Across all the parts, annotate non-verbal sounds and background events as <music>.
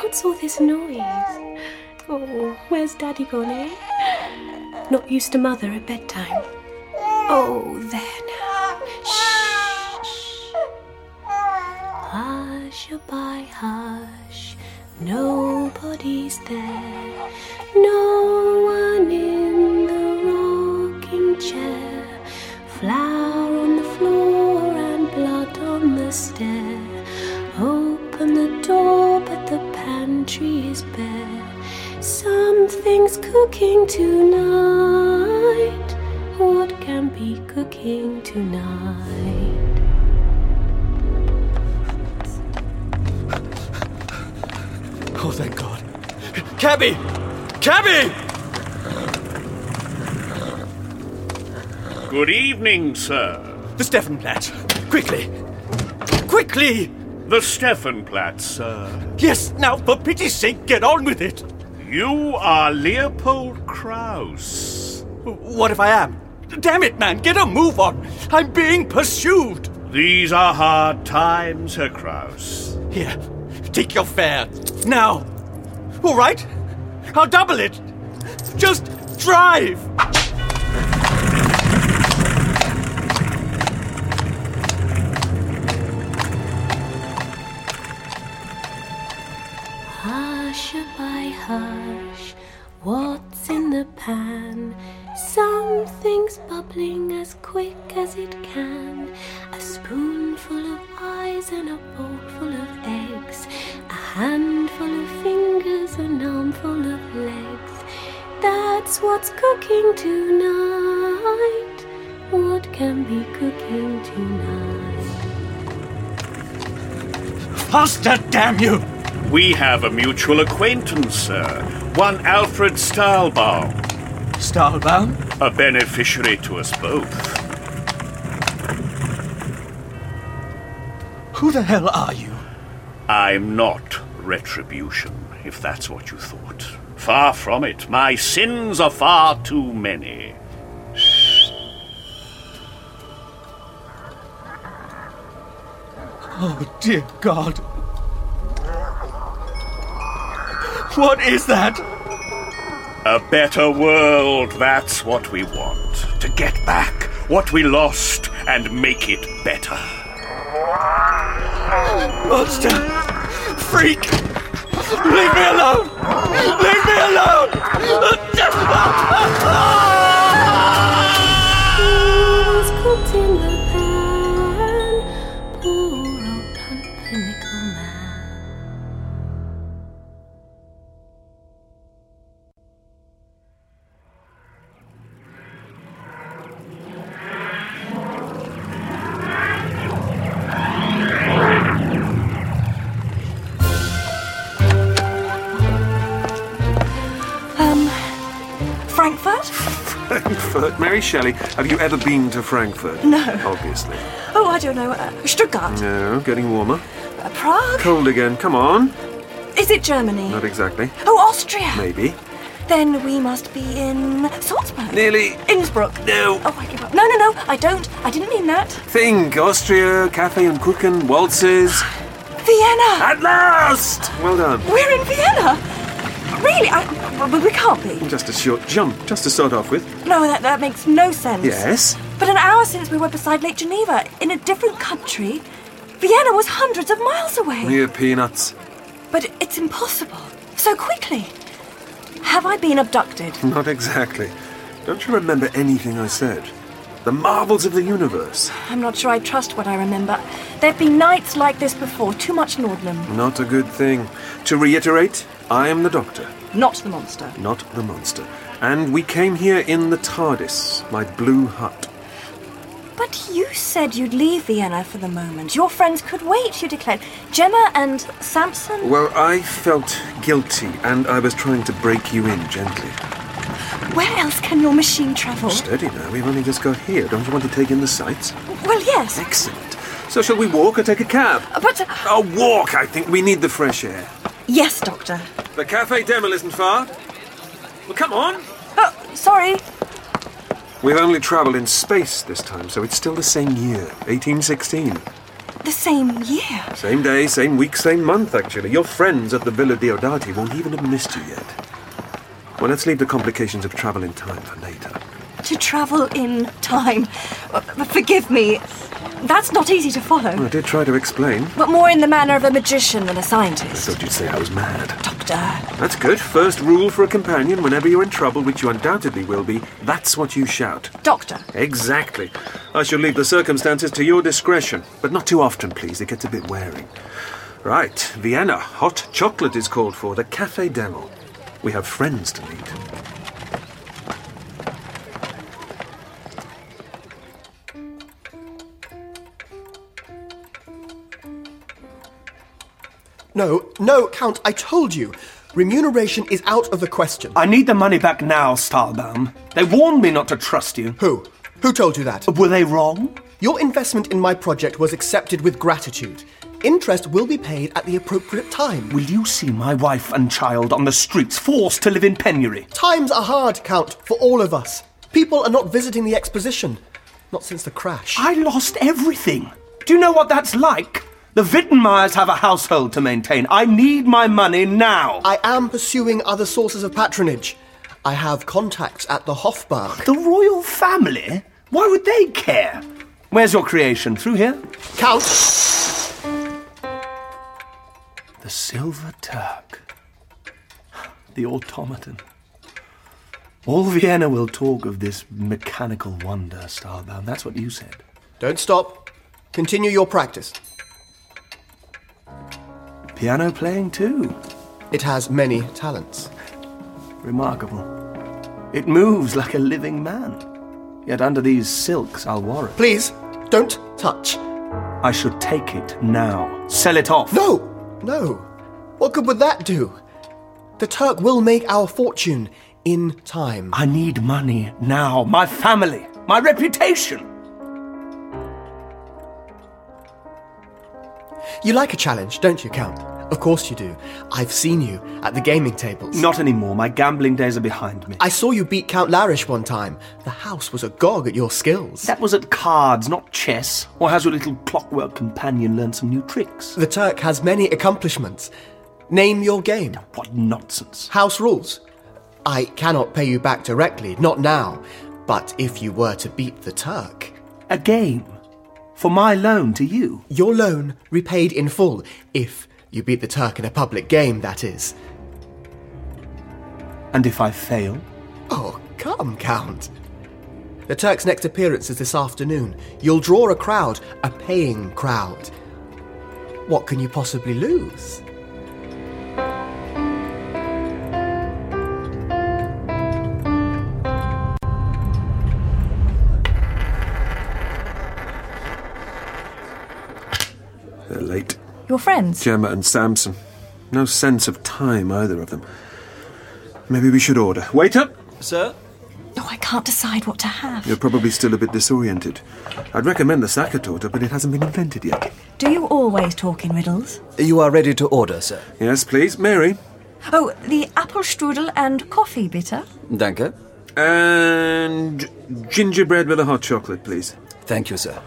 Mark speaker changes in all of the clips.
Speaker 1: What's all this noise? Oh, where's Daddy gone, eh? Not used to Mother at bedtime. Oh, there now. Shh. Hush-a-bye, hush. Nobody's there. No one in the rocking chair. Flour on the floor and blood on the stair. Open the door, but the pantry is bare. Something's cooking tonight. What can be cooking tonight?
Speaker 2: Oh, thank God. Cabby! Cabby!
Speaker 3: Good evening, sir.
Speaker 2: The Steffenplatz. Quickly! Quickly!
Speaker 3: The Steffenplatz, sir.
Speaker 2: Yes, now, for pity's sake, get on with it!
Speaker 3: You are Leopold Krauss.
Speaker 2: What if I am? Damn it, man, get a move on! I'm being pursued!
Speaker 3: These are hard times, Herr Krauss.
Speaker 2: Here, take your fare. Now! All right? I'll double it! Just drive!
Speaker 1: Hush, by hush, what's in the pan? Something's bubbling as quick as it can. A spoonful of eyes and a bowlful of eggs, a handful of fingers, an armful of legs. That's what's cooking tonight. What can be cooking tonight?
Speaker 2: Faster, damn you!
Speaker 3: We have a mutual acquaintance, sir. One Alfred Stahlbaum,
Speaker 2: Stahlbaum?
Speaker 3: a beneficiary to us both.
Speaker 2: Who the hell are you?
Speaker 3: I'm not retribution, if that's what you thought. Far from it. My sins are far too many.
Speaker 2: Oh, dear God. What is that?
Speaker 3: A better world, that's what we want. To get back what we lost and make it better.
Speaker 2: Monster! Freak! Leave me alone! Leave me alone!
Speaker 1: What's cooked in the pan? Poor old pumpernickel man.
Speaker 4: Um, Frankfurt?
Speaker 5: Frankfurt. Mary Shelley, have you ever been to Frankfurt?
Speaker 4: No.
Speaker 5: Obviously.
Speaker 4: Oh, I don't know. Uh, Stuttgart?
Speaker 5: No, getting warmer.
Speaker 4: Uh, Prague?
Speaker 5: Cold again, come on.
Speaker 4: Is it Germany?
Speaker 5: Not exactly.
Speaker 4: Oh, Austria!
Speaker 5: Maybe.
Speaker 4: Then we must be in Salzburg.
Speaker 5: Nearly.
Speaker 4: Innsbruck.
Speaker 5: No.
Speaker 4: Oh, I give up. No, no, no, I don't. I didn't mean that.
Speaker 5: Think Austria, Cafe and Kuchen, waltzes.
Speaker 4: Vienna!
Speaker 5: At last! Well done.
Speaker 4: We're in Vienna! Really? I, but we can't be.
Speaker 5: Just a short jump, just to start off with.
Speaker 4: No, that, that makes no sense.
Speaker 5: Yes.
Speaker 4: But an hour since we were beside Lake Geneva, in a different country, Vienna was hundreds of miles away.
Speaker 5: Mere peanuts.
Speaker 4: But it's impossible. So quickly. Have I been abducted?
Speaker 5: Not exactly. Don't you remember anything I said? The marvels of the universe.
Speaker 4: I'm not sure I trust what I remember. There've been nights like this before. Too much laudanum.
Speaker 5: Not a good thing. To reiterate, I am the doctor.
Speaker 4: Not the monster.
Speaker 5: not the monster. And we came here in the TARDIS, my blue hut.
Speaker 4: But you said you'd leave Vienna for the moment. Your friends could wait, you declared. Gemma and Samson?
Speaker 5: Well, I felt guilty, and I was trying to break you in gently.
Speaker 4: Where else can your machine travel?
Speaker 5: Steady now, we've only just got here. Don't you want to take in the sights?
Speaker 4: Well, yes. Uh,
Speaker 5: Excellent. So, shall we walk or take a cab?
Speaker 4: But.
Speaker 5: A walk, I think. We need the fresh air.
Speaker 4: Yes, Doctor.
Speaker 5: The Cafe Demel isn't far. Well, come on.
Speaker 4: Oh, sorry.
Speaker 5: We've only travelled in space this time, so it's still the same year, 1816.
Speaker 4: The same year.
Speaker 5: Same day, same week, same month, actually. Your friends at the Villa Diodati won't even have missed you yet. Well, let's leave the complications of travel in time for later.
Speaker 4: To travel in time. Uh, Forgive me. That's not easy to follow.
Speaker 5: I did try to explain.
Speaker 4: But more in the manner of a magician than a scientist.
Speaker 5: Thought you'd say I was mad.
Speaker 4: Doctor.
Speaker 5: That's good. First rule for a companion whenever you're in trouble, which you undoubtedly will be, that's what you shout.
Speaker 4: Doctor.
Speaker 5: Exactly. I shall leave the circumstances to your discretion, but not too often, please. It gets a bit wearing. Right, Vienna. Hot chocolate is called for, the Cafe Devil. We have friends to meet.
Speaker 6: No, no, Count, I told you. Remuneration is out of the question.
Speaker 7: I need the money back now, Stahlbaum. They warned me not to trust you.
Speaker 6: Who? Who told you that?
Speaker 7: Were they wrong?
Speaker 6: Your investment in my project was accepted with gratitude. Interest will be paid at the appropriate time.
Speaker 7: Will you see my wife and child on the streets, forced to live in penury?
Speaker 6: Times are hard, Count, for all of us. People are not visiting the exposition. Not since the crash.
Speaker 7: I lost everything. Do you know what that's like? The Wittenmeyers have a household to maintain. I need my money now.
Speaker 6: I am pursuing other sources of patronage. I have contacts at the Hofbach.
Speaker 7: The royal family? Why would they care? Where's your creation? Through here?
Speaker 6: Count!
Speaker 7: The Silver Turk. The automaton. All Vienna will talk of this mechanical wonder, Stahlbaum. That's what you said.
Speaker 6: Don't stop. Continue your practice.
Speaker 7: Piano playing, too.
Speaker 6: It has many talents.
Speaker 7: Remarkable. It moves like a living man. Yet under these silks, I'll warrant.
Speaker 6: Please, don't touch.
Speaker 7: I should take it now. Sell it off.
Speaker 6: No, no. What good would that do? The Turk will make our fortune in time.
Speaker 7: I need money now. My family. My reputation.
Speaker 6: You like a challenge, don't you, Count? Of course you do. I've seen you at the gaming tables.
Speaker 7: Not anymore. My gambling days are behind me.
Speaker 6: I saw you beat Count Larish one time. The house was agog at your skills.
Speaker 7: That was at cards, not chess. Or has your little clockwork companion learned some new tricks?
Speaker 6: The Turk has many accomplishments. Name your game.
Speaker 7: What nonsense.
Speaker 6: House rules. I cannot pay you back directly, not now. But if you were to beat the Turk,
Speaker 7: A game. For my loan to you.
Speaker 6: your loan repaid in full. If you beat the Turk in a public game, that is.
Speaker 7: And if I fail?
Speaker 6: Oh, come, Count. The Turk's next appearance is this afternoon. You'll draw a crowd, a paying crowd. What can you possibly lose?
Speaker 5: They're late.
Speaker 4: Your friends.
Speaker 5: Gemma and Samson. No sense of time, either of them. Maybe we should order. Waiter!
Speaker 8: Sir?
Speaker 4: No, Oh, I can't decide what to have.
Speaker 5: You're probably still a bit disoriented. I'd recommend the Sacker Torta, but it hasn't been invented yet.
Speaker 4: Do you always talk in riddles?
Speaker 9: You are ready to order, sir.
Speaker 5: Yes, please. Mary.
Speaker 4: Oh, the apple strudel and coffee bitter.
Speaker 9: Danke.
Speaker 5: And gingerbread with a hot chocolate, please.
Speaker 9: Thank you, sir.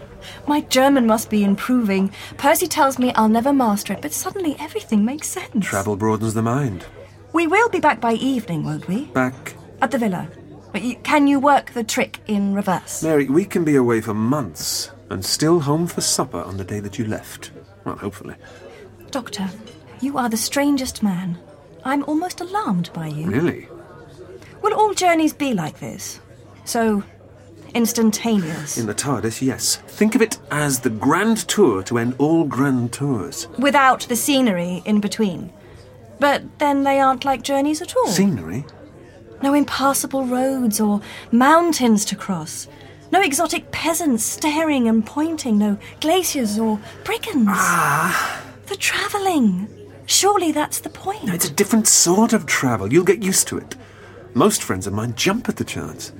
Speaker 4: My German must be improving. Percy tells me I'll never master it, but suddenly everything makes sense.
Speaker 5: Travel broadens the mind.
Speaker 4: We will be back by evening, won't we?
Speaker 5: Back.
Speaker 4: At the villa. But you, can you work the trick in reverse?
Speaker 5: Mary, we can be away for months and still home for supper on the day that you left. Well, hopefully.
Speaker 4: Doctor, you are the strangest man. I'm almost alarmed by you.
Speaker 5: Really?
Speaker 4: Will all journeys be like this? So instantaneous?
Speaker 5: In the TARDIS, yes. Think of it as the grand tour to end all grand tours.
Speaker 4: without the scenery in between. But then they aren't like journeys at all.
Speaker 5: Scenery?
Speaker 4: No impassable roads or mountains to cross. No exotic peasants staring and pointing. No glaciers or brigands. Ah. The travelling. Surely that's the point.
Speaker 5: It's a different sort of travel. You'll get used to it. Most friends of mine jump at the chance.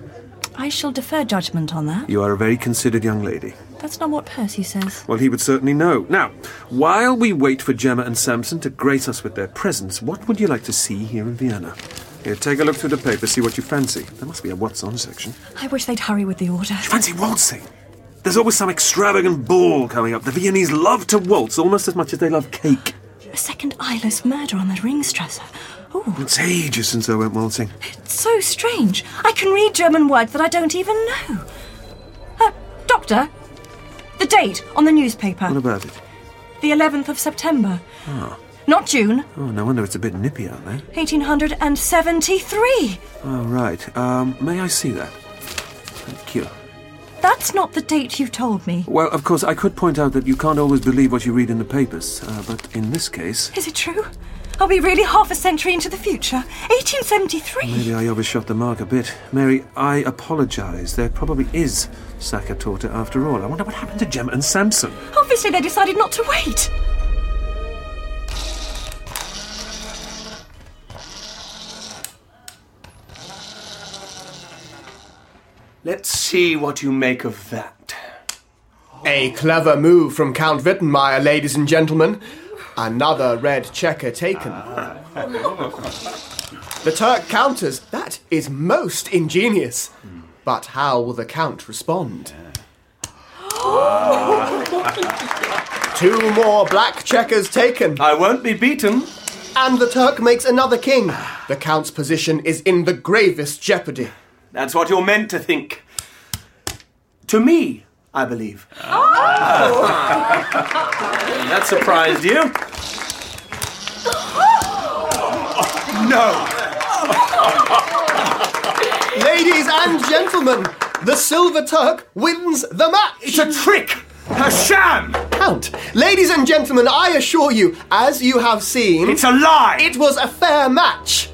Speaker 4: I shall defer judgment on that.
Speaker 5: You are a very considered young lady.
Speaker 4: That's not what Percy says.
Speaker 5: Well, he would certainly know. Now, while we wait for Gemma and Samson to grace us with their presence, what would you like to see here in Vienna? Here, take a look through the paper, see what you fancy. There must be a what's on section.
Speaker 4: I wish they'd hurry with the order.
Speaker 5: Fancy waltzing? There's always some extravagant ball coming up. The Viennese love to waltz almost as much as they love cake.
Speaker 4: A second eyeless murder on the Ringstrasser. Oh,
Speaker 5: It's ages since I went waltzing.
Speaker 4: it's so strange. I can read German words that I don't even know. Uh, Doctor, the date on the newspaper.
Speaker 5: What about it?
Speaker 4: the 11th of September. Not June,
Speaker 5: Ah. Oh, no wonder it's a bit nippy out there.
Speaker 4: 1873.
Speaker 5: All right. Um, may I see that? Thank you.
Speaker 4: That's not the date you told me.
Speaker 5: Well, of course, I could point out that you can't always believe what you read in the papers, uh, but in this case,
Speaker 4: Is it true? Are we really half a century into the future? 1873?
Speaker 5: maybe I overshot the mark a bit. Mary, I apologise. There probably is Saka Torta after all. I wonder what happened to Gemma and Samson.
Speaker 4: Obviously, they decided not to wait.
Speaker 2: Let's see what you make of that.
Speaker 6: A clever move from Count Wittenmeier, ladies and gentlemen. Another red checker taken.
Speaker 7: Ah.
Speaker 6: the Turk counters. That is most ingenious. But how will the Count respond? Two more black checkers taken,
Speaker 2: I won't be beaten.
Speaker 6: and the Turk makes another king. The Count's position is in the gravest jeopardy.
Speaker 2: That's what you're meant to think. To me, I believe. Oh! that surprised you.
Speaker 6: Ladies and gentlemen, the Silver Turk wins the match!
Speaker 2: It's a trick! A sham!
Speaker 6: Count. Ladies and gentlemen, I assure you, as you have seen,
Speaker 2: It's a lie!
Speaker 6: it was a fair match.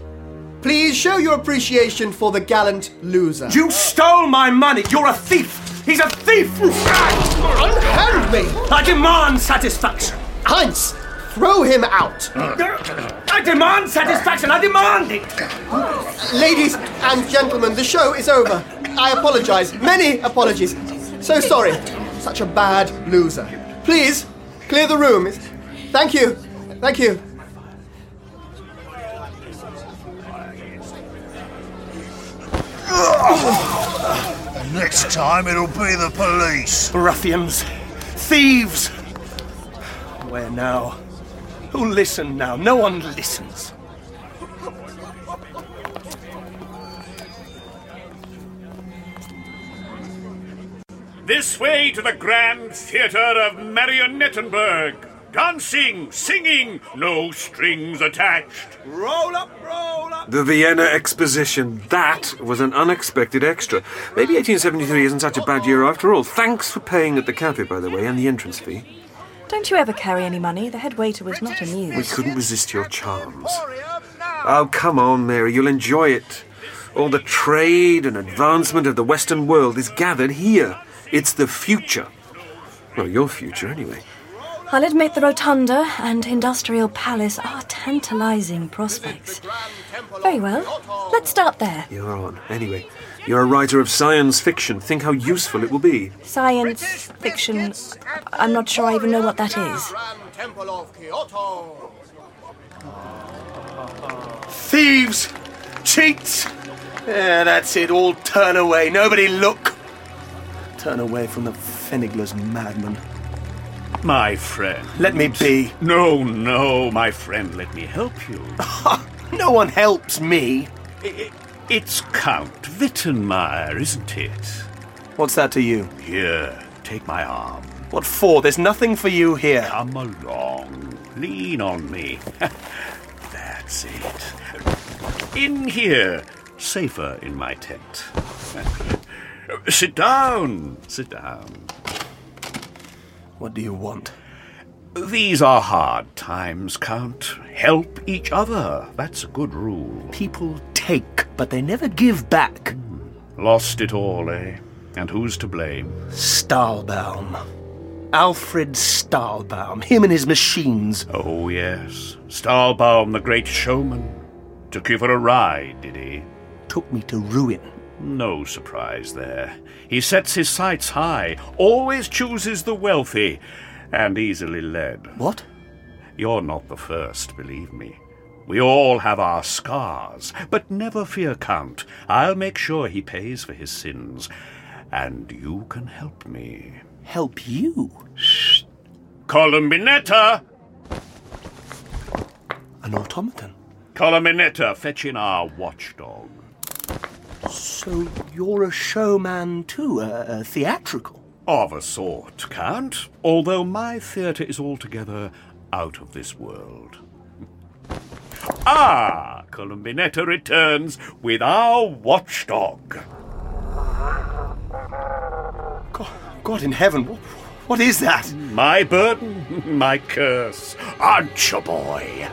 Speaker 6: Please show your appreciation for the gallant loser.
Speaker 2: You stole my money! You're a thief! He's a thief!
Speaker 6: unhand me!
Speaker 2: I demand satisfaction!
Speaker 6: Heinz, throw him out.
Speaker 2: I demand satisfaction! I demand it!
Speaker 6: Ladies and gentlemen, the show is over. I apologize. Many apologies. So sorry. Such a bad loser. Please, clear the room. It's- Thank you. Thank you.
Speaker 10: Next time it'll be the police.
Speaker 2: Ruffians! Thieves! Where now? Who listen now? No one listens.
Speaker 3: <laughs> This way to the Grand Theatre of Marionettenburg. Dancing, singing, no strings attached.
Speaker 2: Roll up, roll up!
Speaker 5: The Vienna Exposition. That was an unexpected extra. Maybe 1873 isn't such a bad year after all. Thanks for paying at the cafe, by the way, and the entrance fee.
Speaker 4: Don't you ever carry any money? The head waiter was not
Speaker 5: We
Speaker 4: amused.
Speaker 5: couldn't resist your charms. Oh, come on, Mary, you'll enjoy it. All the trade and advancement of the Western world is gathered here. It's the future. Well, your future, anyway.
Speaker 4: I'll admit the rotunda and industrial palace are tantalizing prospects. Very well. Let's start there.
Speaker 5: You're on. Anyway, you're a writer of science fiction. Think how useful it will be.
Speaker 4: Science, fiction. I'm not sure I even know what that is.
Speaker 2: Thieves! Cheats! Yeah, that's it, all turn away. Nobody look! Turn away from the Fenigler's madman.
Speaker 3: My friend.
Speaker 2: Let me be.
Speaker 3: No, no, my friend, let me help you.
Speaker 2: <laughs> No one helps me.
Speaker 3: It's Count Wittenmeier, isn't it?
Speaker 2: What's that to you?
Speaker 3: Here, take my arm.
Speaker 2: What for? There's nothing for you here.
Speaker 3: Come along. Lean on me. <laughs> That's it. In here. Safer in my tent. <laughs> sit down. Sit down.
Speaker 2: What do you want?
Speaker 3: These are hard times, Count. Help each other. That's a good rule.
Speaker 2: People take, but they never give back.
Speaker 3: Hmm. Lost it all, eh? And who's to blame?
Speaker 2: Stahlbaum. Alfred Stahlbaum. Him and his machines.
Speaker 3: Oh, yes. Stahlbaum, the great showman. Took you for a ride, did he?
Speaker 2: Took me to ruin.
Speaker 3: No surprise there. He sets his sights high, always chooses the wealthy, and easily led.
Speaker 2: What?
Speaker 3: You're not the first, believe me. We all have our scars, but never fear, Count. I'll make sure he pays for his sins. and you can help me.
Speaker 2: Help you?
Speaker 3: Columbinetta!
Speaker 2: An automaton.
Speaker 3: Columbinetta, fetch in our watchdog.
Speaker 2: So you're a showman too, uh, uh, theatrical.
Speaker 3: Of a sort, Count, although my theatre is altogether out of this world. Ah! Columbinetta returns with our watchdog.
Speaker 2: God, God in heaven, what, what is that?
Speaker 3: My burden, my curse. Aren't you, boy?
Speaker 2: <laughs>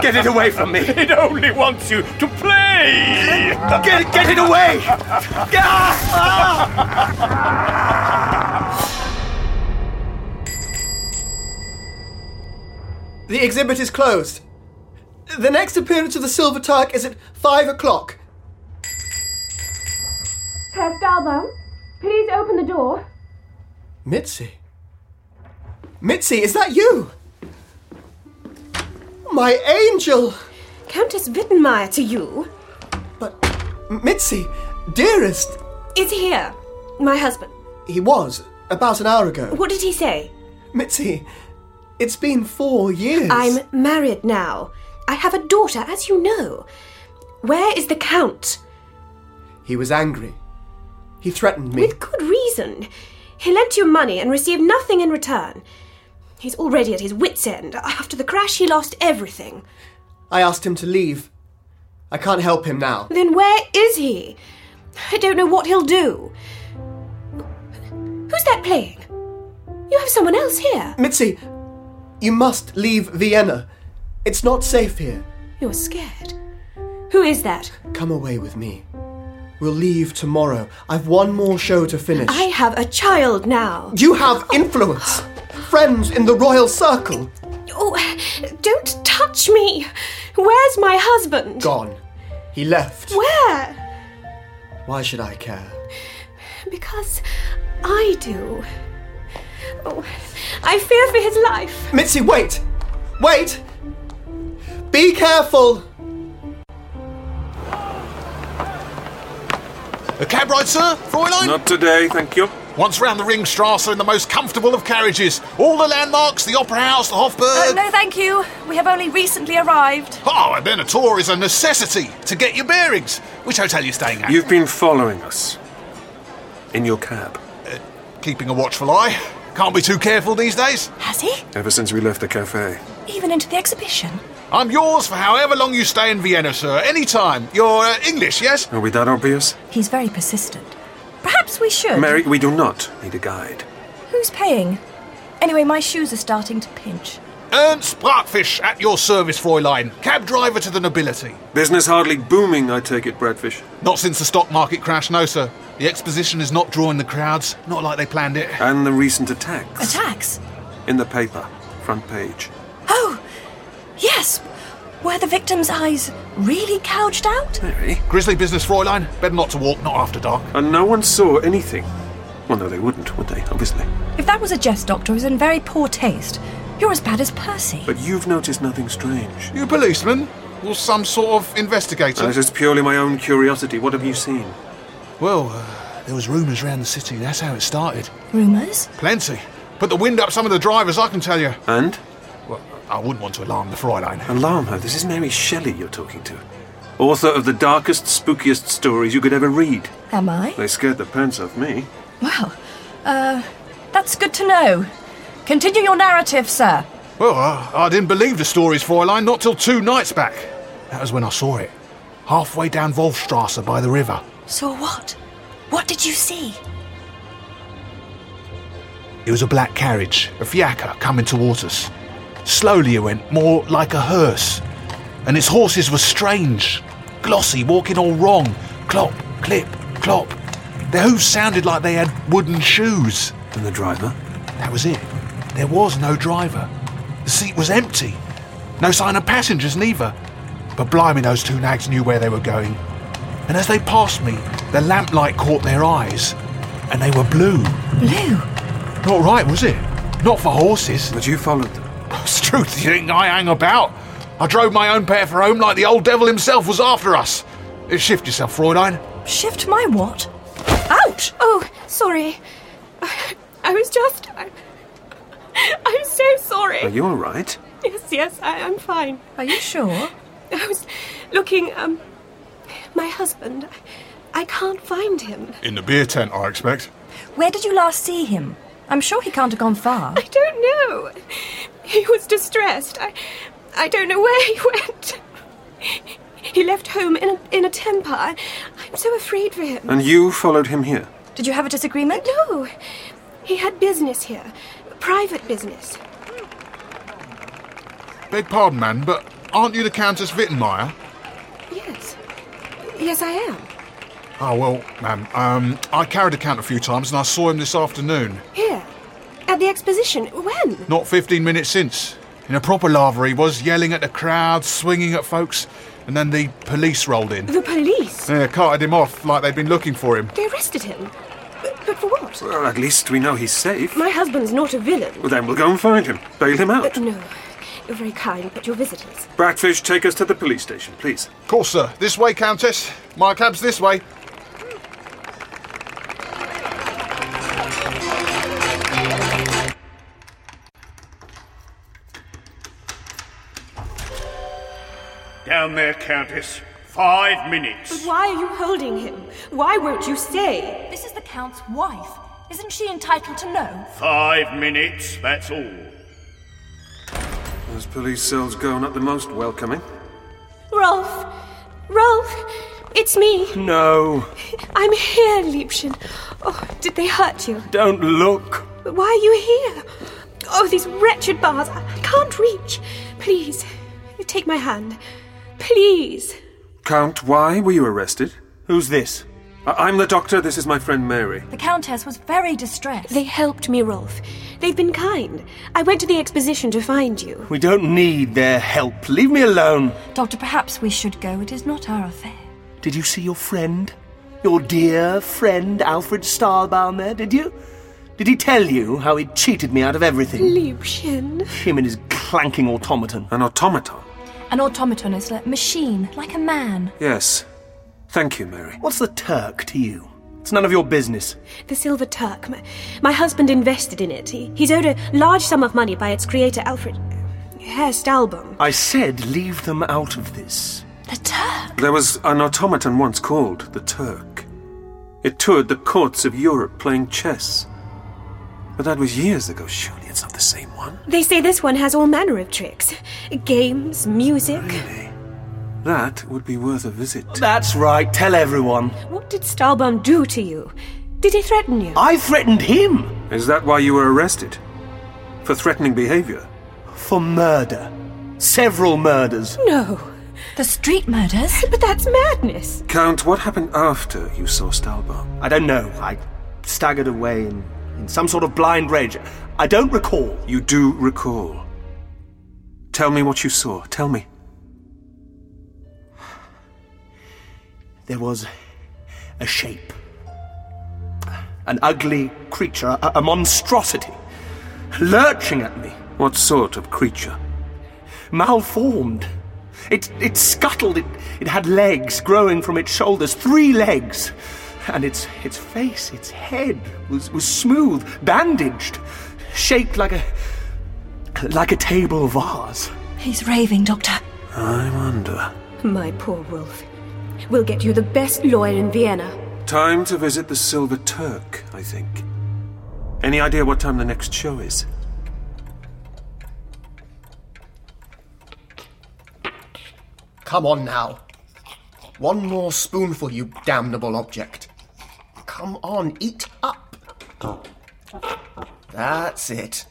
Speaker 2: Get it away from me!
Speaker 3: <laughs> It only wants you to play!
Speaker 2: Get it, get
Speaker 3: <laughs>
Speaker 2: it away! Ah!
Speaker 6: The exhibit is closed. The next appearance of the Silver Turk is at five o'clock.
Speaker 11: Castaldo, please open the door.
Speaker 6: Mitzi? Mitzi, is that you? My angel!
Speaker 11: Countess Wittenmeier to you.
Speaker 6: But, Mitzi, dearest,
Speaker 11: It's here. My husband.
Speaker 6: he was about an hour ago.
Speaker 11: What did he say?
Speaker 6: Mitzi, it's been four years.
Speaker 11: I'm married now. I have a daughter, as you know. Where is the Count?
Speaker 6: He was angry. He threatened me.
Speaker 11: With good reason. He lent you money and received nothing in return. He's already at his wits' end. After the crash, he lost everything.
Speaker 6: I asked him to leave. I can't help him now.
Speaker 11: Then where is he? I don't know what he'll do. Who's that playing? You have someone else here.
Speaker 6: Mitzi, you must leave Vienna. It's not safe here.
Speaker 11: You're scared. Who is that?
Speaker 6: Come away with me. We'll leave tomorrow. I've one more show to finish.
Speaker 11: I have a child now.
Speaker 6: You have influence. Friends in the royal circle.
Speaker 11: Oh, don't touch me. Where's my husband?
Speaker 6: Gone. He left.
Speaker 11: Where?
Speaker 6: Why should I care?
Speaker 11: Because I do. Oh, I fear for his life.
Speaker 6: Mitzi, wait! Wait! Be careful!
Speaker 10: A cab ride, sir? Fräulein?
Speaker 5: Not today, thank you.
Speaker 10: Once round the Ringstrasse in the most comfortable of carriages. All the landmarks, the Opera House, the
Speaker 4: Uh,
Speaker 10: Hofburg.
Speaker 4: no, thank you. We have only recently arrived.
Speaker 10: Oh, and then a tour is a necessity to get your bearings. Which hotel are you staying at?
Speaker 5: You've been following us. In your cab.
Speaker 10: Keeping a watchful eye. Can't be too careful these days.
Speaker 4: Has he?
Speaker 5: Ever since we left the cafe.
Speaker 4: Even into the exhibition?
Speaker 10: I'm yours for however long you stay in Vienna, sir. Any time. You're uh, English, yes?
Speaker 5: Are we that obvious?
Speaker 4: He's very persistent. Perhaps we should.
Speaker 5: Mary, we do not need a guide.
Speaker 4: Who's paying? Anyway, my shoes are starting to pinch.
Speaker 10: Ernst Bratfish at your service, Fräulein. Cab driver to the nobility.
Speaker 5: Business hardly booming, I take it, Bradfish.
Speaker 10: Not since the stock market crash, no, sir. The exposition is not drawing the crowds, not like they planned it.
Speaker 5: And the recent attacks.
Speaker 4: Attacks?
Speaker 5: In the paper, front page.
Speaker 4: Oh, yes. Were the victim's eyes really gouged out?
Speaker 10: Hmm.
Speaker 5: Mary?
Speaker 10: Grizzly business, Fräulein. Better not to walk, not after dark.
Speaker 5: And no one saw anything. Well, no, they wouldn't, would they? Obviously.
Speaker 4: If that was a jest, Doctor, it was in very poor taste. You're as bad as Percy.
Speaker 5: But you've noticed nothing strange.
Speaker 10: You a policeman? Or some sort of investigator?
Speaker 5: That is purely my own curiosity. What have you seen?
Speaker 10: Well, uh, there was rumours round the city. That's how it started.
Speaker 4: Rumours?
Speaker 10: Plenty. Put the wind up some of the drivers, I can tell you.
Speaker 5: And?
Speaker 10: Well, I wouldn't want to alarm the Fräulein.
Speaker 5: Alarm her. This is Mary Shelley you're talking to. Author of the darkest, spookiest stories you could ever read.
Speaker 4: Am I?
Speaker 5: They scared the pants off me.
Speaker 4: Well, uh, that's good to know. Continue your narrative, sir.
Speaker 10: Well, I, I didn't believe the stories, Fräulein, not till two nights back. That was when I saw it. Halfway down Wolfstrasse by the river.
Speaker 4: Saw what? What did you see?
Speaker 10: It was a black carriage, a fiacre coming towards us. Slowly it went, more like a hearse. And its horses were strange, glossy, walking all wrong. Clop, clip, clop. Their hooves sounded like they had wooden shoes.
Speaker 5: And the driver?
Speaker 10: That was it. There was no driver. The seat was empty. No sign of passengers, neither. But blimey, those two nags knew where they were going. And as they passed me, the lamplight caught their eyes, and they were blue.
Speaker 4: Blue.
Speaker 10: Not right, was it? Not <laughs> for horses.
Speaker 5: But you followed them.
Speaker 10: It's truth, you think I hang about? I drove my own pair for home like the old devil himself was after us. Shift yourself, Fräulein.
Speaker 4: Shift my what? Ouch!
Speaker 11: Oh, sorry. I, I was just. I, I'm so sorry.
Speaker 5: Are you all right?
Speaker 11: Yes, yes, I, I'm fine.
Speaker 4: Are you sure?
Speaker 11: I was looking. Um, my husband. I, I can't find him.
Speaker 12: In the beer tent, I expect.
Speaker 4: Where did you last see him? I'm sure he can't have gone far.
Speaker 11: I don't know. He was distressed. I, I don't know where he <laughs> went. He left home in a, in a temper. I, I'm so afraid for him.
Speaker 5: And you followed him here?
Speaker 4: Did you have a disagreement?
Speaker 11: No, he had business here, private business.
Speaker 12: Beg pardon, man, but aren't you the Countess Wittenmeier?
Speaker 11: Yes, yes, I am.
Speaker 12: Oh, well, ma'am, um, I carried a count a few times and I saw him this afternoon.
Speaker 11: Here, at the exposition. When?
Speaker 12: Not 15 minutes since. In a proper lava, he was yelling at the crowd, swinging at folks, and then the police rolled in.
Speaker 11: The police.
Speaker 12: Yeah, carted him off like they'd been looking for him.
Speaker 11: They arrested him. But, but for what?
Speaker 5: Well, at least we know he's safe.
Speaker 11: My husband's not a villain.
Speaker 5: Well, then we'll go and find him. Bail him out.
Speaker 11: But Uh, no, you're very kind, but you're visitors.
Speaker 5: Blackfish, take us to the police station, please.
Speaker 12: Of course, sir. This way, Countess. My cab's this way.
Speaker 13: Down there, Countess. Five minutes.
Speaker 11: Why are you holding him? Why won't you stay?
Speaker 4: This is the Count's wife. Isn't she entitled to know?
Speaker 13: Five minutes, that's all.
Speaker 5: Those police cells go not the most welcoming.
Speaker 11: Rolf! Rolf! It's me!
Speaker 5: No,
Speaker 11: I'm here, Liebchen. Oh, did they hurt you?
Speaker 5: don't look.
Speaker 11: But Why are you here? Oh, these wretched bars. I I can't reach. Please, you take my hand. Please.
Speaker 5: Count, why were you arrested?
Speaker 7: Who's this?
Speaker 5: I- I'm the doctor. This is my friend Mary.
Speaker 4: The Countess was very distressed.
Speaker 11: They helped me, Rolf. They've been kind. I went to the exposition to find you.
Speaker 7: We don't need their help. Leave me alone.
Speaker 4: Doctor, perhaps we should go. It is not our affair.
Speaker 7: Did you see your friend? Your dear friend, Alfred Stahlbaum, there, did you? Did he tell you how he cheated me out of everything?
Speaker 11: Liebchen.
Speaker 7: Him and his clanking automaton.
Speaker 5: An automaton.
Speaker 4: An automaton is a machine, like a man.
Speaker 5: Yes. Thank you, Mary.
Speaker 7: What's the Turk to you? It's none of your business.
Speaker 11: The Silver Turk. My, my husband invested in it. He, he's owed a large sum of money by its creator, Alfred. Herr Stahlbaum.
Speaker 7: I said leave them out of this.
Speaker 4: The Turk?
Speaker 5: There was an automaton once called the Turk. It toured the courts of Europe playing chess. But that was years ago. Surely it's not the same one.
Speaker 11: They say this one has all manner of tricks games, music.
Speaker 5: That would be worth a visit.
Speaker 7: That's right, tell everyone.
Speaker 11: What did Stahlbaum do to you? Did he threaten you?
Speaker 7: I threatened him
Speaker 5: Is that why you were arrested? For threatening behavior?
Speaker 7: for murder. Several murders.
Speaker 11: No.
Speaker 4: The street murders?
Speaker 11: But that's madness.
Speaker 5: Count, what happened after you saw Stahlbaum?
Speaker 7: I don't know. I staggered away in, in some sort of blind rage. I don't recall.
Speaker 5: You do recall. Tell me what you saw. Tell me.
Speaker 7: There was a shape. An ugly creature, a, a monstrosity, lurching at me,
Speaker 5: What sort of creature?
Speaker 7: malformed. It, it scuttled, it, it had legs growing from its shoulders, three legs. And its, its face, its head was, was smooth, bandaged, shaped like a, like a table vase.
Speaker 4: He's raving, Doctor.
Speaker 5: I wonder.
Speaker 11: My poor Wolf. We'll get you the best lawyer in Vienna.
Speaker 5: Time to visit the Silver Turk, I think. Any idea what time the next show is?
Speaker 6: Come on now. One more spoonful, you damnable object. Come on, eat up. That's it.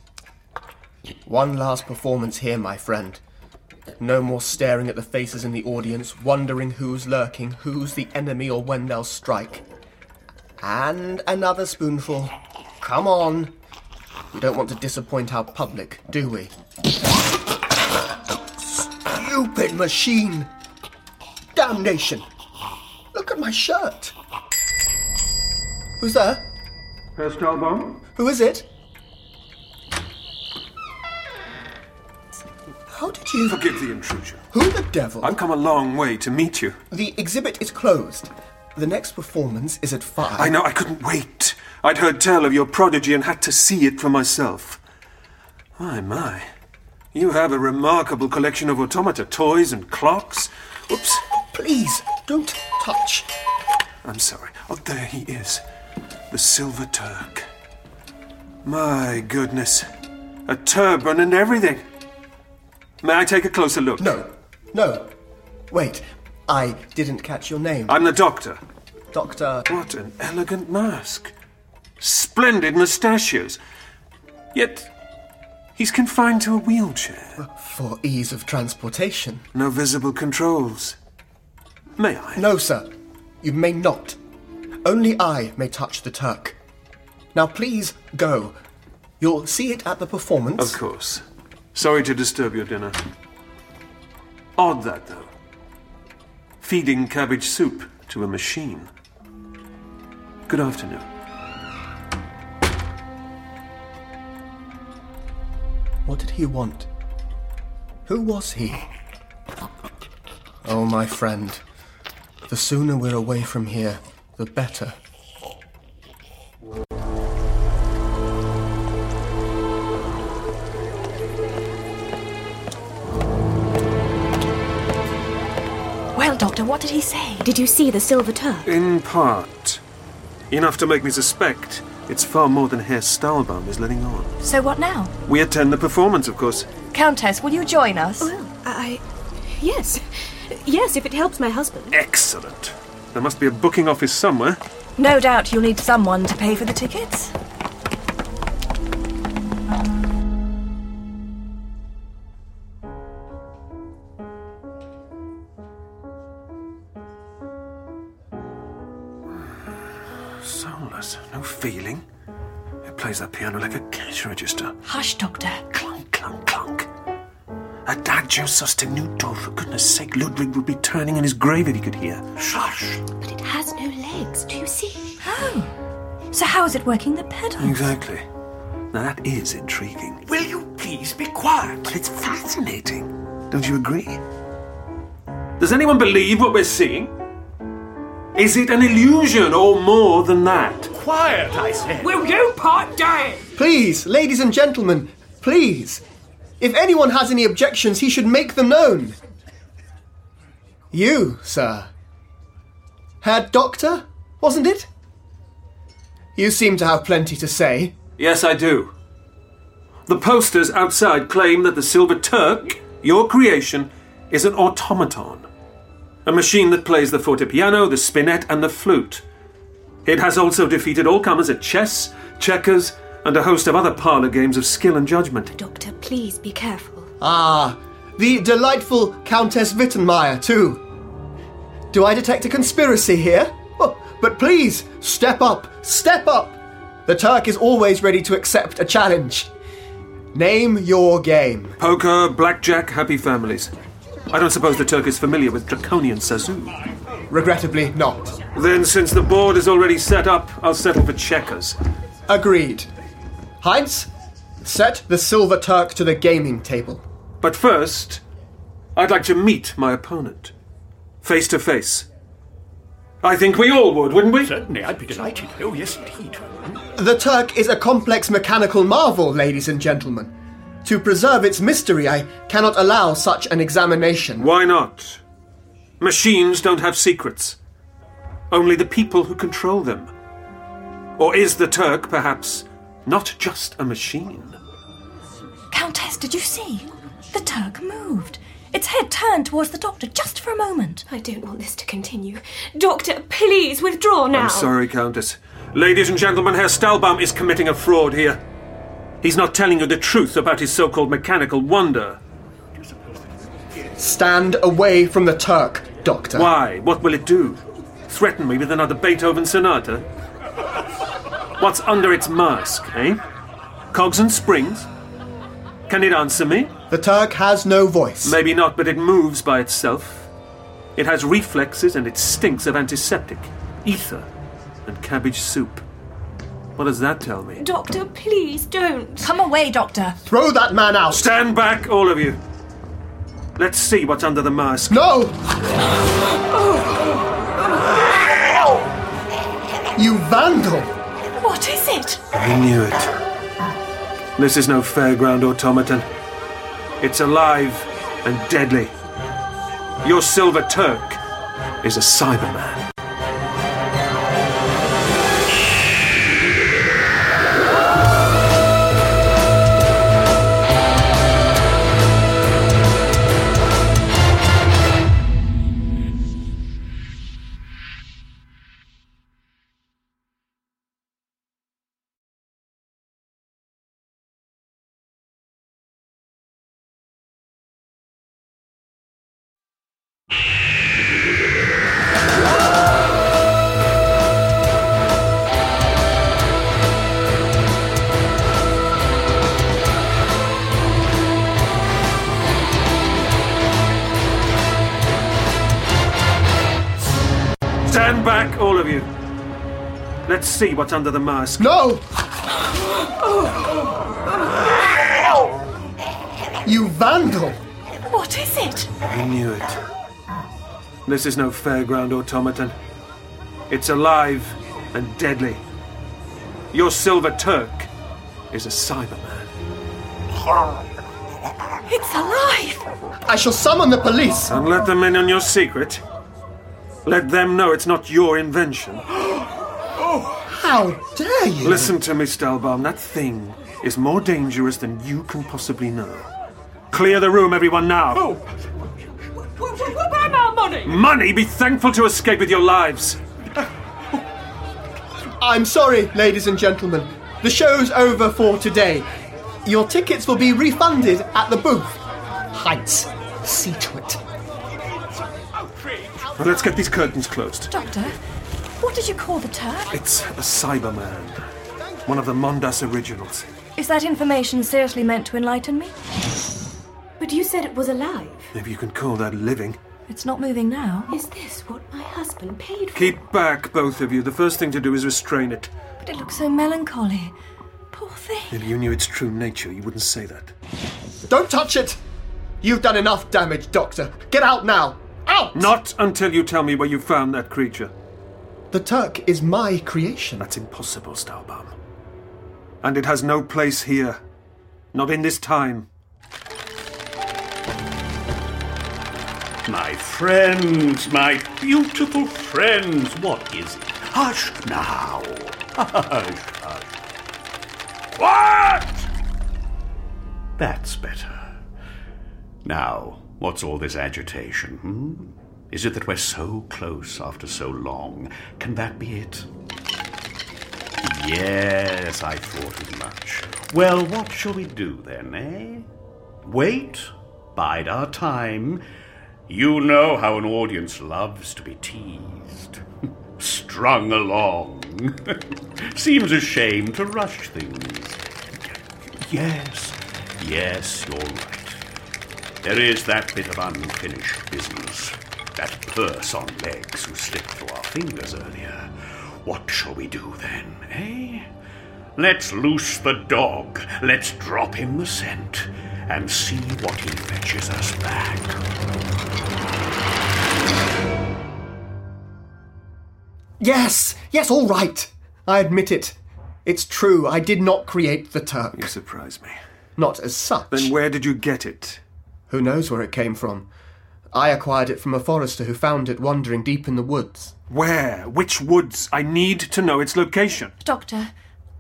Speaker 6: One last performance here, my friend. No more staring at the faces in the audience, wondering who's lurking, who's the enemy, or when they'll strike. And another spoonful. Come on. We don't want to disappoint our public, do we? Stupid machine! Damnation! Look at my shirt! Who's there?
Speaker 5: Herr Stahlbaum?
Speaker 6: Who is it? How did you.
Speaker 5: Forgive the intrusion.
Speaker 6: Who the devil?
Speaker 5: I've come a long way to meet you.
Speaker 6: The exhibit is closed. The next performance is at five.
Speaker 5: I know, I couldn't wait. I'd heard tell of your prodigy and had to see it for myself. My, my. You have a remarkable collection of automata toys and clocks. Oops,
Speaker 6: Please, don't touch.
Speaker 5: I'm sorry. Oh, there he is. The Silver Turk. My goodness. A turban and everything. May I take a closer look?
Speaker 6: No, no. Wait, I didn't catch your name.
Speaker 5: I'm the doctor.
Speaker 6: Doctor.
Speaker 5: What an elegant mask. Splendid mustachios. Yet, he's confined to a wheelchair.
Speaker 6: For ease of transportation.
Speaker 5: No visible controls. May I?
Speaker 6: No, sir. You may not. Only I may touch the Turk. Now, please go. You'll see it at the performance.
Speaker 5: Of course. Sorry to disturb your dinner. Odd that, though. Feeding cabbage soup to a machine. Good afternoon.
Speaker 6: What did he want? Who was he? Oh, my friend. The sooner we're away from here, the better.
Speaker 4: Well, Doctor, what did he say?
Speaker 11: Did you see the Silver Turk?
Speaker 5: In part. Enough to make me suspect it's far more than Herr Stahlbaum is letting on.
Speaker 4: So what now?
Speaker 5: We attend the performance, of course.
Speaker 4: Countess, will you join us?
Speaker 11: I. Yes. Yes, if it helps my husband.
Speaker 5: Excellent. There must be a booking office somewhere.
Speaker 4: No doubt you'll need someone to pay for the tickets.
Speaker 5: Soulless, no feeling. It plays that piano like a cash register.
Speaker 4: Hush, Doctor.
Speaker 5: Clunk, clunk, clunk. Adagio sostenuto. For goodness sake, Ludwig would be turning in his grave if he could hear. Shush.
Speaker 1: But it has no legs, do you see?
Speaker 4: Oh. So how is it working the pedal?
Speaker 5: Exactly. Now that is intriguing. Will you please be quiet? Well, it's fascinating. Don't you agree? Does anyone believe what we're seeing? Is it an illusion or more than that?
Speaker 8: Quiet, I said.
Speaker 14: Will you part down?
Speaker 6: Please, ladies and gentlemen, please. If anyone has any objections, he should make them known. You, sir. Herr Doctor, wasn't it? You seem to have plenty to say.
Speaker 5: Yes, I do. The posters outside claim that the Silver Turk, your creation, is an automaton. A machine that plays the fortepiano, the spinet, and the flute. It has also defeated all comers at chess, checkers, and a host of other parlor games of skill and judgment.
Speaker 11: Doctor, please be careful.
Speaker 6: Ah, the delightful Countess Wittenmeier, too. Do I detect a conspiracy here? Oh, but please, step up, step up! The Turk is always ready to accept a challenge. Name your game.
Speaker 5: Poker, blackjack, happy families. I don't suppose the Turk is familiar with draconian sazu.
Speaker 6: Regrettably, not.
Speaker 5: Then, since the board is already set up, I'll settle for checkers.
Speaker 6: Agreed. Heinz, set the Silver Turk to the gaming table.
Speaker 5: But first, I'd like to meet my opponent. Face to face. I think we all would, wouldn't we?
Speaker 8: Certainly, I'd be delighted. Oh, yes, indeed.
Speaker 6: The Turk is a complex mechanical marvel, ladies and gentlemen. To preserve its mystery, I cannot allow such an examination.
Speaker 5: Why not? Machines don't have secrets. Only the people who control them. Or is the Turk, perhaps, not just a machine?
Speaker 4: Countess, did you see? The Turk moved. Its head turned towards the Doctor just for a moment.
Speaker 11: I don't want this to continue. Doctor, please withdraw now.
Speaker 5: I'm sorry, Countess. Ladies and gentlemen, Herr Stahlbaum is committing a fraud here. He's not telling you the truth about his so called mechanical wonder.
Speaker 6: Stand away from the Turk, Doctor.
Speaker 5: Why? What will it do? Threaten me with another Beethoven sonata? What's under its mask, eh? Cogs and springs? Can it answer me?
Speaker 6: The Turk has no voice.
Speaker 5: Maybe not, but it moves by itself. It has reflexes and it stinks of antiseptic, ether, and cabbage soup. What does that tell me?
Speaker 11: Doctor, please don't.
Speaker 4: Come away, Doctor.
Speaker 6: Throw that man out.
Speaker 5: Stand back, all of you. Let's see what's under the mask.
Speaker 6: No! You vandal!
Speaker 4: What is it?
Speaker 5: I knew it. This is no fairground automaton. It's alive and deadly. Your Silver Turk is a Cyberman. Stand back, all of you. Let's see what's under the mask.
Speaker 6: No! You vandal!
Speaker 4: What is it?
Speaker 5: I knew it. This is no fairground automaton. It's alive and deadly. Your Silver Turk is a Cyberman.
Speaker 4: <laughs> It's alive!
Speaker 6: I shall summon the police!
Speaker 5: And let them in on your secret. Let them know it's not
Speaker 6: <gasps>
Speaker 5: your invention.
Speaker 6: How dare you!
Speaker 5: Listen to me, Stelbaum. That thing is more dangerous than you can possibly know. Clear the room, everyone, now.
Speaker 6: Oh.
Speaker 11: Where our money?
Speaker 5: Money, be thankful to escape with your lives.
Speaker 6: I'm sorry, ladies and gentlemen. The show's over for today. Your tickets will be refunded at the booth. Heinz, see to it.
Speaker 5: Well, let's get these curtains closed.
Speaker 4: Doctor, what did you call the Turk?
Speaker 5: It's a Cyberman. One of the Mondas originals.
Speaker 4: Is that information seriously meant to enlighten me?
Speaker 15: But you said it was alive.
Speaker 5: If you can call that living.
Speaker 4: It's not moving now.
Speaker 15: Is this what my husband paid for?
Speaker 5: Keep back, both of you. The first thing to do is restrain it.
Speaker 4: But it looks so melancholy. Poor thing.
Speaker 5: If you knew its true nature, you wouldn't say that.
Speaker 6: Don't touch it! You've done enough damage, Doctor. Get out now! Out!
Speaker 5: Not until you tell me where you found that creature.
Speaker 6: The Turk is my creation.
Speaker 5: That's impossible, Stahlbaum. And it has no place here. Not in this time.
Speaker 3: My friends, my beautiful friends, what is it? Hush now. <laughs> Hush, hush. What? That's better. Now, what's all this agitation? Hmm? Is it that we're so close after so long? Can that be it? Yes, I thought as much. Well, what shall we do then, eh? Wait, bide our time. You know how an audience loves to be teased, <laughs> strung along. <laughs> Seems a shame to rush things. Yes, yes, you're right. There is that bit of unfinished business. That purse on legs who slipped through our fingers earlier. What shall we do then, eh? Let's loose the dog. Let's drop him the scent and see what he fetches us back.
Speaker 6: Yes, yes, all right. I admit it. It's true, I did not create the Turk.
Speaker 5: You surprise me.
Speaker 6: Not as such.
Speaker 5: Then where did you get it?
Speaker 6: Who knows where it came from? I acquired it from a forester who found it wandering deep in the woods.
Speaker 5: Where? Which woods? I need to know its location.
Speaker 4: Doctor,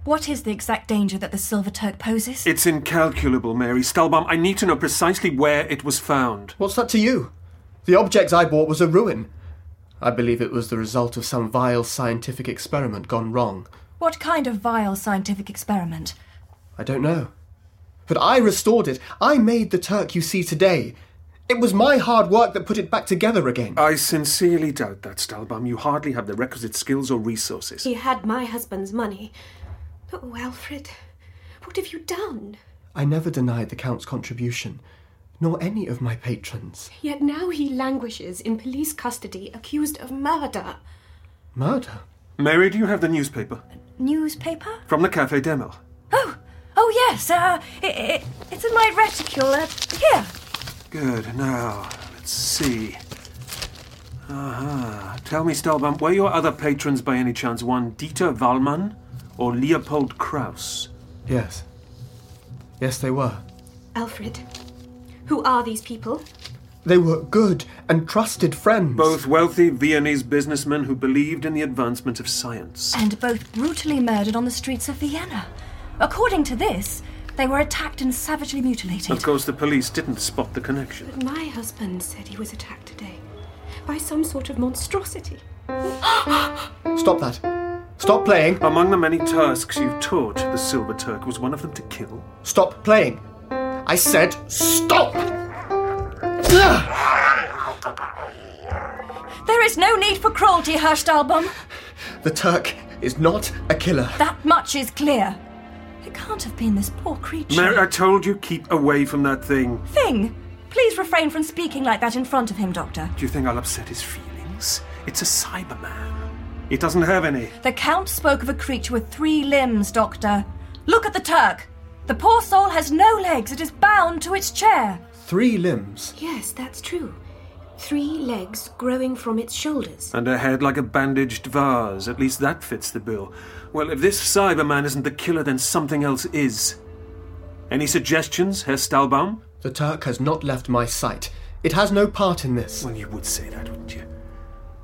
Speaker 4: what is the exact danger that the Silver Turk poses?
Speaker 5: It's incalculable, Mary. Stahlbaum, I need to know precisely where it was found.
Speaker 6: What's that to you? The object I bought was a ruin. I believe it was the result of some vile scientific experiment gone wrong.
Speaker 4: What kind of vile scientific experiment?
Speaker 6: I don't know. But I restored it. I made the Turk you see today. It was my hard work that put it back together again.
Speaker 5: I sincerely doubt that, Stahlbaum. You hardly have the requisite skills or resources.
Speaker 11: He had my husband's money. Oh, Alfred, what have you done?
Speaker 6: I never denied the Count's contribution, nor any of my patrons.
Speaker 11: Yet now he languishes in police custody, accused of murder.
Speaker 6: Murder?
Speaker 5: Mary, do you have the newspaper?
Speaker 4: Newspaper?
Speaker 5: From the Cafe Demel.
Speaker 4: Oh, oh yes. Uh, it, it, it's in my reticule. Uh, here.
Speaker 5: Good. Now, let's see. Aha. Uh-huh. Tell me, Stahlbaum, were your other patrons by any chance one Dieter Wallmann or Leopold Krauss?
Speaker 6: Yes. Yes, they were.
Speaker 11: Alfred, who are these people?
Speaker 6: They were good and trusted friends.
Speaker 5: Both wealthy Viennese businessmen who believed in the advancement of science.
Speaker 4: And both brutally murdered on the streets of Vienna. According to this, they were attacked and savagely mutilated.
Speaker 5: Of course, the police didn't spot the connection.
Speaker 11: But my husband said he was attacked today by some sort of
Speaker 4: <gasps>
Speaker 11: monstrosity. <gasps>
Speaker 6: Stop that. Stop playing.
Speaker 5: Among the many tasks you've taught the Silver Turk, was one of them to kill?
Speaker 6: Stop playing. I said stop!
Speaker 4: There is no need for cruelty, Herr Stahlbaum.
Speaker 6: The Turk is not a killer.
Speaker 4: That much is clear. It can't have been this poor creature.
Speaker 5: Mary, I told you keep away from that thing.
Speaker 4: Thing! Please refrain from speaking like that in front of him, Doctor.
Speaker 5: Do you think I'll upset his feelings? It's a Cyberman. He doesn't have any.
Speaker 4: The Count spoke of a creature with three limbs, Doctor. Look at the Turk. The poor soul has no legs. It is bound to its chair.
Speaker 6: Three limbs.
Speaker 11: Yes, that's true. Three legs growing from its shoulders.
Speaker 5: And a head like a bandaged vase. At least that fits the bill. Well, if this Cyberman isn't the killer, then something else is. Any suggestions, Herr Stahlbaum?
Speaker 6: The Turk has not left my sight. It has no part in this.
Speaker 5: Well, you would say that, wouldn't you?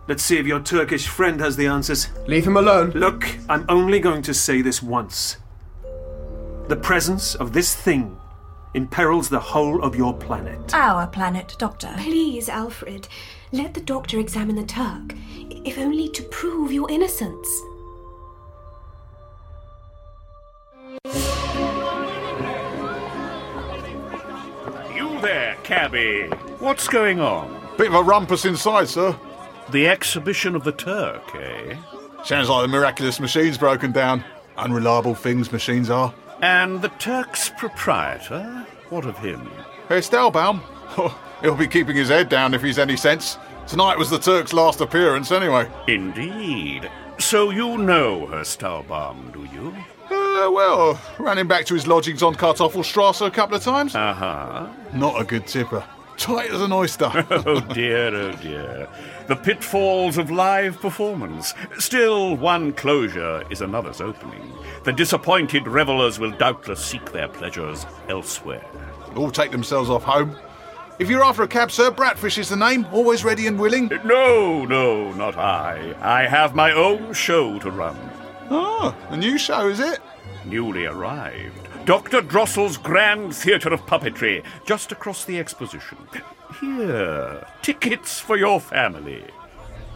Speaker 5: Let's see if your Turkish friend has the answers.
Speaker 6: Leave him alone.
Speaker 5: Look, I'm only going to say this once. The presence of this thing imperils the whole of your planet.
Speaker 4: Our planet, Doctor.
Speaker 11: Please, Alfred, let the doctor examine the Turk, if only to prove your innocence.
Speaker 3: You there, cabby. What's going on?
Speaker 10: Bit of a rumpus inside, sir.
Speaker 3: The exhibition of the Turk, eh?
Speaker 10: Sounds like the miraculous machine's broken down. Unreliable things machines are.
Speaker 3: And the Turk's proprietor? What of him?
Speaker 10: Herr Stahlbaum? <laughs> Oh, He'll be keeping his head down if he's any sense. Tonight was the Turk's last appearance, anyway.
Speaker 3: Indeed. So you know Herr Stahlbaum, do you?
Speaker 10: Uh, well, ran him back to his lodgings on Kartoffelstrasse a couple of times.
Speaker 3: Uh huh.
Speaker 10: Not a good tipper. Tight as an oyster.
Speaker 3: <laughs> oh dear, oh dear. The pitfalls of live performance. Still, one closure is another's opening. The disappointed revellers will doubtless seek their pleasures elsewhere.
Speaker 10: All take themselves off home. If you're after a cab, sir, Bratfish is the name, always ready and willing.
Speaker 3: No, no, not I. I have my own show to run.
Speaker 10: Ah, a new show, is it?
Speaker 3: Newly arrived. Dr. Drossel's Grand Theatre of Puppetry, just across the exposition. Here, tickets for your family.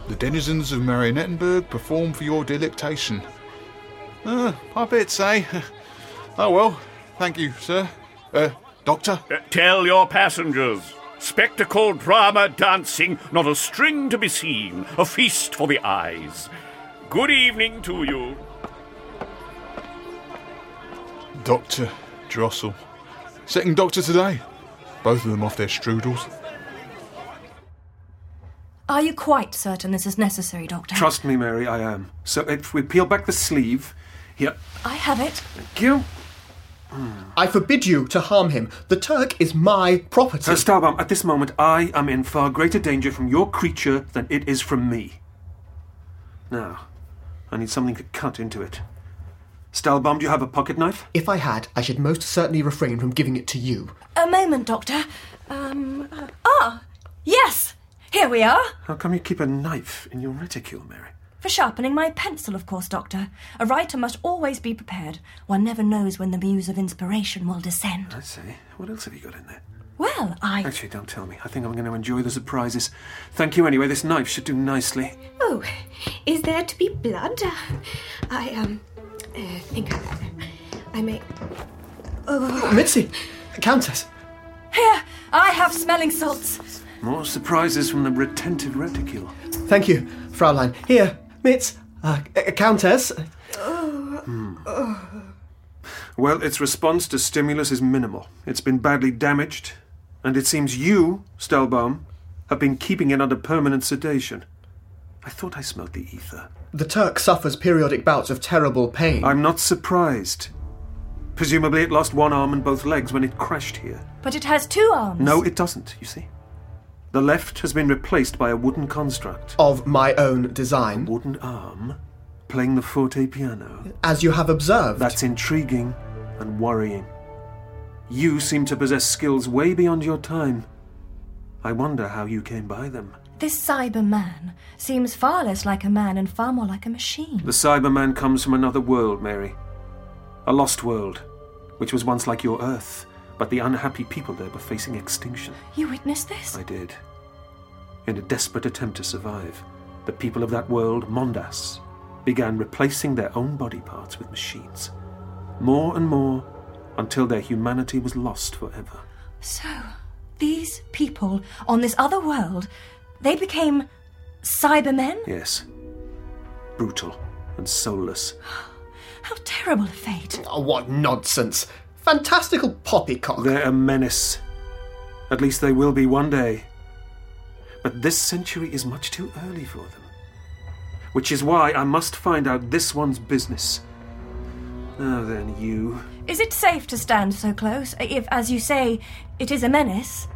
Speaker 10: The denizens of Marionettenburg perform for your delectation. Uh, puppets, eh? Oh well, thank you, sir. Uh, doctor?
Speaker 3: Uh, Tell your passengers. Spectacle, drama, dancing, not a string to be seen, a feast for the eyes. Good evening to you.
Speaker 10: Doctor Drossel. Second doctor today. Both of them off their strudels.
Speaker 4: Are you quite certain this is necessary, Doctor?
Speaker 5: Trust me, Mary, I am. So if we peel back the sleeve, here,
Speaker 4: I have it.
Speaker 5: thank you.
Speaker 6: I forbid you to harm him. The Turk is my property.
Speaker 5: Herr Stahlbaum, at this moment, I am in far greater danger from your creature than it is from me. Now, I need something to cut into it. Stahlbaum, do you have a pocket knife?
Speaker 6: If I had, I should most certainly refrain from giving it to you.
Speaker 4: A moment, Doctor. Um. uh, ah! Yes! Here we are!
Speaker 5: How come you keep a knife in your reticule, Mary?
Speaker 4: For sharpening my pencil, of course, Doctor. A writer must always be prepared. One never knows when the muse of inspiration will descend.
Speaker 5: I see. What else have you got in there?
Speaker 4: Well, I.
Speaker 5: Actually, don't tell me. I think I'm going to enjoy the surprises. Thank you anyway. This knife should do nicely.
Speaker 11: Oh, is there to be blood? I, um, uh, think I, I may. oh,
Speaker 6: Mitzi! Countess!
Speaker 4: Here! I have smelling salts.
Speaker 5: More surprises from the retentive reticule.
Speaker 6: Thank you, Fraulein. Here, Mitz, uh, uh, Countess.
Speaker 5: Oh, Hmm. Well, its response to stimulus is minimal. It's been badly damaged, and it seems you, Stahlbaum, have been keeping it under permanent sedation. I thought I smelled the ether.
Speaker 6: The Turk suffers periodic bouts of terrible pain.
Speaker 5: I'm not surprised. Presumably, it lost one arm and both legs when it crashed here.
Speaker 4: But it has two arms.
Speaker 5: No, it doesn't, you see. The left has been replaced by a wooden construct.
Speaker 14: Of my own design.
Speaker 5: wooden arm playing the forte piano.
Speaker 14: As you have observed.
Speaker 5: That's intriguing and worrying. You seem to possess skills way beyond your time. I wonder how you came by them.
Speaker 4: This Cyberman seems far less like a man and far more like a machine.
Speaker 5: The Cyberman comes from another world, Mary. A lost world, which was once like your Earth, but the unhappy people there were facing extinction.
Speaker 4: You witnessed this?
Speaker 5: I did. In a desperate attempt to survive, the people of that world, Mondas, began replacing their own body parts with machines. More and more, until their humanity was lost forever.
Speaker 4: So, these people on this other world, they became Cybermen?
Speaker 5: Yes. Brutal and soulless.
Speaker 4: How terrible a fate.
Speaker 14: Oh, what nonsense. Fantastical poppycock.
Speaker 5: They're a menace. At least they will be one day. But this century is much too early for them. Which is why I must find out this one's business. Now then, you.
Speaker 4: Is it safe to stand so close if, as you say, it is a menace?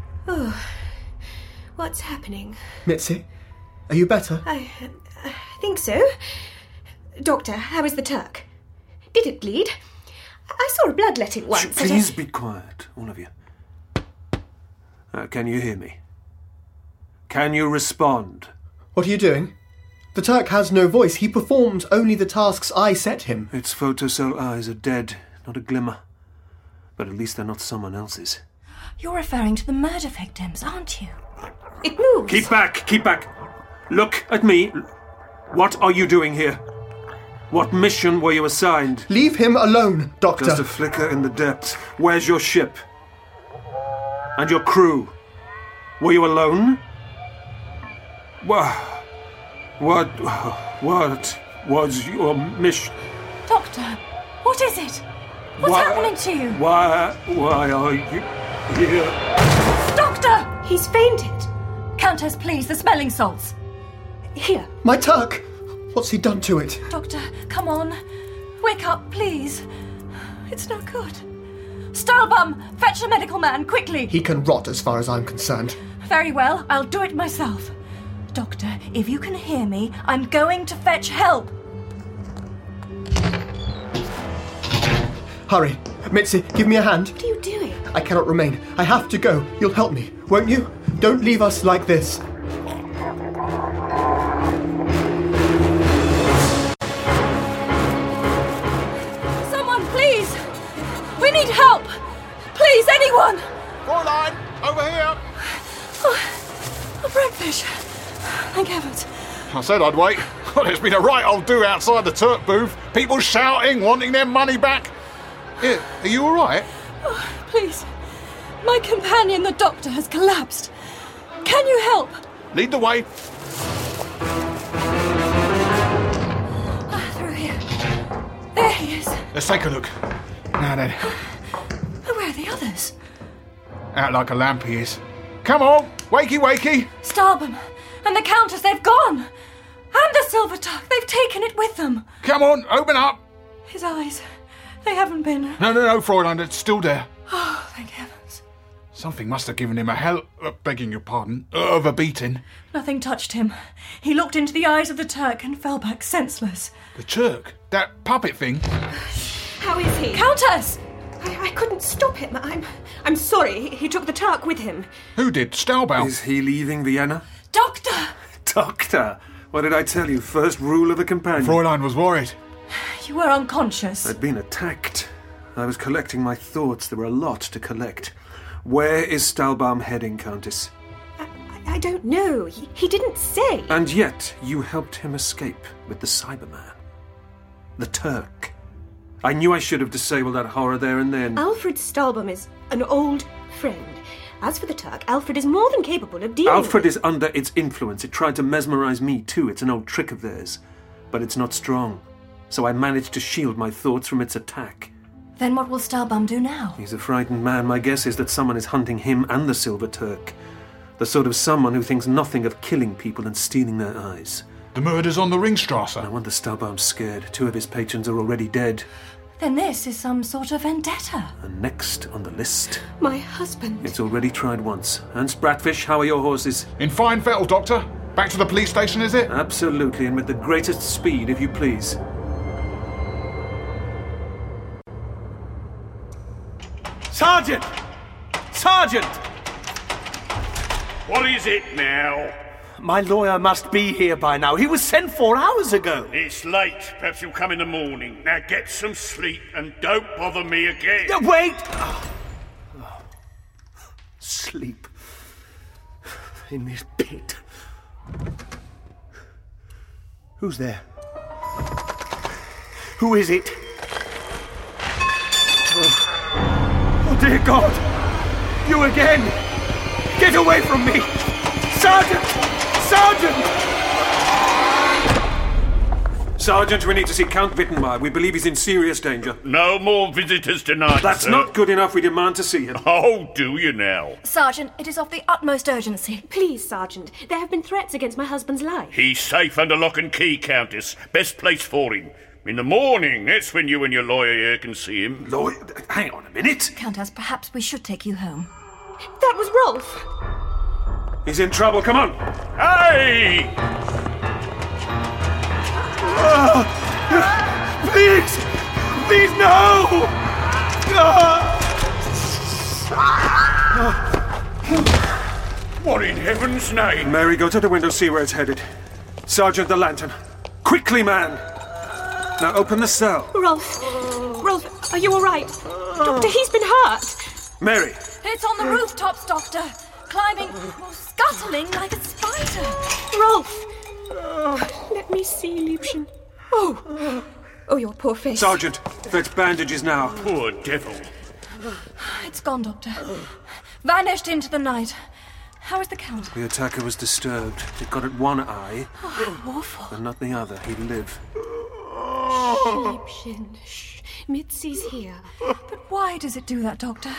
Speaker 11: What's happening?
Speaker 14: Mitzi, are you better?
Speaker 11: I, I think so. Doctor, how is the Turk? Did it bleed? I saw a bloodletting once. at a-
Speaker 5: Please be quiet, all of you. Uh, can you hear me? Can you respond?
Speaker 14: What are you doing? The Turk has no voice. He performs only the tasks I set him.
Speaker 5: Its photocell eyes are dead, not a glimmer. But at least they're not someone else's.
Speaker 4: You're referring to the murder victims, aren't you?
Speaker 11: It moves.
Speaker 5: Keep back, keep back. Look at me. What are you doing here? What mission were you assigned?
Speaker 14: Leave him alone, Doctor.
Speaker 5: Just a flicker in the depths. Where's your ship? And your crew? Were you alone? What? What? What was your mission?
Speaker 4: Doctor, what is it? What's
Speaker 5: Why-
Speaker 4: happening to you?
Speaker 5: Why? Why are you here?
Speaker 4: Doctor!
Speaker 11: He's fainted.
Speaker 4: Countess, please, the smelling salts.
Speaker 11: Here.
Speaker 14: My Turk! What's he done to it?
Speaker 4: Doctor, come on. Wake up, please. It's no good. Stahlbaum, fetch the medical man, quickly.
Speaker 14: He can rot as far as I'm concerned.
Speaker 4: Very well, I'll do it myself. Doctor, if you can hear me, I'm going to fetch help.
Speaker 14: Hurry. Mitzi, give me a hand.
Speaker 11: What are you doing?
Speaker 14: I cannot remain. I have to go. You'll help me, won't you? Don't leave us like this.
Speaker 4: Someone, please! We need help! Please, anyone!
Speaker 10: Fräulein, over here!
Speaker 4: Oh, a breakfast. Thank heavens.
Speaker 10: I said I'd wait. <laughs> Well, there's been a right old do outside the Turk booth. People shouting, wanting their money back. Here, are you all right?
Speaker 4: Please. My companion, the doctor, has collapsed. Can you help?
Speaker 10: Lead the way.
Speaker 4: Ah, through here. There he is.
Speaker 10: Let's take a look. Now then,
Speaker 4: But where are the others?
Speaker 10: out like a lamp he is. Come on, wakey, wakey.
Speaker 4: Starbum and the Countess, they've gone! And the Silver Tuck, they've taken it with them.
Speaker 10: Come on, open up.
Speaker 4: His eyes, they haven't been.
Speaker 10: No, no, no, Fräulein, it's still there.
Speaker 4: Oh, thank heavens.
Speaker 10: Something must have given him a hell, uh, begging your pardon, of a beating.
Speaker 4: Nothing touched him. He looked into the eyes of the Turk and fell back senseless.
Speaker 10: The Turk, that puppet thing. <gasps>
Speaker 11: How is he?
Speaker 4: Countess!
Speaker 11: I, I couldn't stop him. I'm I'm sorry. He, he took the Turk with him.
Speaker 10: Who did? Staubau.
Speaker 5: Is he leaving Vienna?
Speaker 4: Doctor!
Speaker 5: Doctor! What did I tell you? First rule of a companion.
Speaker 10: Fräulein was worried.
Speaker 4: You were unconscious.
Speaker 5: I'd been attacked. I was collecting my thoughts. There were a lot to collect. Where is Stahlbaum heading, Countess?
Speaker 11: I, I don't know. He, he didn't say.
Speaker 5: And yet, you helped him escape with the Cyberman. The Turk. I knew I should have disabled that horror there and then.
Speaker 11: Alfred Stahlbaum is an old friend. As for the Turk, Alfred is more than capable of dealing.
Speaker 5: Alfred is under its influence. It tried to mesmerize me too. It's an old trick of theirs. But it's not strong. So I managed to shield my thoughts from its attack.
Speaker 4: Then what will Starbum do now?
Speaker 5: He's a frightened man. My guess is that someone is hunting him and the Silver Turk. The sort of someone who thinks nothing of killing people and stealing their eyes.
Speaker 10: The murders on the Ringstrasse.
Speaker 5: No wonder Stahlbaum's scared. Two of his patrons are already dead.
Speaker 4: Then this is some sort of vendetta.
Speaker 5: And next on the list,
Speaker 11: My husband.
Speaker 5: it's already tried once. Hans Bratfish, how are your horses?
Speaker 16: In fine fettle, Doctor. Back to the police station, is it?
Speaker 5: Absolutely, and with the greatest speed, if you please.
Speaker 10: Sergeant! Sergeant!
Speaker 3: What is it now?
Speaker 10: My lawyer must be here by now. He was sent four hours ago.
Speaker 3: It's late. Perhaps you'll come in the morning. Now get some sleep and don't bother me again.
Speaker 10: Yeah, wait!
Speaker 2: Sleep. In this pit. Who's there? Who is it? Oh, oh dear God! You again! Get away from me! Sergeant! Sergeant!
Speaker 5: Sergeant, we need to see Count Wittenmeyer. We believe he's in serious danger.
Speaker 3: No more visitors tonight.
Speaker 5: That's
Speaker 3: sir.
Speaker 5: not good enough. We demand to see him.
Speaker 3: Oh, do you now?
Speaker 4: Sergeant, it is of the utmost urgency.
Speaker 11: Please, Sergeant, there have been threats against my husband's life.
Speaker 3: He's safe under lock and key, Countess. Best place for him. In the morning, that's when you and your lawyer here can see him.
Speaker 5: Lawyer? Hang on a minute.
Speaker 4: Countess, perhaps we should take you home.
Speaker 11: That was Rolf.
Speaker 5: He's in trouble. Come on.
Speaker 3: Hey!
Speaker 2: <laughs> Please! Please, no! <laughs>
Speaker 3: What in heaven's name?
Speaker 5: Mary, go to the window, see where it's headed. Sergeant, the lantern. Quickly, man! Now open the cell.
Speaker 11: Rolf.
Speaker 4: <sighs>
Speaker 11: Rolf, are you all right? Doctor, he's been hurt.
Speaker 5: Mary,
Speaker 4: It's on the rooftops, Doctor. Climbing, or scuttling like a spider.
Speaker 11: Rolf! Let me see, Liebchen. Oh! Oh, your poor face.
Speaker 5: Sergeant, fetch bandages now.
Speaker 3: Poor devil.
Speaker 4: It's gone, Doctor. Vanished into the night. How is the Count?
Speaker 5: The attacker was disturbed. It got at one eye
Speaker 4: Oh, how awful.
Speaker 5: and not the other. He'd live.
Speaker 11: Liebchen, shh. Mitzi's here.
Speaker 4: But why does it do that, Doctor?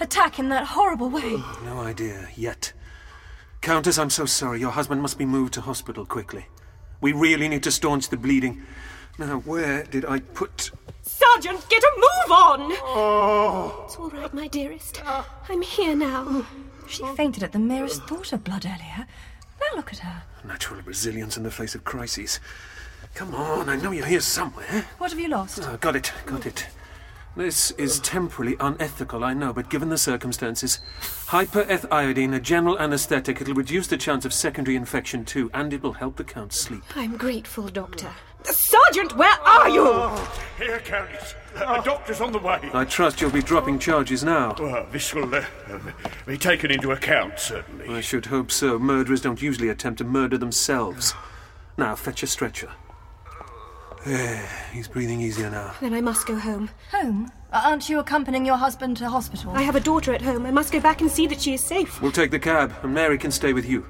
Speaker 4: Attack in that horrible way.
Speaker 5: No idea yet. Countess, I'm so sorry. Your husband must be moved to hospital quickly. We really need to staunch the bleeding. Now, where did I put.
Speaker 11: Sergeant, get a move on! It's all right, my dearest.
Speaker 4: Ah.
Speaker 11: I'm here now.
Speaker 4: Oh. She fainted at the merest thought of blood earlier. Now look at her.
Speaker 5: Natural resilience in the face of crises. Come on, I know you're here somewhere.
Speaker 4: What have you lost?
Speaker 5: Oh, got it, got it. This is temporally unethical, I know, but given the circumstances, hyperethiodine, a general anesthetic, it'll reduce the chance of secondary infection too, and it will help the Count sleep.
Speaker 11: I'm grateful, Doctor. Sergeant, where are you?
Speaker 3: Oh, Here, Countess. The doctor's on the way.
Speaker 5: I trust you'll be dropping charges now.
Speaker 3: Well, this will uh, um, be taken into account, certainly.
Speaker 5: I should hope so. Murderers don't usually attempt to murder themselves. Now, fetch a stretcher. There, he's breathing easier now.
Speaker 11: Then I must go home.
Speaker 4: Home? Uh, Aren't you accompanying your husband to hospital?
Speaker 11: I have a daughter at home. I must go back and see that she is safe.
Speaker 5: We'll take the cab, and Mary can stay with you,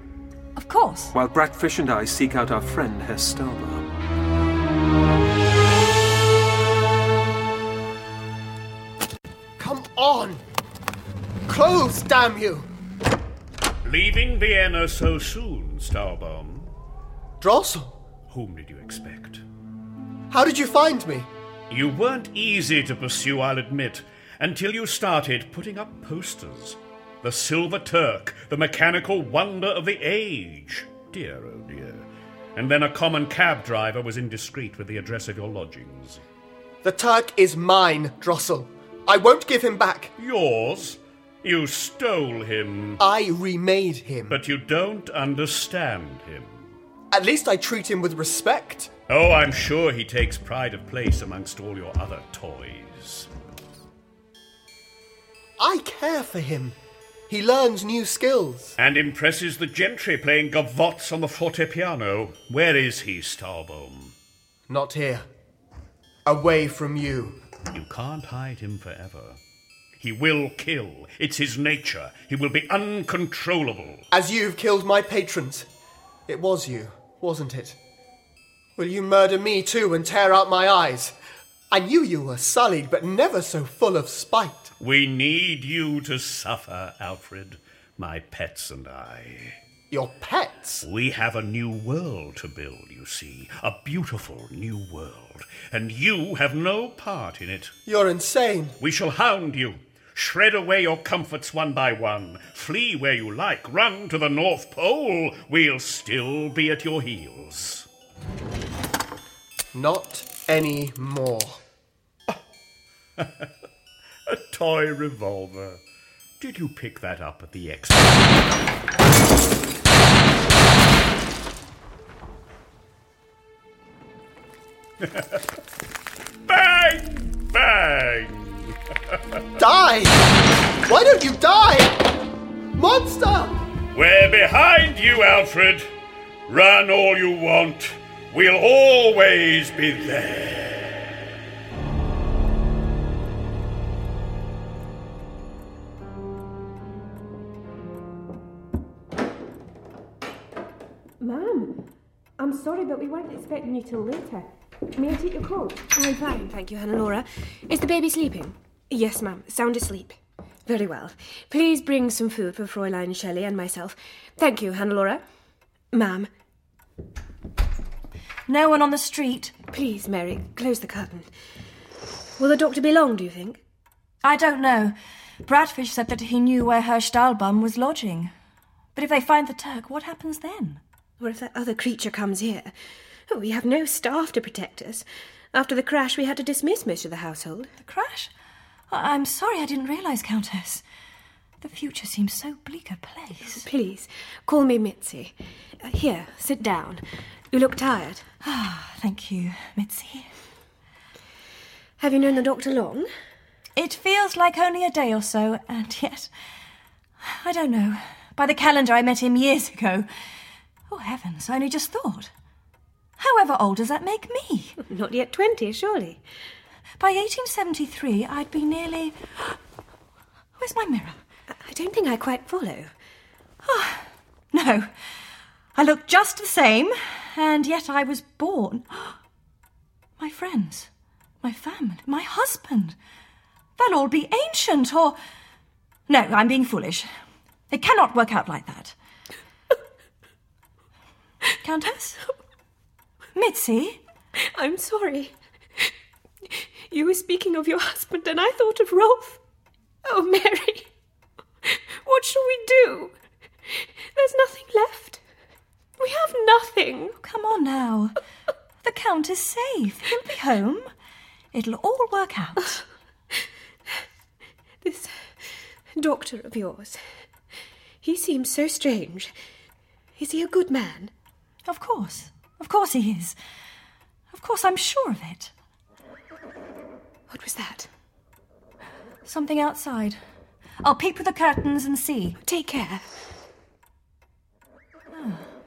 Speaker 4: Of course.
Speaker 5: while Bratfish and I seek out our friend, Herr Stauber.
Speaker 6: Come on! Close, damn you!
Speaker 3: Leaving Vienna so soon, Starbaum.
Speaker 6: Drossel,
Speaker 3: Whom did you expect?
Speaker 6: how did you find me?
Speaker 3: You weren't easy to pursue, I'll admit, until you started putting up posters. The Silver Turk, the mechanical wonder of the age. Dear, oh dear. And then a common cab driver was indiscreet with the address of your lodgings.
Speaker 6: The Turk is mine, Drossel. I won't give him back.
Speaker 3: Yours? You stole him.
Speaker 6: I remade him.
Speaker 3: But you don't understand him.
Speaker 6: At least I treat him with respect.
Speaker 3: Oh, I'm sure he takes pride of place amongst all your other toys.
Speaker 6: I care for him. He learns new skills.
Speaker 3: And impresses the gentry playing gavottes on the fortepiano. Where is he, Starbohm?
Speaker 6: Not here. Away from you.
Speaker 3: You can't hide him forever. He will kill. It's his nature. He will be uncontrollable.
Speaker 6: As you've killed my patrons. It was you, wasn't it? Will you murder me too and tear out my eyes? I knew you were sullied, but never so full of spite.
Speaker 3: We need you to suffer, Alfred, my pets and I.
Speaker 6: Your pets?
Speaker 3: We have a new world to build, you see. A beautiful new world. And you have no part in it.
Speaker 6: You're insane.
Speaker 3: We shall hound you. Shred away your comforts one by one. Flee where you like. Run to the North Pole. We'll still be at your heels.
Speaker 6: Not any more.
Speaker 3: A toy revolver. Did you pick that up at the expo?
Speaker 2: Ah.
Speaker 6: Bang! Bang! die! Why don't you die? Monster!
Speaker 3: <laughs> We're behind you, Alfred. Run all you want. We'll always be there.
Speaker 11: Ma'am, I'm sorry, but we weren't expecting you till later. May I take your coat? I'm fine, thank you, Hannah Laura. Is the baby sleeping? Yes, ma'am, sound asleep. Very well. Please bring some food for Fräulein Shelley and myself. Thank you, Hannah Laura. Ma'am.
Speaker 4: No one on the street.
Speaker 11: Please, Mary, close the curtain. Will the doctor be long, do you think?
Speaker 4: I don't know. Bradfish said that he knew where Herr Stahlbaum was lodging. But if they find the Turk, what happens then?
Speaker 11: Or if that other creature comes here? Oh, we have no staff to protect us. After the crash, we had to dismiss most of the household.
Speaker 4: The crash? I- I'm sorry I didn't realise, Countess. The future seems so bleak a place.
Speaker 11: Oh, Please, call me Mitzi. Uh, here, sit down. You look tired.
Speaker 4: Ah, thank you, Mitzi.
Speaker 11: Have you known the doctor long?
Speaker 4: It feels like only a day or so, and yet. I don't know. By the calendar, I met him years ago. Oh, heavens, I only just thought. However old does that make me?
Speaker 11: Not yet 20, surely.
Speaker 4: By 1873, I'd be nearly. <gasps> Where's my mirror? Ah,
Speaker 11: I don't think I quite follow.
Speaker 4: No. I look just the same, and yet I was born. <gasps> My friends, my family, my husband. They'll all be ancient, or. No, I'm being foolish. They cannot work out like that. Countess? Mitzi?
Speaker 11: I'm sorry. You were speaking of your husband, and I thought of Rolf. Oh, Mary, what shall we do? There's nothing left. We have nothing.
Speaker 4: Oh, Come on now. The Count is safe. He'll be home. It'll all work out.
Speaker 11: This doctor of yours, he seems so strange. Is he a good man?
Speaker 4: Of course. Of course he is. Of course, I'm sure of it.
Speaker 11: What was that?
Speaker 4: Something outside. I'll peep with the curtains and see.
Speaker 11: Take care.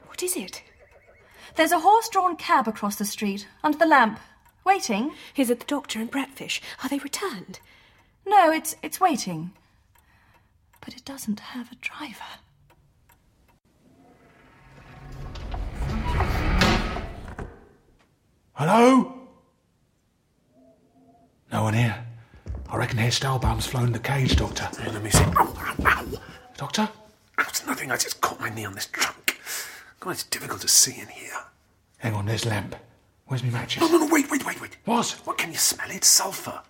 Speaker 11: What is it?
Speaker 4: Ah. There's a horse drawn cab across the street, under the lamp. Waiting?
Speaker 11: Is it the doctor and Bratfish? Are they returned?
Speaker 4: No, it's it's waiting. But it doesn't have a driver.
Speaker 12: Hello? No one here. I reckon Herr Stahlbaum's flown the cage, Doctor. let me see. Doctor?
Speaker 5: It's nothing. I just caught my knee on this trunk. God, it's difficult to see in here.
Speaker 12: Hang on, there's lamp. Where's me matches?
Speaker 5: No, no, no, wait, wait, wait, wait.
Speaker 12: What?
Speaker 5: What can you smell? It's sulfur.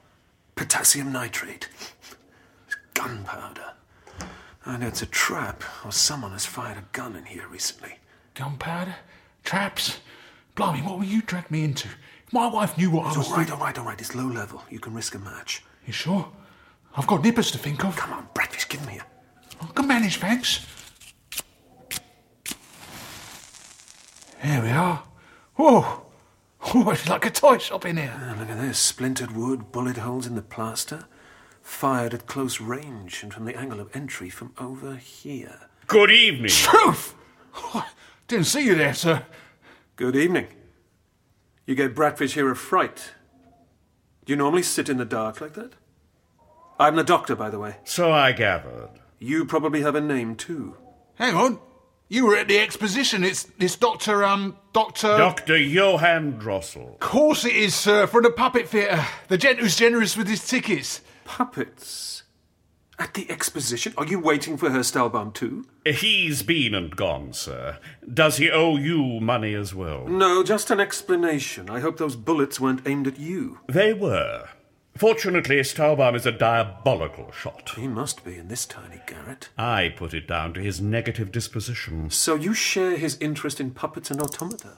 Speaker 5: Potassium nitrate. It's gunpowder. I know it's a trap, or someone has fired a gun in here recently.
Speaker 12: Gunpowder? Traps? Blimey, what will you drag me into? My wife knew what I
Speaker 5: It's
Speaker 12: was
Speaker 5: all right,
Speaker 12: doing.
Speaker 5: all right, all right. It's low level. You can risk a match.
Speaker 12: You sure? I've got nippers to think of. Come
Speaker 5: on, Bradfish, give me
Speaker 12: a. I can manage, thanks. Here we are. Whoa! Oh, it's like a toy shop in here.
Speaker 5: Ah, look at this. Splintered wood, bullet holes in the plaster. Fired at close range and from the angle of entry from over here.
Speaker 3: Good evening.
Speaker 12: Truth! Didn't see you there, sir.
Speaker 5: Good evening. You gave Bradfish here a fright. Do you normally sit in the dark like that? I'm the doctor, by the way.
Speaker 3: So I gathered.
Speaker 5: You probably have a name, too.
Speaker 12: Hang on. You were at the exposition. It's it's Doctor um
Speaker 5: Uh.
Speaker 12: Doctor.
Speaker 3: Dr. Johann Drossel.
Speaker 12: Of course it is, sir, from the puppet theatre. The gent who's generous with his tickets.
Speaker 5: Puppets? At the exposition? Are you waiting for her, Stahlbaum, too?
Speaker 3: He's been and gone, sir. Does he owe you money as well?
Speaker 5: No, just an explanation. I hope those bullets weren't aimed at you.
Speaker 3: They were. Fortunately, Stahlbaum is a diabolical shot.
Speaker 5: He must be in this tiny garret.
Speaker 3: I put it down to his negative disposition.
Speaker 5: So you share his interest in puppets and automata?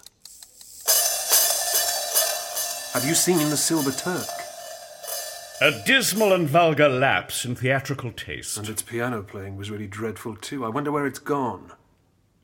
Speaker 5: Have you seen The Silver Turk?
Speaker 3: A dismal and vulgar lapse in theatrical taste.
Speaker 5: And its piano playing was really dreadful, too. I wonder where it's gone.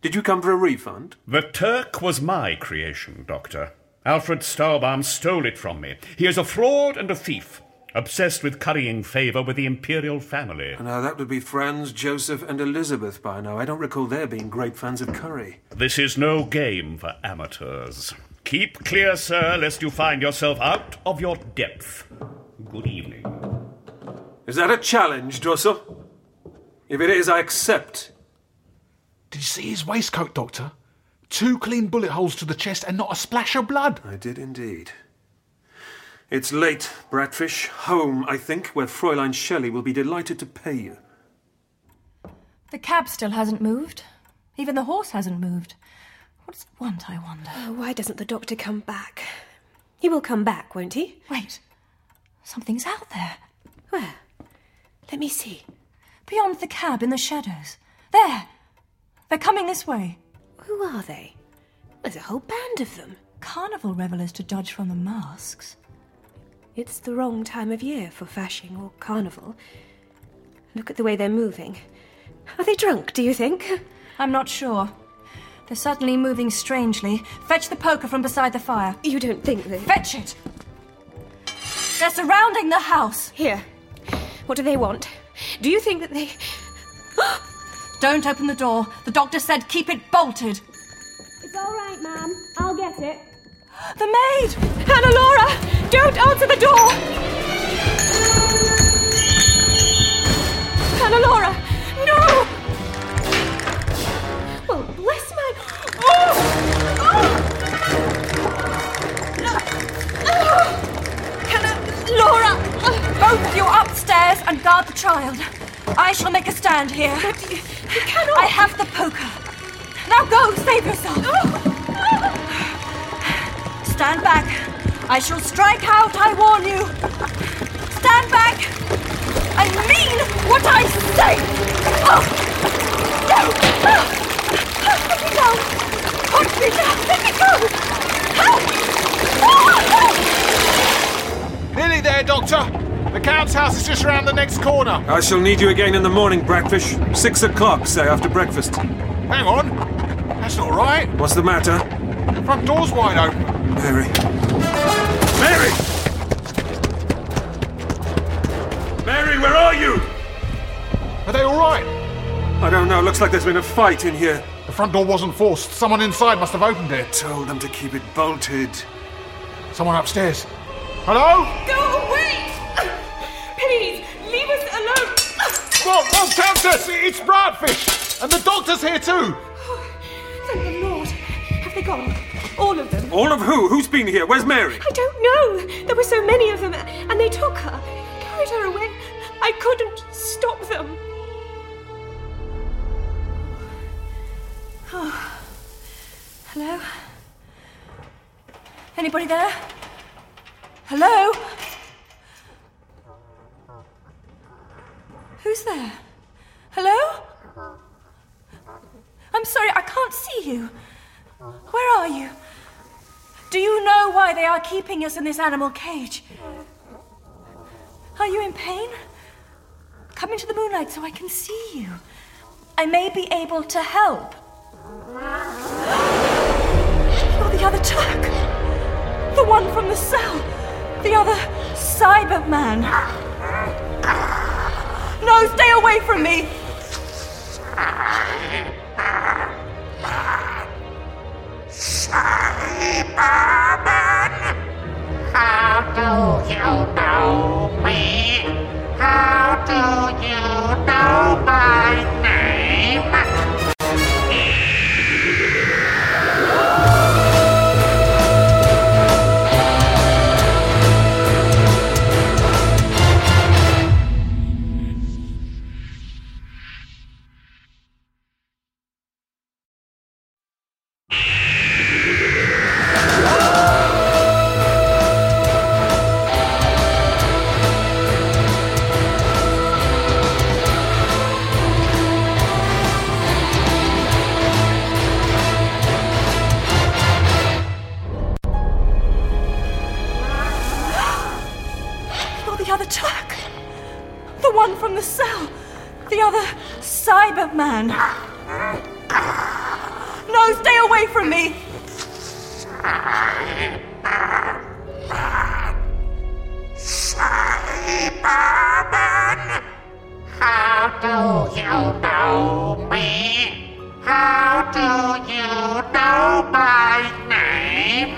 Speaker 5: Did you come for a refund?
Speaker 3: The Turk was my creation, Doctor. Alfred Stahlbaum stole it from me. He is a fraud and a thief, obsessed with currying favour with the imperial family.
Speaker 5: Now, that would be Franz, Joseph, and Elizabeth by now. I don't recall their being great fans of curry.
Speaker 3: This is no game for amateurs. Keep clear, sir, lest you find yourself out of your depth. Good evening.
Speaker 5: Is that a challenge, Drossel? If it is, I accept.
Speaker 10: Did you see his waistcoat, Doctor? Two clean bullet holes to the chest and not a splash of blood.
Speaker 5: I did indeed. It's late, Bratfish. Home, I think, where Fräulein Shelley will be delighted to pay you.
Speaker 4: The cab still hasn't moved. Even the horse hasn't moved. What does it want, I wonder?
Speaker 11: Oh, why doesn't the doctor come back? He will come back, won't he?
Speaker 4: Wait. Something's out there.
Speaker 11: Where? Let me see.
Speaker 4: Beyond the cab in the shadows. There! They're coming this way.
Speaker 11: Who are they? There's a whole band of them.
Speaker 4: Carnival revellers to judge from the masks.
Speaker 11: It's the wrong time of year for fashing or carnival. Look at the way they're moving. Are they drunk, do you think?
Speaker 4: I'm not sure. They're suddenly moving strangely. Fetch the poker from beside the fire.
Speaker 11: You don't think they.
Speaker 4: Fetch it! They're surrounding the house!
Speaker 11: Here. What do they want? Do you think that they. <gasps>
Speaker 4: Don't open the door. The doctor said keep it bolted.
Speaker 17: It's all right, ma'am. I'll get
Speaker 11: <gasps>
Speaker 17: it.
Speaker 4: The maid!
Speaker 11: Hannah Laura! Don't answer the door! <gasps> Hannah Laura! No! Well, bless my. Oh! Oh! No! Oh!
Speaker 4: Hannah, Laura! Both of you upstairs and guard the child. I shall make a stand here.
Speaker 11: But you, you cannot.
Speaker 4: I have the poker. Now go, save yourself. Stand back. I shall strike out, I warn you. Stand back. I mean what I say. Oh. No. Oh. Put me down. Put me down. Let me go. Help.
Speaker 10: Nearly there, Doctor. The Count's house is just round the next corner.
Speaker 5: I shall need you again in the morning, Bratfish. Six o'clock, say, after breakfast.
Speaker 10: Hang on. That's not right.
Speaker 5: What's the matter?
Speaker 10: The front door's wide open.
Speaker 5: Mary. Mary! Mary, where are you?
Speaker 10: Are they all right?
Speaker 5: I don't know. Looks like there's been a fight in here.
Speaker 10: The front door wasn't forced. Someone inside must have opened it.
Speaker 5: Told them to keep it bolted.
Speaker 10: Someone upstairs. Hello?
Speaker 17: Go
Speaker 11: <sighs>
Speaker 17: away! Please, leave us alone!
Speaker 10: What? Well, Countess, it's Bradfish! And the doctor's here too!
Speaker 11: Thank the Lord. Have they gone? All of them?
Speaker 5: All of who? Who's been here? Where's Mary?
Speaker 11: I don't know. There were so many of them, and they took her, carried her away. I couldn't stop them.
Speaker 4: Oh. Hello? Anybody there? Hello? Who's there? Hello? I'm sorry, I can't see you. Where are you? Do you know why they are keeping us in this animal cage? Are you in pain? Come into the moonlight so I can see you. I may be able to help. You're the other Turk. The one from the cell. The other Cyberman. No, stay away from me.
Speaker 18: Sorry, Barman. How do you know me? How do you know my name?
Speaker 4: The other Turk. The one from the cell. The other Cyberman. No, stay away from me.
Speaker 2: Cyberman! How do you know me? How do you know my name?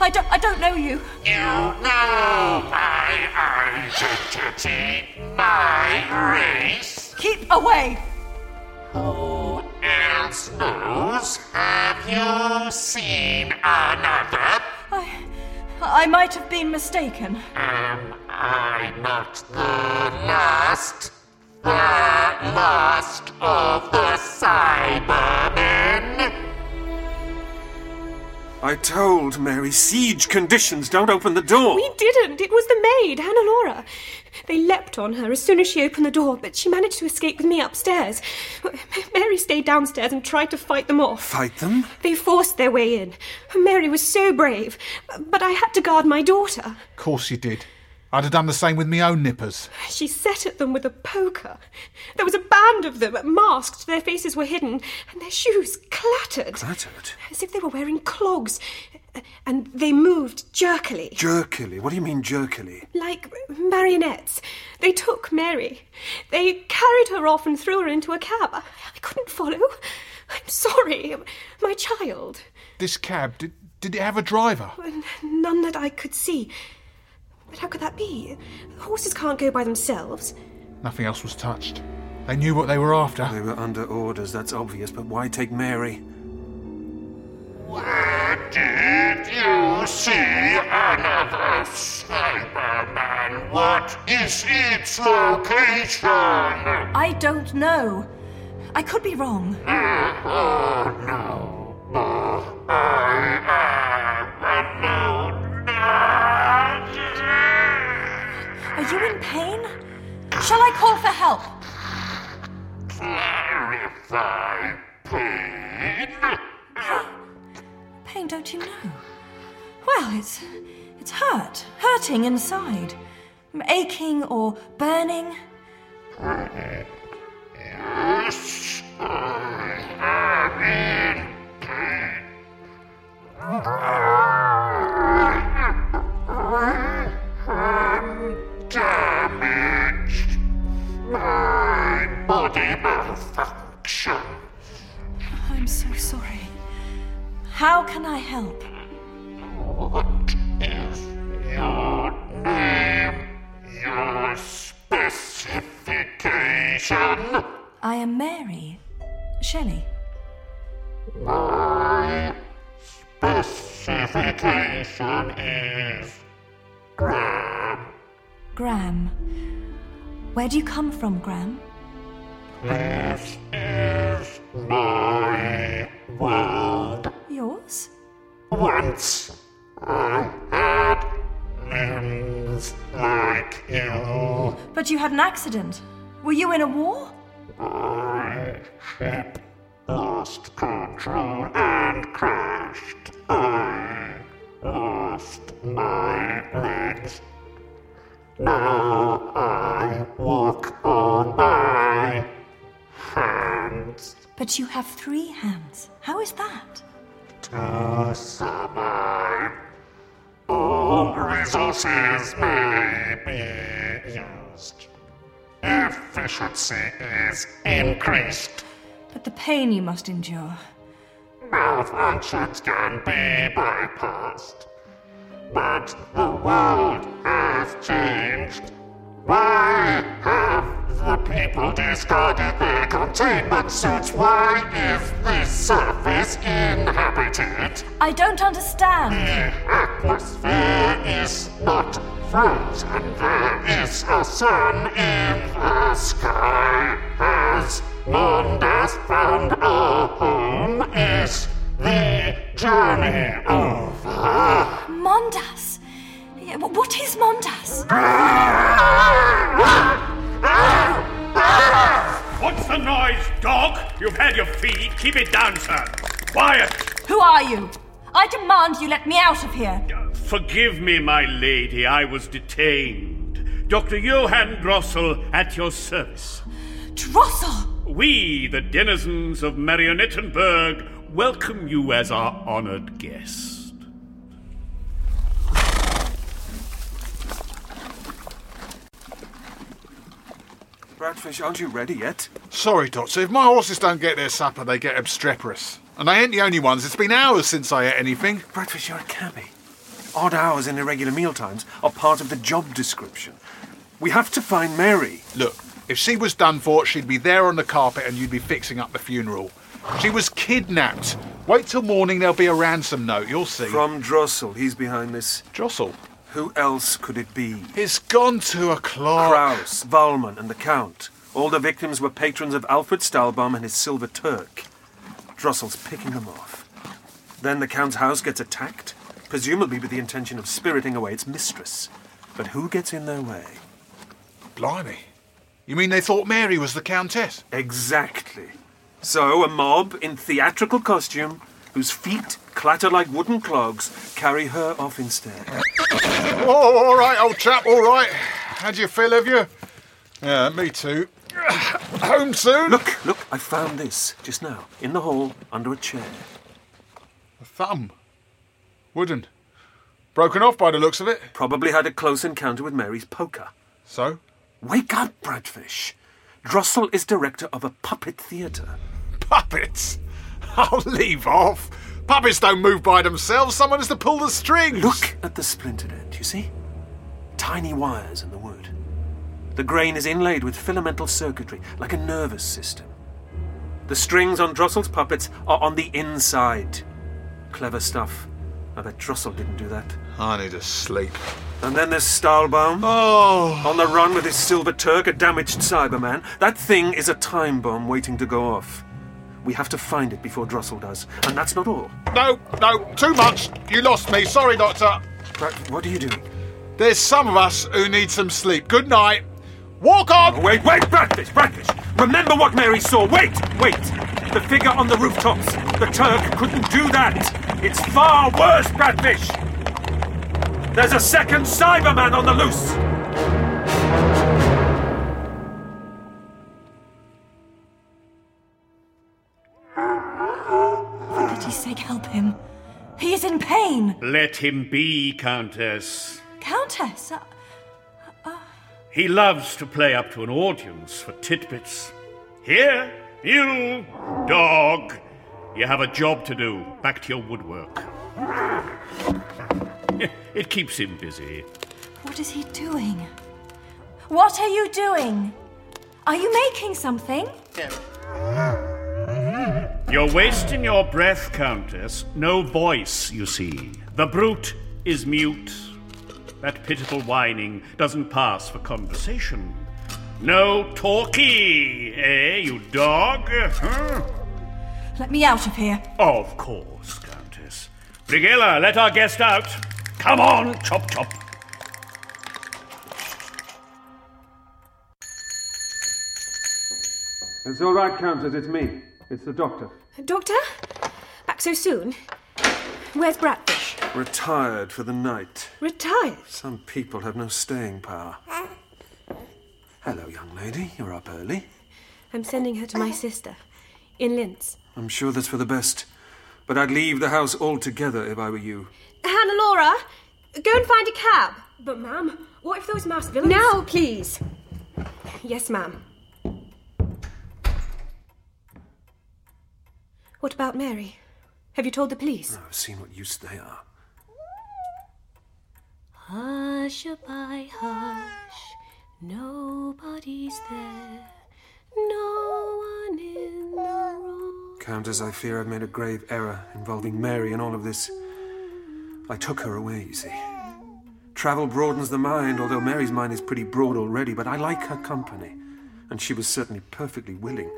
Speaker 4: I don't, I don't know you.
Speaker 2: You know my identity, my race.
Speaker 4: Keep away.
Speaker 2: Who else knows? Have you seen another?
Speaker 4: I might have been mistaken.
Speaker 2: Am I not the last? The last of the Cybermen?
Speaker 5: I told Mary, siege conditions don't open the door.
Speaker 11: We didn't. It was the maid, Hannah Laura. They leapt on her as soon as she opened the door, but she managed to escape with me upstairs. M- Mary stayed downstairs and tried to fight them off.
Speaker 5: Fight them?
Speaker 11: They forced their way in. Mary was so brave, but I had to guard my daughter.
Speaker 10: Of course you did. I'd have done the same with my own nippers.
Speaker 11: She set at them with a poker. There was a band of them, masked, their faces were hidden, and their shoes clattered.
Speaker 5: Clattered?
Speaker 11: As if they were wearing clogs. And they moved jerkily,
Speaker 5: Jerkily? What do you mean jerkily?
Speaker 11: like marionettes. They took Mary. They carried her off and threw her into a cab. I I couldn't follow. I'm sorry. My child.
Speaker 10: This cab, did, did it have a driver?
Speaker 11: None that I could see. But how could that be? Horses can't go by themselves.
Speaker 10: Nothing else was touched. They knew what they were after.
Speaker 5: They were under orders, that's obvious, but why take Mary?
Speaker 2: Did you see another Cyberman? What is its location?
Speaker 4: I don't know. I could be wrong.
Speaker 2: Oh no, Oh, I am alone now.
Speaker 4: Are you in pain? Shall I call for help?
Speaker 2: Clarify pain.
Speaker 4: Pain, don't you know? Well, it's it's hurt, hurting inside, aching or burning.
Speaker 2: Yes, I am in pain. I'm damaged. My body malfunction.
Speaker 4: I'm so sorry. How can I help?
Speaker 2: What is your name? Your specification?
Speaker 4: I am Mary, Shelley.
Speaker 2: My specification is Graham.
Speaker 4: Graham. Where do you come from, Graham?
Speaker 2: This is my world.
Speaker 4: Yours?
Speaker 2: Once I had limbs like you.
Speaker 4: But you had an accident. Were you in a war?
Speaker 2: My ship lost control and crashed. I lost my legs. Now I walk on my hands.
Speaker 4: But you have three hands. How is that?
Speaker 2: To survive, all resources may be used. Efficiency is increased.
Speaker 4: But the pain you must endure.
Speaker 2: Malfunctions can be bypassed. But the world has changed. Why have the people discarded their containment suits? Why is this surface inhabited?
Speaker 4: I don't understand.
Speaker 2: The atmosphere is not frozen. There is a sun in the sky. Has Mondas found a home? Is the journey over?
Speaker 4: Mondas! Yeah, wh- What is Mondas?
Speaker 3: What's the noise, dog? You've had your feed. Keep it down, sir. Quiet.
Speaker 4: Who are you? I demand you let me out of here.
Speaker 3: Forgive me, my lady, I was detained. Dr. Johann Drossel at your service.
Speaker 4: Drossel!
Speaker 3: We, the denizens of Marionettenburg, welcome you as our honored guest.
Speaker 5: Bradfish, aren't you ready yet?
Speaker 10: Sorry, Doctor, if my horses don't get their supper, they get obstreperous. And they ain't the only ones. It's been hours since I ate anything.
Speaker 5: Bradfish, you're a cabbie. Odd hours and irregular meal times are part of the job description. We have to find Mary.
Speaker 10: Look, if she was done for, she'd be there on the carpet and you'd be fixing up the funeral. She was kidnapped. Wait till morning, there'll be a ransom note, you'll see.
Speaker 5: From Drossel, he's behind this.
Speaker 10: Drossel?
Speaker 5: Who else could it be?
Speaker 10: It's gone two o'clock.
Speaker 5: Kraus, Valman, and the Count. All the victims were patrons of Alfred Stahlbaum and his Silver Turk. Drossel's picking them off. Then the Count's house gets attacked, presumably with the intention of spiriting away its mistress. But who gets in their way?
Speaker 10: Blimey. You mean they thought Mary was the Countess?
Speaker 5: Exactly. So, a mob in theatrical costume, whose feet clatter like wooden clogs, carry her off instead.
Speaker 10: Oh, all right, old chap, all right. How do you feel, have you? Yeah, me too. Home soon?
Speaker 5: Look, look, I found this just now, in the hall, under a chair.
Speaker 10: A thumb? Wooden. Broken off by the looks of it.
Speaker 5: Probably had a close encounter with Mary's poker.
Speaker 10: So?
Speaker 5: Wake up, Bradfish. Drossel is director of a puppet theatre.
Speaker 10: Puppets? <laughs> I'll leave off. Puppets don't move by themselves. Someone has to pull the strings.
Speaker 5: Look at the splintered end, you see? Tiny wires in the wood. The grain is inlaid with filamental circuitry, like a nervous system. The strings on Drossel's puppets are on the inside. Clever stuff. I bet Drossel didn't do that.
Speaker 10: I need a sleep.
Speaker 5: And then there's Stahlbaum.
Speaker 10: Oh!
Speaker 5: On the run with his Silver Turk, a damaged Cyberman. That thing is a time bomb waiting to go off. We have to find it before Drossel does. And that's not all.
Speaker 10: No, no, too much. You lost me. Sorry, Doctor.
Speaker 5: But what are you doing?
Speaker 10: There's some of us who need some sleep. Good night. Walk on!
Speaker 5: Oh, wait, wait, Bradfish, Bradfish! Remember what Mary saw! Wait, wait! The figure on the rooftops! The Turk couldn't do that! It's far worse, Bradfish! There's a second Cyberman on the loose!
Speaker 4: For pity's sake, help him. He is in pain.
Speaker 3: Let him be, Countess.
Speaker 4: Countess, uh,
Speaker 3: He loves to play up to an audience for tidbits. Here, you dog! You have a job to do. Back to your woodwork. <laughs> It keeps him busy.
Speaker 4: what is he doing? What are you doing? Are you making something?
Speaker 3: You're wasting your breath, Countess. No voice, you see. The brute is mute. That pitiful whining doesn't pass for conversation. No talkie, eh, you dog? Huh?
Speaker 4: Let me out of here.
Speaker 3: Of course, Countess. Brigella, let our guest out. Come on, chop chop.
Speaker 5: It's all right, Countess, it's me. It's the doctor.
Speaker 11: Doctor? Back so soon? Where's Bradfish?
Speaker 5: Retired for the night.
Speaker 11: Retired?
Speaker 5: Some people have no staying power. Hello, young lady. You're up early.
Speaker 11: I'm sending her to my sister. In Linz.
Speaker 5: I'm sure that's for the best. But I'd leave the house altogether if I were you.
Speaker 11: Hannah Laura, go and find a cab. But, ma'am, what if those masked villains. Now, please. Yes, ma'am. What about Mary? Have you told the police?
Speaker 5: I've seen what use they are.
Speaker 1: Hush up, I hush. Nobody's there. No one in the room.
Speaker 5: Countess, I fear I've made a grave error involving Mary in all of this. I took her away, you see. Travel broadens the mind, although Mary's mind is pretty broad already, but I like her company, and she was certainly perfectly willing.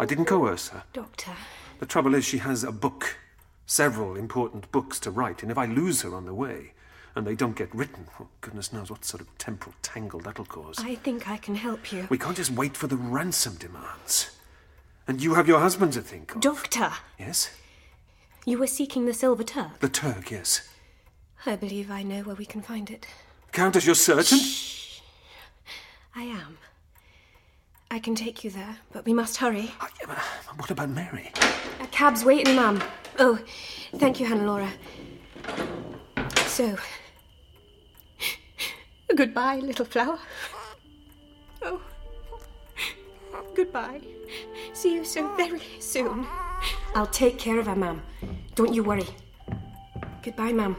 Speaker 5: I didn't coerce her.
Speaker 11: Doctor.
Speaker 5: The trouble is, she has a book, several important books to write, and if I lose her on the way, and they don't get written, well, goodness knows what sort of temporal tangle that'll cause.
Speaker 11: I think I can help you.
Speaker 5: We can't just wait for the ransom demands. And you have your husband to think of.
Speaker 11: Doctor,
Speaker 5: Yes?
Speaker 11: you were seeking the Silver Turk.
Speaker 5: The Turk, yes.
Speaker 11: I believe I know where we can find it.
Speaker 5: Countess, you're certain?
Speaker 11: I am. I can take you there, but we must hurry.
Speaker 5: What about Mary?
Speaker 11: A cab's waiting, ma'am. Oh, thank you, Hannah Laura. So, goodbye, little flower. Oh, goodbye. See you so very soon. I'll take care of her, ma'am. Don't you worry. Goodbye, ma'am.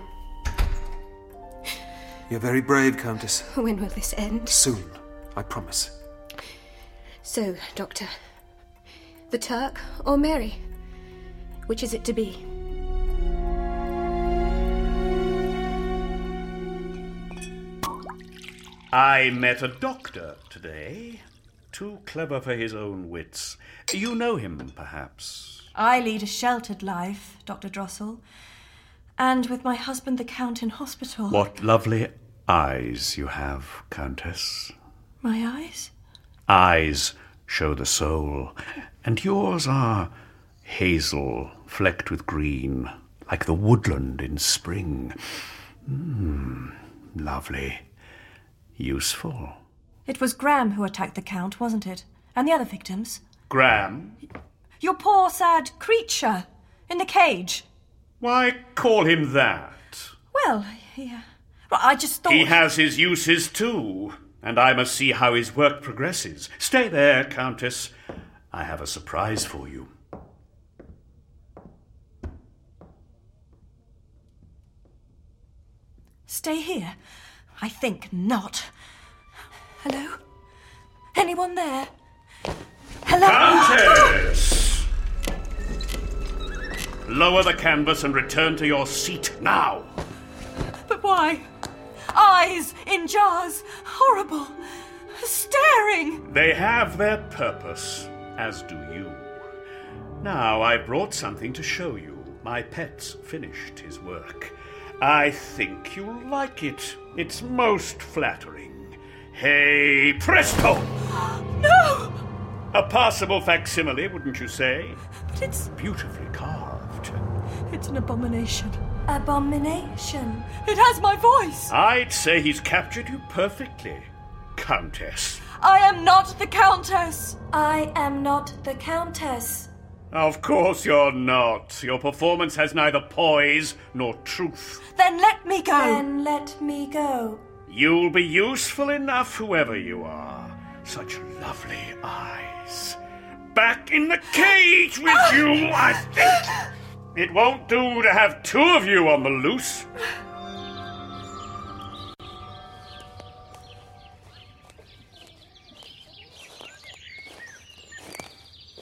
Speaker 5: You're very brave, Countess.
Speaker 11: When will this end?
Speaker 5: Soon, I promise.
Speaker 11: So, Doctor, the Turk or Mary? Which is it to be?
Speaker 3: I met a doctor today. Too clever for his own wits. You know him, perhaps.
Speaker 4: I lead a sheltered life, Dr. Drossel, and with my husband, the Count, in hospital.
Speaker 3: What lovely eyes you have, Countess.
Speaker 4: My eyes?
Speaker 3: Eyes show the soul, and yours are hazel flecked with green, like the woodland in spring. Mmm, lovely. Useful.
Speaker 4: It was Graham who attacked the Count, wasn't it? And the other victims?
Speaker 3: Graham,
Speaker 4: Your poor, sad creature in the cage.
Speaker 3: why call him that?
Speaker 4: Well, yeah. Well, I just thought.
Speaker 3: He has his uses too, and I must see how his work progresses. Stay there, Countess. I have a surprise for you.
Speaker 4: Stay here. I think not. Hello? Anyone there? Hello?
Speaker 3: Countess! Lower the canvas and return to your seat now.
Speaker 4: But why? Eyes in jars. Horrible. Staring.
Speaker 3: They have their purpose, as do you. Now, I brought something to show you. My pet's finished his work. I think you'll like it. It's most flattering. Hey, presto!
Speaker 4: <gasps> No!
Speaker 3: A passable facsimile, wouldn't you say?
Speaker 4: But it's.
Speaker 3: Beautifully carved.
Speaker 4: It's an abomination. Abomination. It has my voice.
Speaker 3: I'd say he's captured you perfectly, Countess.
Speaker 4: I am not the Countess. I am not the Countess.
Speaker 3: Of course you're not. Your performance has neither poise nor truth.
Speaker 4: Then let me go. Then let me go.
Speaker 3: You'll be useful enough, whoever you are. Such lovely eyes. Back in the cage with you, I think. It won't do to have two of you on the loose.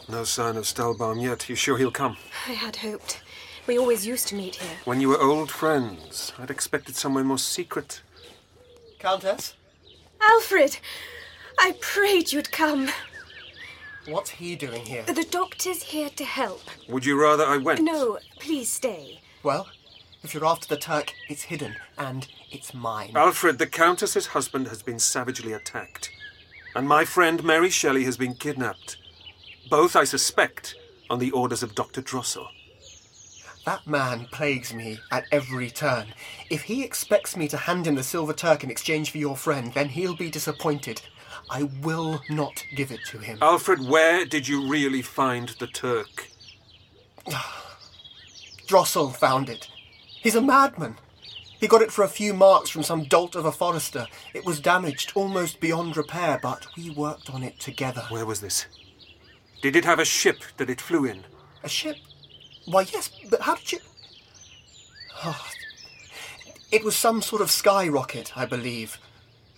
Speaker 5: No sign of Stahlbaum yet. You sure he'll come?
Speaker 11: I had hoped. We always used to meet here.
Speaker 5: When you were old friends, I'd expected somewhere more secret.
Speaker 6: Countess?
Speaker 11: Alfred! I prayed you'd come.
Speaker 6: What's he doing here?
Speaker 11: The doctor's here to help.
Speaker 5: Would you rather I went?
Speaker 11: No, please stay.
Speaker 6: Well, if you're after the Turk, it's hidden, and it's mine.
Speaker 5: Alfred, the Countess's husband has been savagely attacked. And my friend Mary Shelley has been kidnapped. Both, I suspect, on the orders of Dr. Drossel.
Speaker 6: That man plagues me at every turn. If he expects me to hand him the silver Turk in exchange for your friend, then he'll be disappointed. I will not give it to him.
Speaker 5: Alfred, where did you really find the Turk?
Speaker 6: Drossel found it. He's a madman. He got it for a few marks from some dolt of a forester. It was damaged almost beyond repair, but we worked on it together.
Speaker 5: Where was this? Did it have a ship that it flew in?
Speaker 6: A ship? Why, yes, but how did you. Oh, it was some sort of skyrocket, I believe.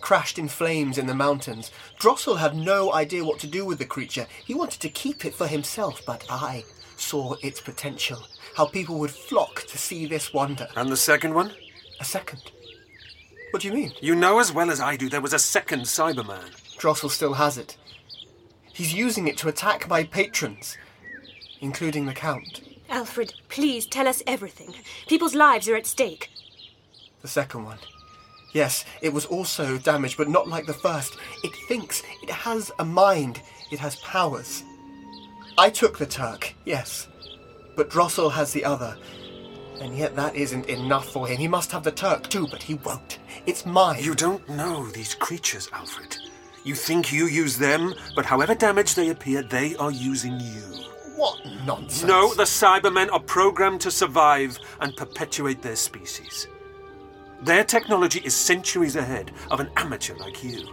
Speaker 6: Crashed in flames in the mountains. Drossel had no idea what to do with the creature. He wanted to keep it for himself, but I saw its potential. How people would flock to see this wonder.
Speaker 5: And the second one?
Speaker 6: A second. What do you mean?
Speaker 5: You know as well as I do there was a second Cyberman.
Speaker 6: Drossel still has it. He's using it to attack my patrons, including the Count.
Speaker 11: Alfred, please tell us everything. People's lives are at stake.
Speaker 6: The second one. Yes, it was also damaged, but not like the first. It thinks, it has a mind, it has powers. I took the Turk, yes, but Drossel has the other. And yet that isn't enough for him. He must have the Turk too, but he won't. It's mine.
Speaker 5: You don't know these creatures, Alfred. You think you use them, but however damaged they appear, they are using you.
Speaker 6: What nonsense?
Speaker 5: No, the Cybermen are programmed to survive and perpetuate their species. Their technology is centuries ahead of an amateur like you.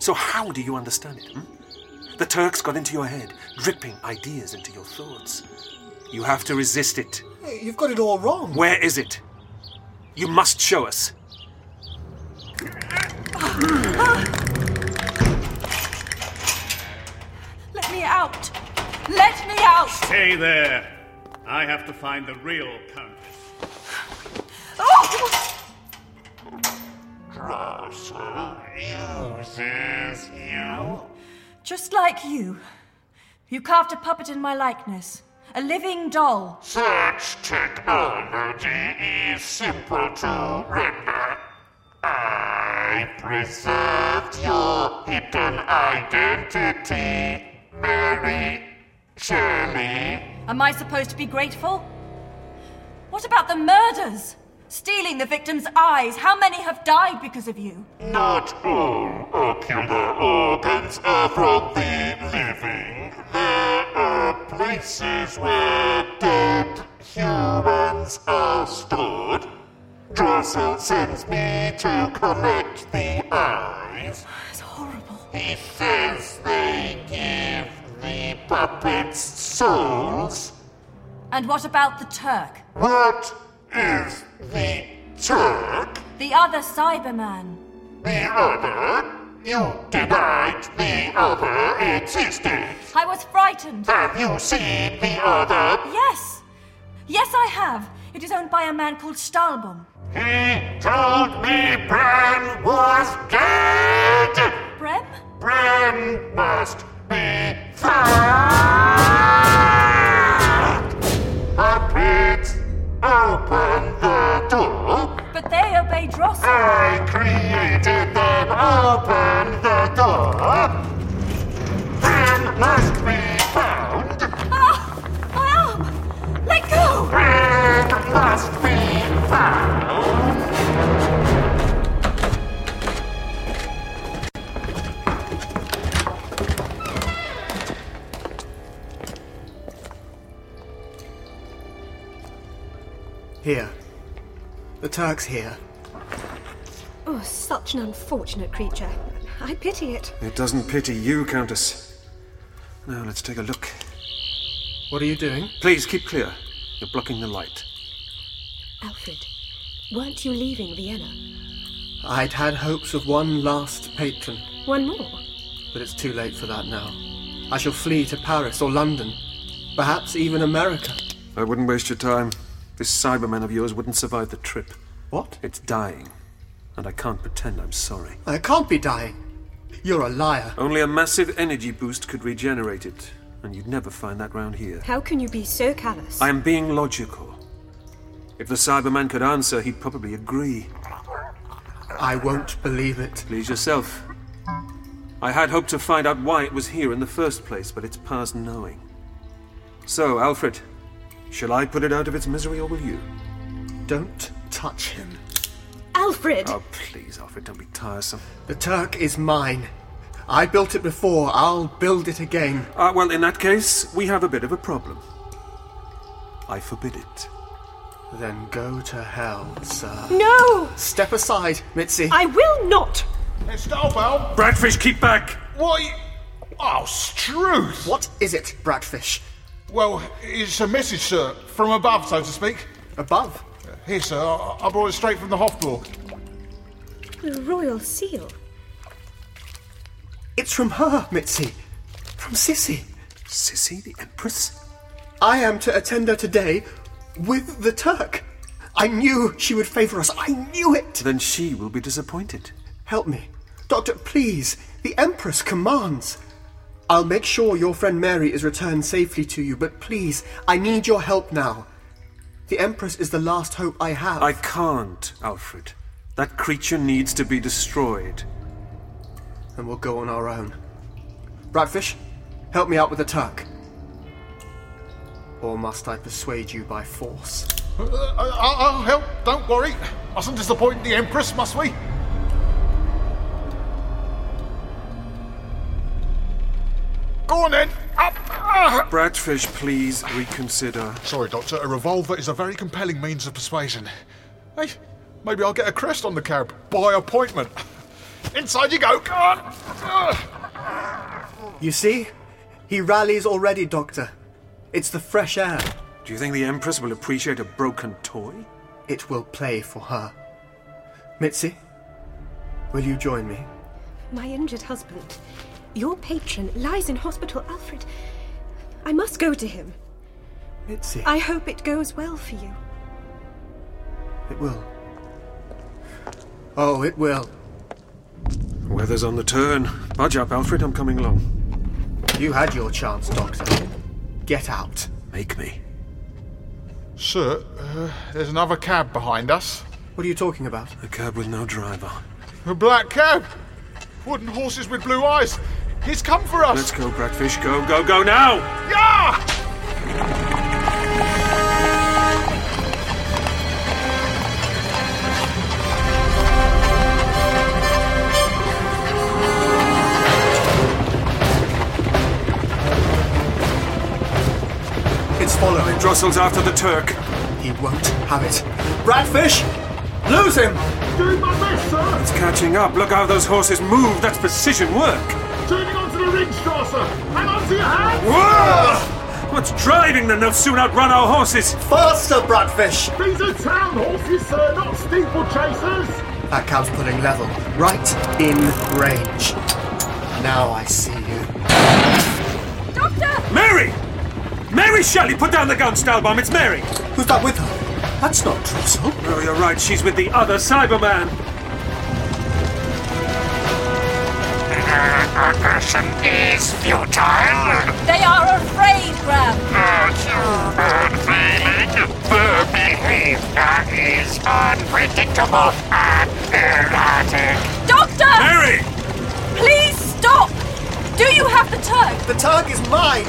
Speaker 5: So, how do you understand it? hmm? The Turks got into your head, dripping ideas into your thoughts. You have to resist it.
Speaker 6: Hey, You've got it all wrong.
Speaker 5: Where is it? You must show us.
Speaker 4: Let me out! Let me out!
Speaker 3: Stay there. I have to find the real Countess.
Speaker 4: Oh!
Speaker 2: Drossel uses you.
Speaker 4: Just like you. You carved a puppet in my likeness. A living doll.
Speaker 2: Such technology is E, simple to render. I preserved your hidden identity, Mary Shelley.
Speaker 4: Am I supposed to be grateful? What about the murders? Stealing the victims' eyes. How many have died because of you?
Speaker 2: Not all ocular organs are from the living. There are places where dead humans are stored. Drossel sends me to collect the eyes.
Speaker 4: It's horrible.
Speaker 2: He says they give the puppets souls.
Speaker 4: And what about the Turk?
Speaker 2: What is the Turk?
Speaker 4: The other Cyberman?
Speaker 2: The other? You denied the other existed.
Speaker 4: I was frightened.
Speaker 2: Have you seen the other?
Speaker 4: Yes! Yes, I have. It is owned by a man called Stahlbaum.
Speaker 2: He told me Bran was dead.
Speaker 4: Brem?
Speaker 2: Bran must be found. Puppets, open the door.
Speaker 4: But they obey Drossel.
Speaker 2: I created them. Open the door. Bran must be found.
Speaker 4: Ah! Let go!
Speaker 2: Bran must be found.
Speaker 6: Here. The Turk's here.
Speaker 11: Oh, such an unfortunate creature. I pity it.
Speaker 5: It doesn't pity you, Countess. Now let's take a look.
Speaker 6: What are you doing?
Speaker 5: Please keep clear. You're blocking the light.
Speaker 11: Alfred, weren't you leaving Vienna?
Speaker 6: I'd had hopes of one last patron,
Speaker 11: One more?
Speaker 6: but it's too late for that now. I shall flee to Paris or London, perhaps even America.
Speaker 5: I wouldn't waste your time. This Cyberman of yours wouldn't survive the trip.
Speaker 6: What?
Speaker 5: It's dying. And I can't pretend I'm sorry.
Speaker 6: I can't be dying. You're a liar.
Speaker 5: Only a massive energy boost could regenerate it, and you'd never find that round here.
Speaker 11: How can you be so callous?
Speaker 5: I am being logical. If the Cyberman could answer, he'd probably agree.
Speaker 6: I won't believe it.
Speaker 5: Please yourself. I had hoped to find out why it was here in the first place, but it's past knowing. So, Alfred, shall I put it out of its misery or will you?
Speaker 6: Don't touch him.
Speaker 11: Alfred!
Speaker 5: Oh, please, Alfred, don't be tiresome.
Speaker 6: The Turk is mine. I built it before, I'll build it again.
Speaker 5: Uh, well, in that case, we have a bit of a problem. I forbid it.
Speaker 6: Then go to hell, sir.
Speaker 11: No!
Speaker 6: Step aside, Mitzi.
Speaker 11: I will not!
Speaker 10: Hey, Stahlbaum!
Speaker 5: Bradfish, keep back!
Speaker 10: Why? Oh, Struth!
Speaker 6: What is it, Bradfish?
Speaker 10: Well, it's a message, sir, from above, so to speak.
Speaker 6: Above?
Speaker 10: Here, sir, I, I brought it straight from the Hofburg.
Speaker 11: The royal seal.
Speaker 6: It's from her, Mitzi. From Sissy.
Speaker 5: Sissy, the Empress?
Speaker 6: I am to attend her today with the Turk. I knew she would favour us. I knew it.
Speaker 5: Then she will be disappointed.
Speaker 6: Help me. Doctor, please. The Empress commands. I'll make sure your friend Mary is returned safely to you, but please, I need your help now. The Empress is the last hope I have.
Speaker 5: I can't, Alfred. That creature needs to be destroyed.
Speaker 6: And we'll go on our own. Bradfish, help me out with the Turk. Or must I persuade you by force?
Speaker 10: Uh, I'll, I'll help, don't worry. Mustn't disappoint the Empress, must we? Go on then, up! Ah!
Speaker 5: Bradfish, please reconsider.
Speaker 10: Sorry, Doctor, a revolver is a very compelling means of persuasion. Hey, maybe I'll get a crest on the cab by appointment. Inside you go, go on! Ah!
Speaker 6: You see? He rallies already, Doctor. It's the fresh air.
Speaker 5: Do you think the Empress will appreciate a broken toy?
Speaker 6: It will play for her. Mitzi, will you join me?
Speaker 11: My injured husband. Your patron lies in hospital, Alfred. I must go to him.
Speaker 6: Mitzi,
Speaker 11: I hope it goes well for you.
Speaker 6: it will. Oh, it will.
Speaker 5: Weather's on the turn. Budge up, Alfred, I'm coming along.
Speaker 6: You had your chance, Doctor. Get out.
Speaker 5: Make me.
Speaker 10: Sir, uh, there's another cab behind us.
Speaker 6: What are you talking about?
Speaker 5: A cab with no driver.
Speaker 10: A black cab! Wooden horses with blue eyes! He's come for us!
Speaker 5: Let's go, Bradfish. Go, go, go now!
Speaker 10: Yeah!
Speaker 6: It's following.
Speaker 5: Drossel's after the Turk.
Speaker 6: He won't have it. Bradfish! Lose him!
Speaker 2: Doing my best, sir!
Speaker 5: It's catching up. Look how those horses move. That's precision work.
Speaker 2: Turning onto the Ringstrasse! Hang on to your hands!
Speaker 5: Whoa! What's driving them? They'll soon outrun our horses.
Speaker 6: Faster, Bradfish!
Speaker 2: These are town horses, sir, not steeplechasers!
Speaker 6: That cab's putting level. Right in range. Now I see you.
Speaker 4: Doctor!
Speaker 5: Mary! Mary Shelley, put down the gun, Stahlbaum. It's Mary.
Speaker 6: Who's that with her? That's not Drossel.
Speaker 5: Oh, you're right. She's with the other Cyberman.
Speaker 2: Aggression is futile!
Speaker 4: They are afraid, Grab.
Speaker 2: A human feeling, the behavior is unpredictable and erratic.
Speaker 4: Doctor!
Speaker 5: Mary!
Speaker 4: Please stop! Do you have the Turk?
Speaker 6: The tug is mine!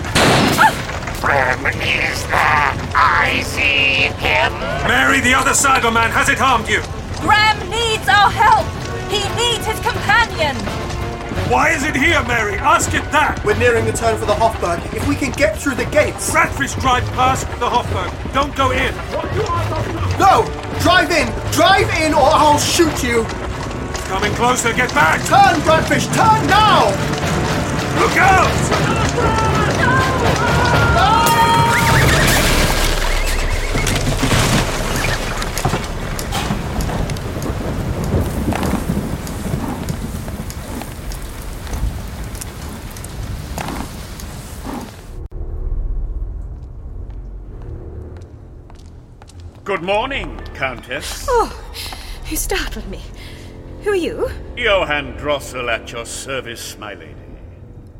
Speaker 2: Prim is there, I see him.
Speaker 5: Mary, the other Cyberman, has it harmed you?
Speaker 4: Graham needs our help. He needs his companion.
Speaker 5: Why is it here, Mary? Ask it that.
Speaker 6: We're nearing the turn for the Hofburg. If we can get through the gates.
Speaker 5: Bradfish drive past the Hofburg. Don't go in.
Speaker 6: No! Drive in! Drive in or I'll shoot you!
Speaker 5: Coming closer. Get back.
Speaker 6: Turn, Bradfish! Turn now!
Speaker 5: Look out!
Speaker 3: Good morning, Countess.
Speaker 11: Oh, you startled me. Who are you?
Speaker 3: Johann Drossel at your service, my lady.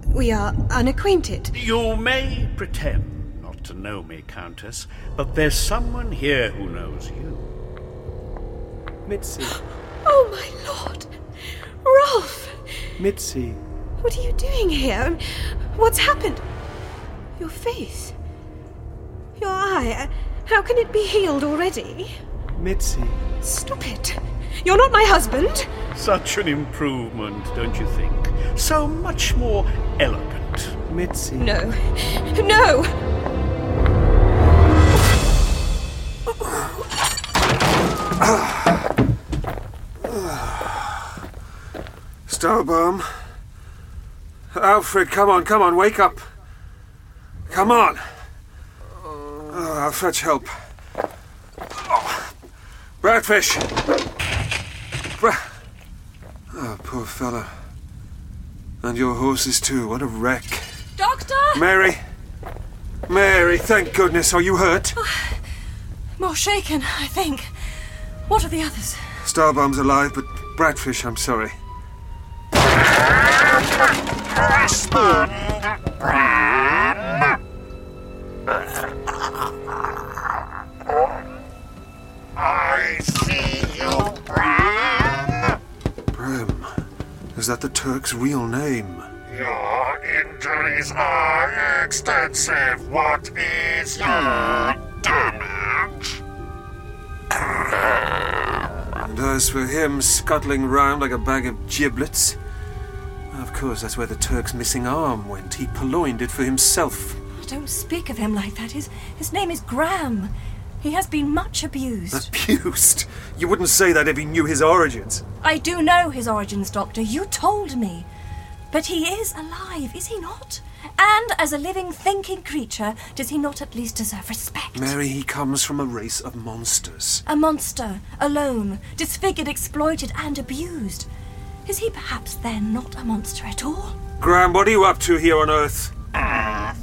Speaker 11: We are unacquainted.
Speaker 3: You may pretend not to know me, Countess, but there's someone here who knows you.
Speaker 5: Mitzi.
Speaker 11: <gasps> Oh, my lord! Rolf!
Speaker 5: Mitzi.
Speaker 11: What are you doing here? And What's happened? Your face. Your eye. How can it be healed already?
Speaker 5: Mitzi.
Speaker 11: Stop it. You're not my husband.
Speaker 3: Such an improvement, don't you think? So much more elegant.
Speaker 5: Mitzi.
Speaker 11: No. No!
Speaker 5: <sighs> Stahlbaum. Alfred, come on, come on, wake up. Come on. Oh, I'll fetch help. Oh, Bradfish! Bra- oh, poor fella. And your horses, too. What a wreck.
Speaker 4: Doctor! <sighs>
Speaker 5: Mary! Mary, thank goodness. Are you hurt?
Speaker 19: More shaken, I think. What are the others?
Speaker 5: Starbaum's alive, but Bradfish, I'm sorry.
Speaker 2: Respond, Prim. I see you, Prim.
Speaker 5: Brim. Is that the Turk's real name?
Speaker 2: Your injuries are extensive. What is your damage?
Speaker 5: And as for him scuttling round like a bag of giblets, of course, that's where the Turk's missing arm went. He purloined it for himself.
Speaker 4: Don't speak of him like that. His, his name is Graham. He has been much abused.
Speaker 5: Abused? You wouldn't say that if he knew his origins.
Speaker 4: I do know his origins, Doctor. You told me. But he is alive, is he not? And as a living, thinking creature, does he not at least deserve respect?
Speaker 5: Mary, he comes from a race of monsters.
Speaker 4: A monster, alone, disfigured, exploited, and abused. Is he perhaps then not a monster at all?
Speaker 5: Graham, what are you up to here on Earth?
Speaker 2: This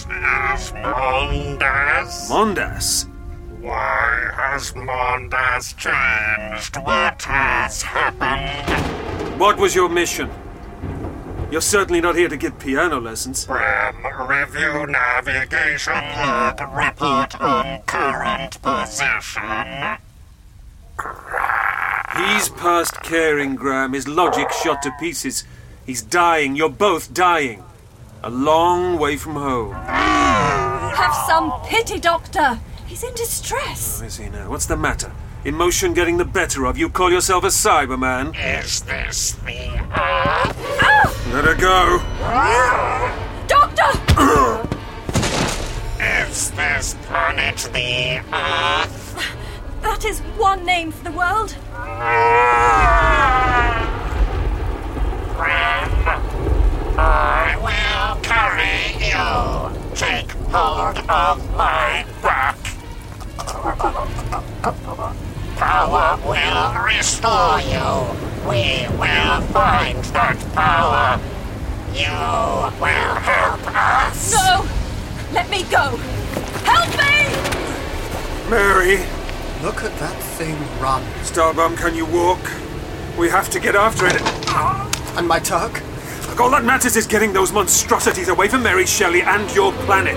Speaker 2: is Mondas.
Speaker 5: Mondas?
Speaker 2: Why has Mondas changed? What has happened?
Speaker 5: What was your mission? You're certainly not here to give piano lessons.
Speaker 2: Brim review navigation lab report on current position.
Speaker 5: He's past caring, Graham. His logic shot to pieces. He's dying. You're both dying. A long way from home.
Speaker 4: Have some pity, Doctor. He's in distress.
Speaker 5: Where is he now? What's the matter? Emotion getting the better of you. Call yourself a Cyberman.
Speaker 2: Is this the
Speaker 5: Let her go.
Speaker 2: Doctor! Is this planet the Earth?
Speaker 4: That is one name for the world.
Speaker 2: I will carry you. Take hold of my back. Power will restore you. We will find that power. You will help us.
Speaker 4: No! Let me go! Help me!
Speaker 5: Mary!
Speaker 14: Look at that thing run.
Speaker 5: Starbomb, can you walk? We have to get after it.
Speaker 14: And my Turk?
Speaker 5: Look, all that matters is getting those monstrosities away from Mary Shelley and your planet.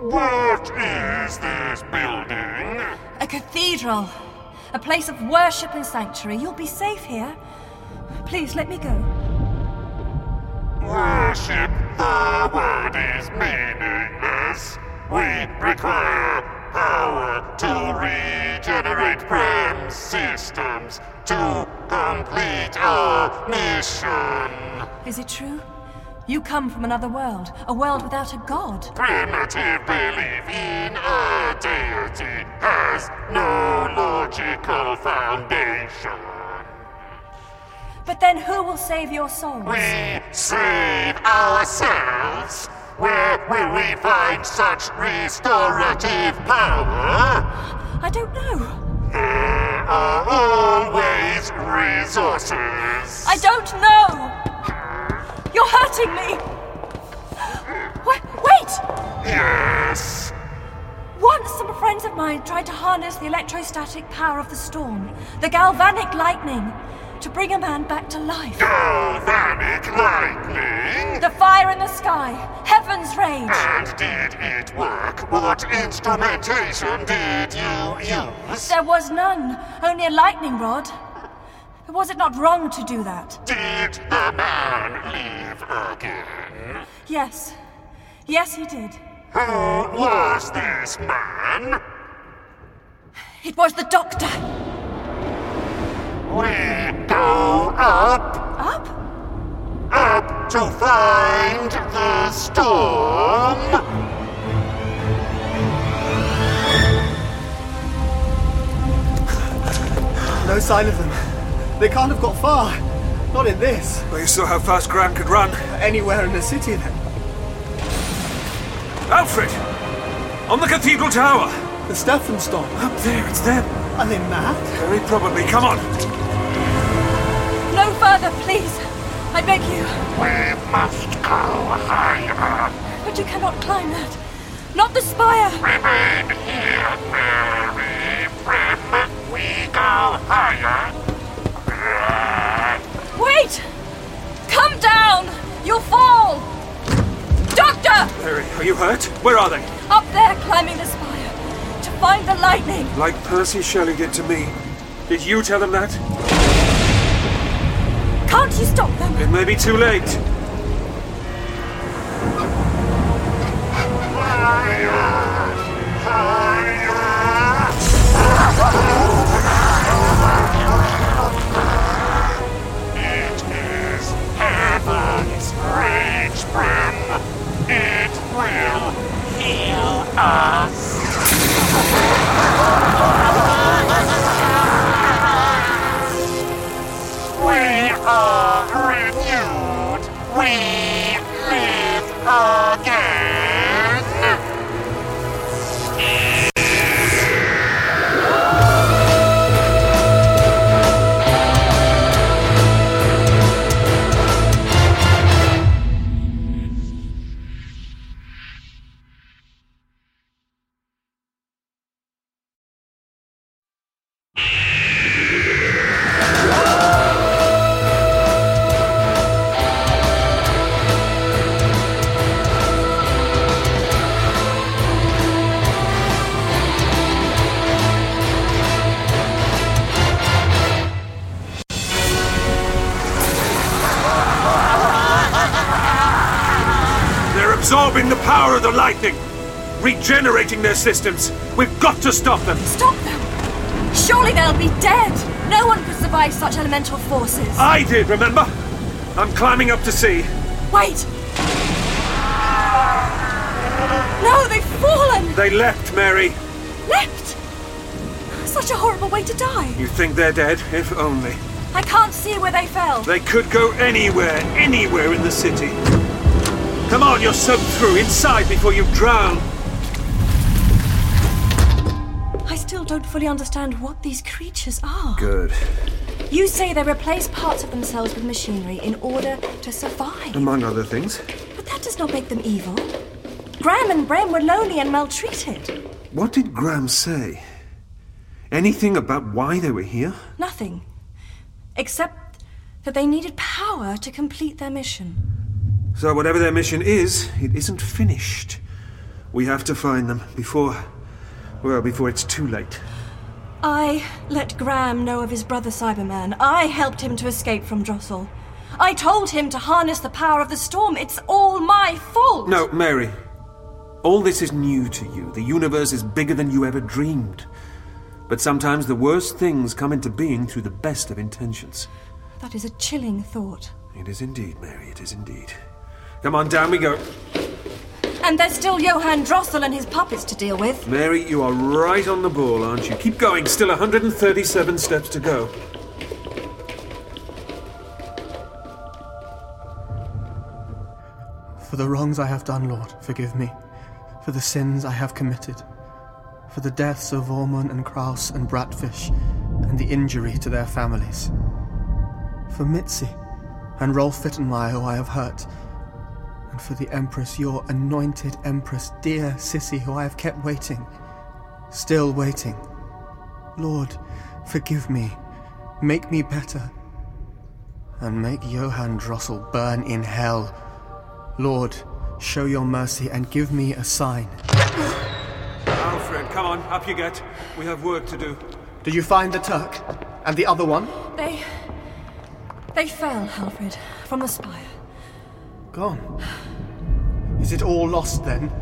Speaker 2: What is this building?
Speaker 4: A cathedral. A place of worship and sanctuary. You'll be safe here. Please let me go.
Speaker 2: Worship the word is meaningless. We require power to regenerate prem systems to complete our mission.
Speaker 4: Is it true? You come from another world, a world without a god.
Speaker 2: Primitive belief in a deity has no logical foundation.
Speaker 4: But then who will save your souls?
Speaker 2: We save ourselves. Where will we find such restorative power?
Speaker 4: I don't know.
Speaker 2: There are always resources.
Speaker 4: I don't know! You're hurting me! Wait! wait!
Speaker 2: Yes.
Speaker 4: Once some friends of mine tried to harness the electrostatic power of the storm, the galvanic lightning, to bring a man back to life.
Speaker 2: Galvanic lightning?
Speaker 4: The fire in the sky, heaven's rage.
Speaker 2: And did it work? What instrumentation did you use?
Speaker 4: There was none, only a lightning rod. Was it not wrong to do that?
Speaker 2: Did the man leave again?
Speaker 4: Yes. Yes, he did.
Speaker 2: Who was this man?
Speaker 4: It was the doctor.
Speaker 2: We go up,
Speaker 4: Up?
Speaker 2: up to find the storm.
Speaker 14: No sign of them. They can't have got far. Not in this.
Speaker 5: Well, you saw how fast Graham could run.
Speaker 14: Anywhere in the city, then.
Speaker 5: Alfred! On the cathedral tower!
Speaker 14: The Steffenstorm.
Speaker 5: Up there, it's them.
Speaker 14: Are they mad?
Speaker 5: Very probably. Come on.
Speaker 4: No further, please. I beg you.
Speaker 2: We must go higher.
Speaker 4: But you cannot climb that. Not the spire.
Speaker 2: Remain here, Mary Prim. We go higher.
Speaker 4: Wait! Come down! You'll fall! Doctor!
Speaker 5: Mary, are you hurt? Where are they?
Speaker 4: Up there, climbing the spire. To Find the lightning!
Speaker 5: Like Percy Shelley did to me. Did you tell him that?
Speaker 4: Can't you stop them?
Speaker 5: It may be too late.
Speaker 2: It is heaven's rage brim. It will heal us. We are renewed. We live again.
Speaker 5: They're absorbing the power of the lightning, regenerating their systems. We've got to stop them.
Speaker 4: Stop them! Surely they'll be dead! No one could survive such elemental forces.
Speaker 5: I did, remember? I'm climbing up to see.
Speaker 4: Wait! No, they've fallen!
Speaker 5: They left, Mary.
Speaker 4: Um, Left! Such a horrible way to die.
Speaker 5: You think they're dead? If only.
Speaker 4: I can't see where they fell.
Speaker 5: They could go anywhere, anywhere in the city. Come on, you're soaked through inside before you drown.
Speaker 4: I still don't fully understand what these creatures are.
Speaker 5: Good.
Speaker 4: You say they replace parts of themselves with machinery in order to survive.
Speaker 5: Among other things.
Speaker 4: But that does not make them evil. Graham and Brem were lonely and maltreated.
Speaker 5: What did Graham say? Anything about why they were here?
Speaker 4: Nothing. Except that they needed power to complete their mission.
Speaker 5: So, whatever their mission is, it isn't finished. We have to find them before. Well, before it's too late.
Speaker 4: I let Graham know of his brother Cyberman. I helped him to escape from Drossel. I told him to harness the power of the storm. It's all my fault!
Speaker 5: No, Mary. All this is new to you. The universe is bigger than you ever dreamed. But sometimes the worst things come into being through the best of intentions.
Speaker 4: That is a chilling thought.
Speaker 5: It is indeed, Mary, it is indeed. Come on, down we go.
Speaker 4: And there's still Johann Drossel and his puppets to deal with.
Speaker 5: Mary, you are right on the ball, aren't you? Keep going, still 137 steps to go.
Speaker 6: For the wrongs I have done, Lord, forgive me. For the sins I have committed. For the deaths of Ormond and Kraus and Bratfish, and the injury to their families. For Mitzi and Rolf Fittenmeyer, who I have hurt. And for the Empress, your anointed Empress, dear Sissy, who I have kept waiting. Still waiting. Lord, forgive me. Make me better. And make Johann Drossel burn in hell. Lord, show your mercy and give me a sign.
Speaker 5: Alfred, come on, up you get. We have work to do.
Speaker 6: Did you find the Turk? And the other one?
Speaker 4: They. They fell, Alfred, from the spire.
Speaker 6: Gone. Is it all lost then?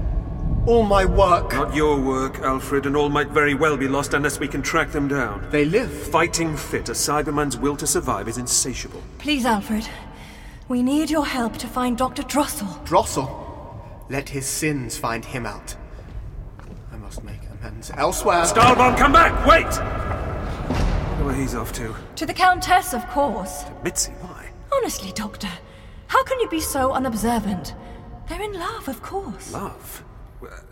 Speaker 6: All my work.
Speaker 5: Not your work, Alfred, and all might very well be lost unless we can track them down.
Speaker 6: They live.
Speaker 5: Fighting fit, a Cyberman's will to survive is insatiable.
Speaker 4: Please, Alfred. We need your help to find Dr. Drossel.
Speaker 6: Drossel? Let his sins find him out. I must make amends elsewhere.
Speaker 5: Stahlbaum, come back! Wait! Where he's off to?
Speaker 4: To the Countess, of course.
Speaker 5: Mitzi, why?
Speaker 4: Honestly, Doctor, how can you be so unobservant? They're in love, of course.
Speaker 5: Love? Well,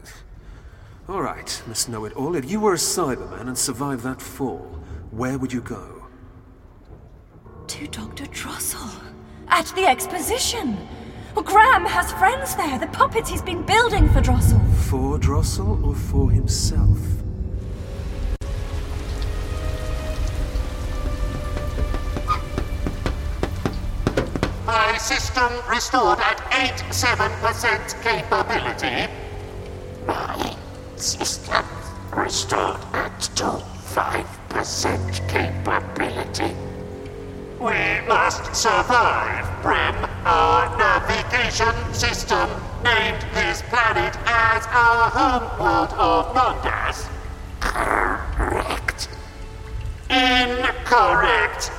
Speaker 5: all right, Miss Know It All. If you were a Cyberman and survived that fall, where would you go?
Speaker 4: To Dr. Drossel. At the exposition. Well, Graham has friends there, the puppets he's been building for Drossel.
Speaker 5: For Drossel or for himself?
Speaker 2: My system restored at 87% capability. My system restored up to 5% capability. We must survive from our navigation system named this planet as our homeworld of wonders. Correct. Incorrect.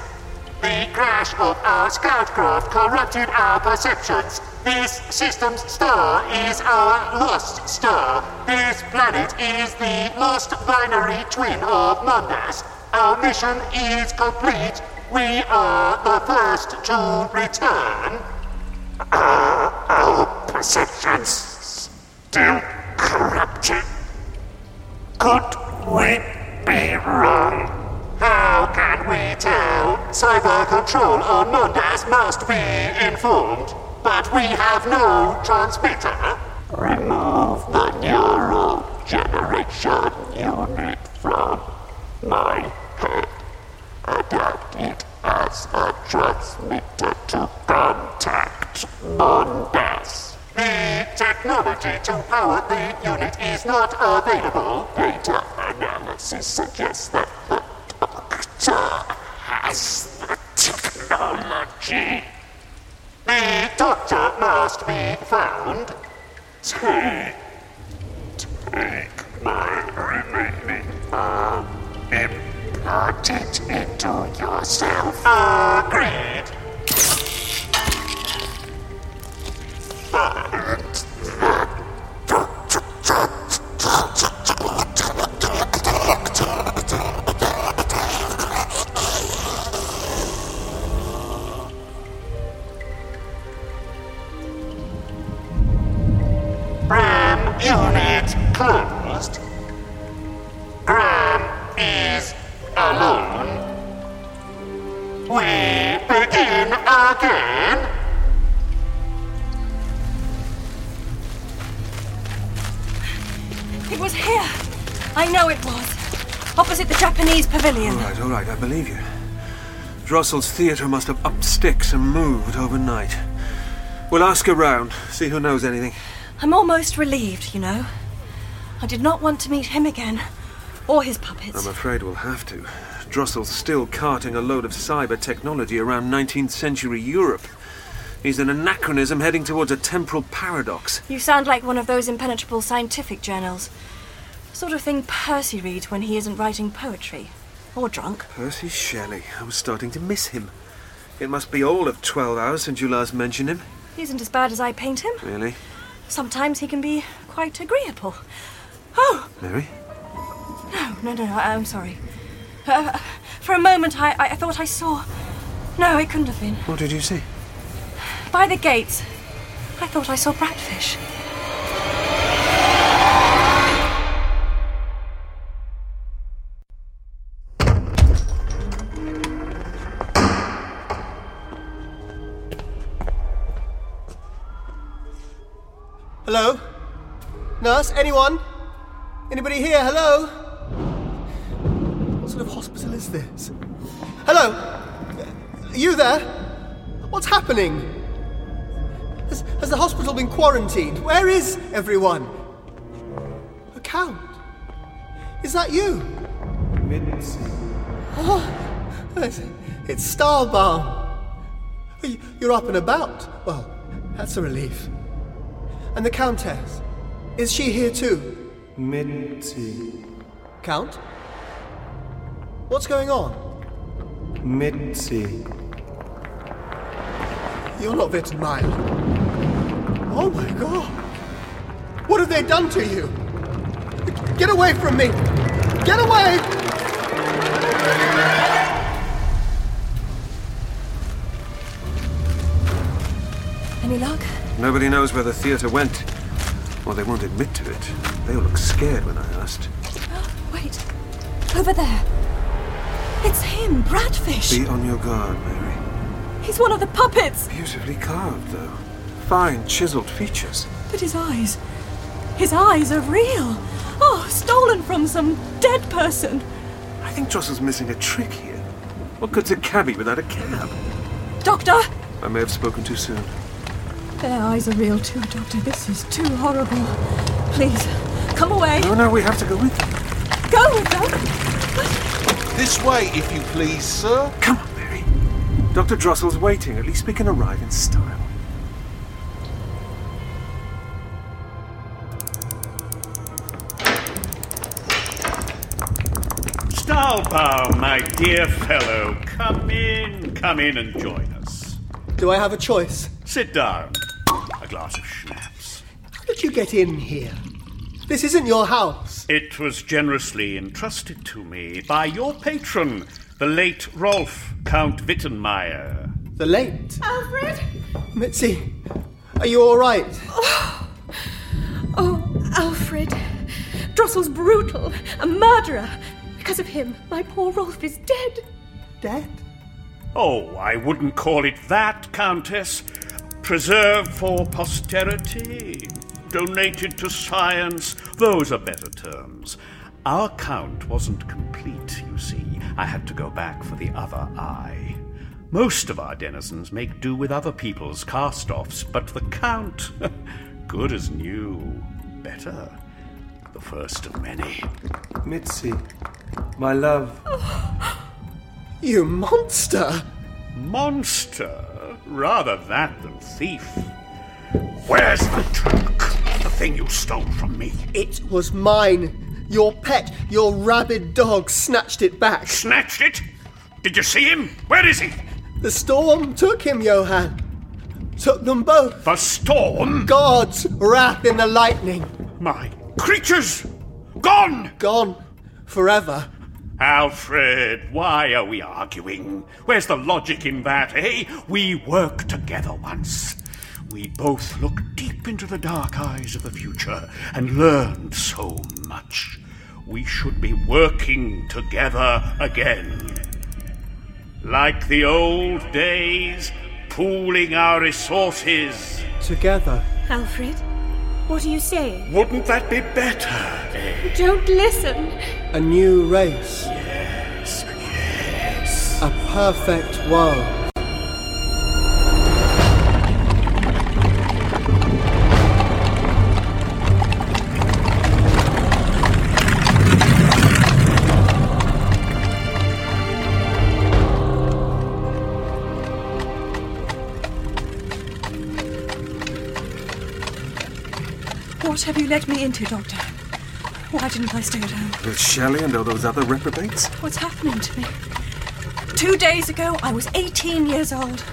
Speaker 2: The crash of our scout craft corrupted our perceptions. This system's star is our lost star. This planet is the lost binary twin of Mondas. Our mission is complete. We are the first to return. Are our perceptions still corrupted? Could we be wrong? How can we tell? Cyber control on Mondas must be informed, but we have no transmitter. Remove the neural generation unit from my head. Adapt it as a transmitter to contact Mondas. The technology to power the unit is not available. Data analysis suggests that the doctor has the technology. The doctor must be found. Take, take my remaining arm, implant it into yourself. Agreed. Gram unit closed. Gram is alone. We begin again.
Speaker 4: It was here. I know it was. Opposite the Japanese pavilion.
Speaker 5: All right, all right, I believe you. Drossel's theatre must have upped sticks and moved overnight. We'll ask around, see who knows anything.
Speaker 4: I'm almost relieved, you know. I did not want to meet him again, or his puppets.
Speaker 5: I'm afraid we'll have to. Drossel's still carting a load of cyber technology around 19th century Europe. He's an anachronism heading towards a temporal paradox.
Speaker 4: You sound like one of those impenetrable scientific journals. Sort of thing Percy reads when he isn't writing poetry. Or drunk.
Speaker 5: Percy Shelley, I was starting to miss him. It must be all of 12 hours since you last mentioned him.
Speaker 4: He isn't as bad as I paint him.
Speaker 5: Really?
Speaker 4: Sometimes he can be quite agreeable. Oh,
Speaker 5: Mary?
Speaker 4: no, no, no, I, I'm sorry. Uh, for a moment, I, I thought I saw. No, it couldn't have been.
Speaker 5: What did you see?
Speaker 4: By the gates, I thought I saw Bratfish.
Speaker 6: Hello? Nurse, anyone? Anybody here? Hello? What sort of hospital is this? Hello? Are you there? What's happening? Has, has the hospital been quarantined? Where is everyone? A count? Is that you? Oh, it's, it's Starbalm. You- You're up and about. Well, that's a relief. And the Countess? Is she here too?
Speaker 20: Mitzi.
Speaker 6: Count? What's going on?
Speaker 20: Mitzi.
Speaker 6: You're not Wittenmeier. Oh my god! What have they done to you? Get away from me! Get away!
Speaker 4: Any luck?
Speaker 5: Nobody knows where the theatre went. Well, they won't admit to it. They all looked scared when I asked.
Speaker 4: Wait, over there. It's him, Bradfish.
Speaker 5: Be on your guard, Mary. uh,
Speaker 4: He's one of the puppets.
Speaker 5: Beautifully carved, though. Fine, chiseled features.
Speaker 4: But his eyes. His eyes are real. Oh, stolen from some dead person.
Speaker 5: I think Drossel's missing a trick here. What good's a cabbie without a cab?
Speaker 4: Doctor!
Speaker 5: I may have spoken too soon.
Speaker 4: Their eyes are real too, Doctor. This is too horrible. Please, come away.
Speaker 5: No, no, we have to go with you.
Speaker 4: go, Doc.
Speaker 10: This way, if you please, sir.
Speaker 5: Come on, Mary. Dr. Drossel's waiting. At least we can arrive in style.
Speaker 3: Stahlbaum, my dear fellow, come in, come in and join us.
Speaker 6: Do I have a choice?
Speaker 3: Sit down. A glass of schnapps.
Speaker 6: How did you get in here? This isn't your house.
Speaker 3: It was generously entrusted to me by your patron, the late Rolf, Count Wittenmeier.
Speaker 6: The late?
Speaker 17: Alfred?
Speaker 6: Mitzi, are you all right?
Speaker 17: Oh, Alfred. Drossel's brutal, a murderer. Because of him, my poor Rolf is dead.
Speaker 6: Dead?
Speaker 3: Oh, I wouldn't call it that, Countess. Preserved for posterity, donated to science, those are better terms. Our count wasn't complete, you see. I had to go back for the other eye. Most of our denizens make do with other people's cast offs, but the count, <laughs> good as new, better. The first of many.
Speaker 20: Mitzi, my love.
Speaker 6: You monster!
Speaker 3: Monster? Rather that than thief. Where's the trunk? The thing you stole from me.
Speaker 6: It was mine. Your pet, your rabid dog, snatched it back.
Speaker 3: Snatched it? Did you see him? Where is he?
Speaker 6: The storm took him, Johan. Took them both.
Speaker 3: The storm?
Speaker 6: God's wrath in the lightning.
Speaker 3: My creatures! Gone!
Speaker 6: Gone. Forever.
Speaker 3: Alfred, why are we arguing? Where's the logic in that, eh? We worked together once. We both looked deep into the dark eyes of the future and learned so much. We should be working together again. Like the old days, pooling our resources.
Speaker 6: Together.
Speaker 11: Alfred, what are you saying?
Speaker 3: Wouldn't that be better?
Speaker 11: Don't listen.
Speaker 6: A new race. A perfect world.
Speaker 4: What have you let me into, Doctor? Why didn't I stay at home?
Speaker 5: With Shelley and all those other reprobates?
Speaker 4: What's happening to me? Two days ago, I was 18 years old.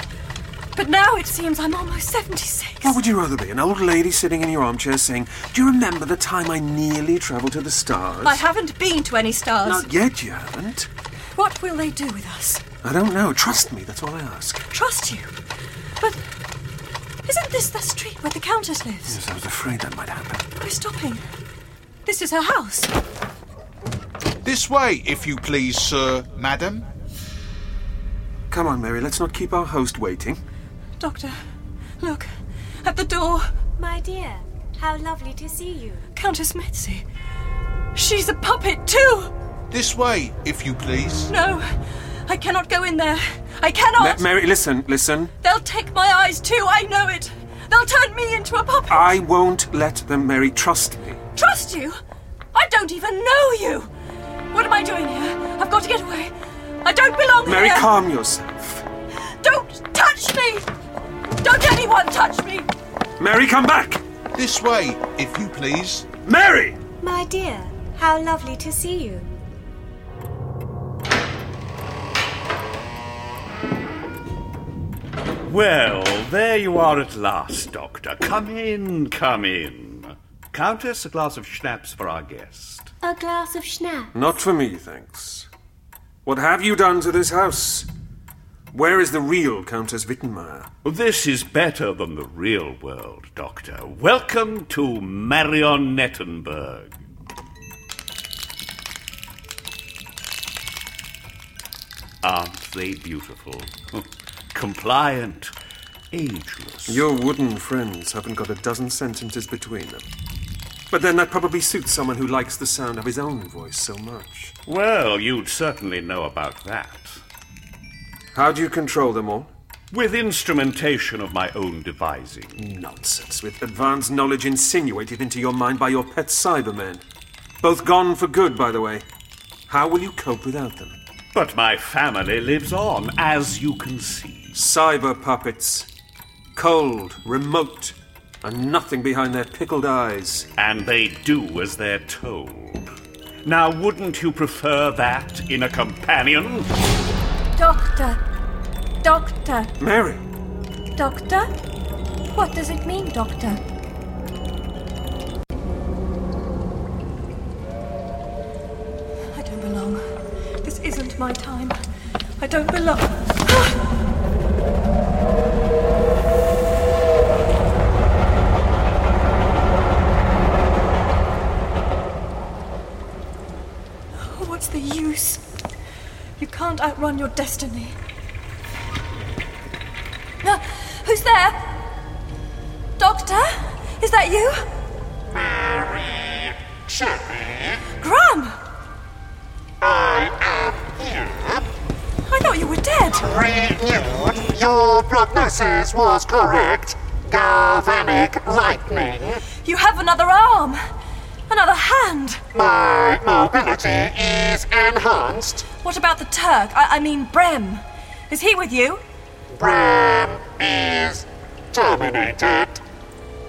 Speaker 4: But now it seems I'm almost 76.
Speaker 5: What would you rather be? An old lady sitting in your armchair saying, Do you remember the time I nearly travelled to the stars?
Speaker 4: I haven't been to any stars.
Speaker 5: Not yet, you haven't.
Speaker 4: What will they do with us?
Speaker 5: I don't know. Trust me, that's all I ask.
Speaker 4: Trust you. But isn't this the street where the Countess lives?
Speaker 5: Yes, I was afraid that might happen.
Speaker 4: We're stopping. This is her house.
Speaker 10: This way, if you please, sir, madam.
Speaker 5: Come on, Mary, let's not keep our host waiting.
Speaker 4: Doctor, look. At the door.
Speaker 1: My dear, how lovely to see you.
Speaker 4: Countess Metzi. She's a puppet, too!
Speaker 10: This way, if you please.
Speaker 4: No, I cannot go in there. I cannot!
Speaker 5: Ma- Mary, listen, listen.
Speaker 4: They'll take my eyes, too, I know it! They'll turn me into a puppet!
Speaker 5: I won't let them, Mary. Trust me.
Speaker 4: Trust you? I don't even know you! What am I doing here? I've got to get away. I don't belong
Speaker 5: Mary,
Speaker 4: here!
Speaker 5: calm yourself.
Speaker 4: Don't touch me! Don't anyone touch me!
Speaker 5: Mary, come back!
Speaker 10: This way, if you please.
Speaker 5: Mary!
Speaker 1: My dear, how lovely to see you.
Speaker 3: Well, there you are at last, Doctor. Come in, come in. Countess, a glass of schnapps for our guest.
Speaker 1: A glass of schnapps.
Speaker 5: Not for me, thanks. What have you done to this house? Where is the real Countess Wittenmeier?
Speaker 3: This is better than the real world, Doctor. Welcome to Marionettenburg. Aren't they beautiful? <laughs> Compliant, ageless.
Speaker 5: Your wooden friends haven't got a dozen sentences between them. But then that probably suits someone who likes the sound of his own voice so much.
Speaker 3: Well, you'd certainly know about that.
Speaker 5: How do you control them all?
Speaker 3: With instrumentation of my own devising.
Speaker 5: Nonsense, with advanced knowledge insinuated into your mind by your pet Cyberman. Both gone for good, by the way. How will you cope without them?
Speaker 3: But my family lives on, as you can see.
Speaker 5: Cyber puppets. Cold, remote, and nothing behind their pickled eyes.
Speaker 3: And they do as they're told. Now, wouldn't you prefer that in a companion?
Speaker 4: Doctor. Doctor.
Speaker 5: Mary.
Speaker 4: Doctor? What does it mean, Doctor? I don't belong. This isn't my time. I don't belong. What's the use? You can't outrun your destiny. Ah, who's there? Doctor? Is that you?
Speaker 2: Mary, Jenny,
Speaker 4: Graham!
Speaker 2: I am here.
Speaker 4: I thought you were dead.
Speaker 2: Renewed. Your prognosis was correct. Galvanic lightning.
Speaker 4: You have another arm! Another hand!
Speaker 2: My mobility is enhanced.
Speaker 4: What about the Turk? I, I mean, Brem. Is he with you?
Speaker 2: Bram is terminated.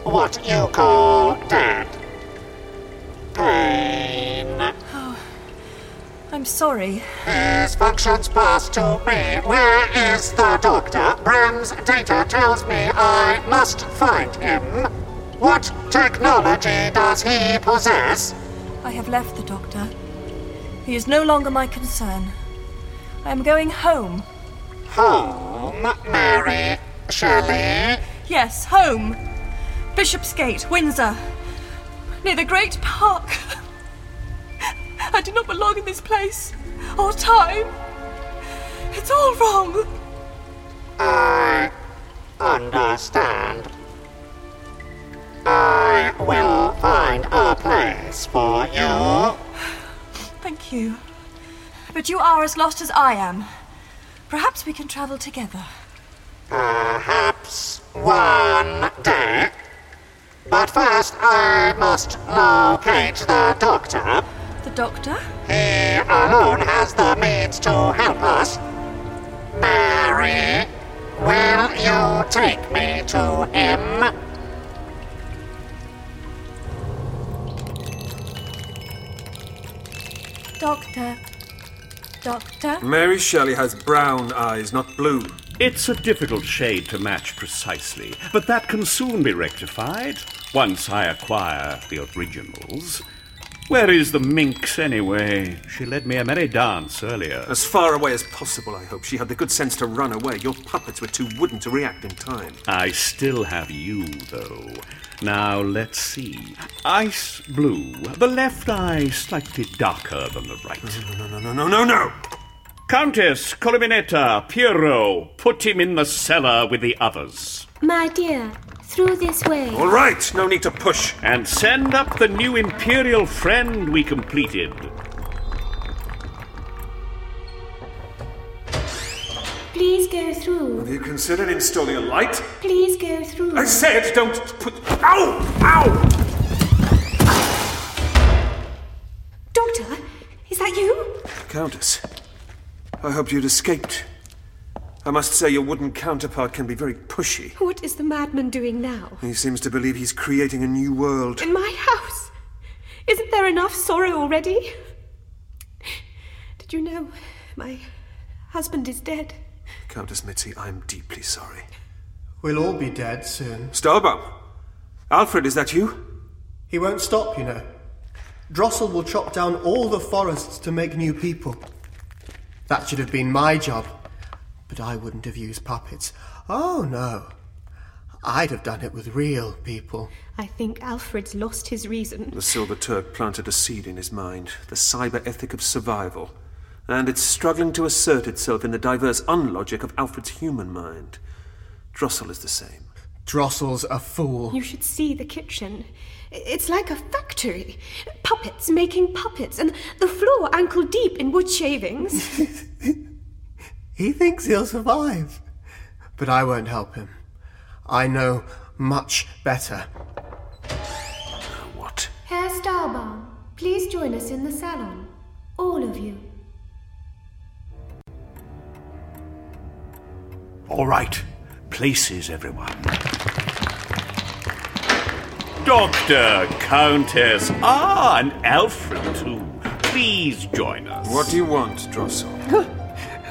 Speaker 2: What you call dead. Pain.
Speaker 4: I'm sorry.
Speaker 2: His functions passed to me. Where is the doctor? Bram's data tells me I must find him. What technology does he possess?
Speaker 4: I have left the doctor. He is no longer my concern. I am going home.
Speaker 2: Home, Mary Shelley.
Speaker 4: Yes, home. Bishopsgate, Windsor. Near the Great Park. <laughs> I do not belong in this place or time. It's all wrong.
Speaker 2: I understand. I will find a place for you.
Speaker 4: Thank you. But you are as lost as I am. Perhaps we can travel together.
Speaker 2: Perhaps one day. But first, I must locate the doctor.
Speaker 4: The doctor?
Speaker 2: He alone has the means to help us. Mary, will you take me to him?
Speaker 4: Doctor. Doctor?
Speaker 5: Mary Shelley has brown eyes, not blue.
Speaker 3: It's a difficult shade to match precisely, but that can soon be rectified once I acquire the originals. Where is the minx anyway? She led me a merry dance earlier.
Speaker 5: As far away as possible, I hope. She had the good sense to run away. Your puppets were too wooden to react in time.
Speaker 3: I still have you, though. Now let's see. Ice blue. The left eye slightly darker than the right.
Speaker 5: No, no, no, no, no, no!
Speaker 3: Countess, Colominetta, Piero, put him in the cellar with the others.
Speaker 21: My dear, through this way.
Speaker 5: All right, no need to push.
Speaker 3: And send up the new Imperial friend we completed.
Speaker 21: Please go through.
Speaker 5: Have you considered installing a light?
Speaker 21: Please go through.
Speaker 5: I said don't put. Ow! Ow!
Speaker 11: Doctor, is that you?
Speaker 5: Countess, I hoped you'd escaped. I must say your wooden counterpart can be very pushy.
Speaker 11: What is the madman doing now?
Speaker 5: He seems to believe he's creating a new world.
Speaker 11: In my house? Isn't there enough sorrow already? Did you know my husband is dead?
Speaker 5: Countess Mitzi, I'm deeply sorry.
Speaker 6: We'll all be dead soon.
Speaker 5: Stahlbaum! Alfred, is that you?
Speaker 6: He won't stop, you know. Drossel will chop down all the forests to make new people. That should have been my job. But I wouldn't have used puppets. Oh, no. I'd have done it with real people.
Speaker 11: I think Alfred's lost his reason.
Speaker 5: The Silver Turk planted a seed in his mind, the cyber ethic of survival, and it's struggling to assert itself in the diverse unlogic of Alfred's human mind. Drossel is the same.
Speaker 6: Drossel's a fool.
Speaker 11: You should see the kitchen. I- It's like a factory. Puppets making puppets, and the floor ankle deep in wood shavings.
Speaker 6: He thinks he'll survive. But I won't help him. I know much better.
Speaker 5: What?
Speaker 21: Herr Stahlbaum,
Speaker 11: Please join us in the salon, all of you.
Speaker 22: All right. Places, everyone. Doctor, Countess, ah, and Alfred, too. Please join us.
Speaker 5: What do you want, Drossel?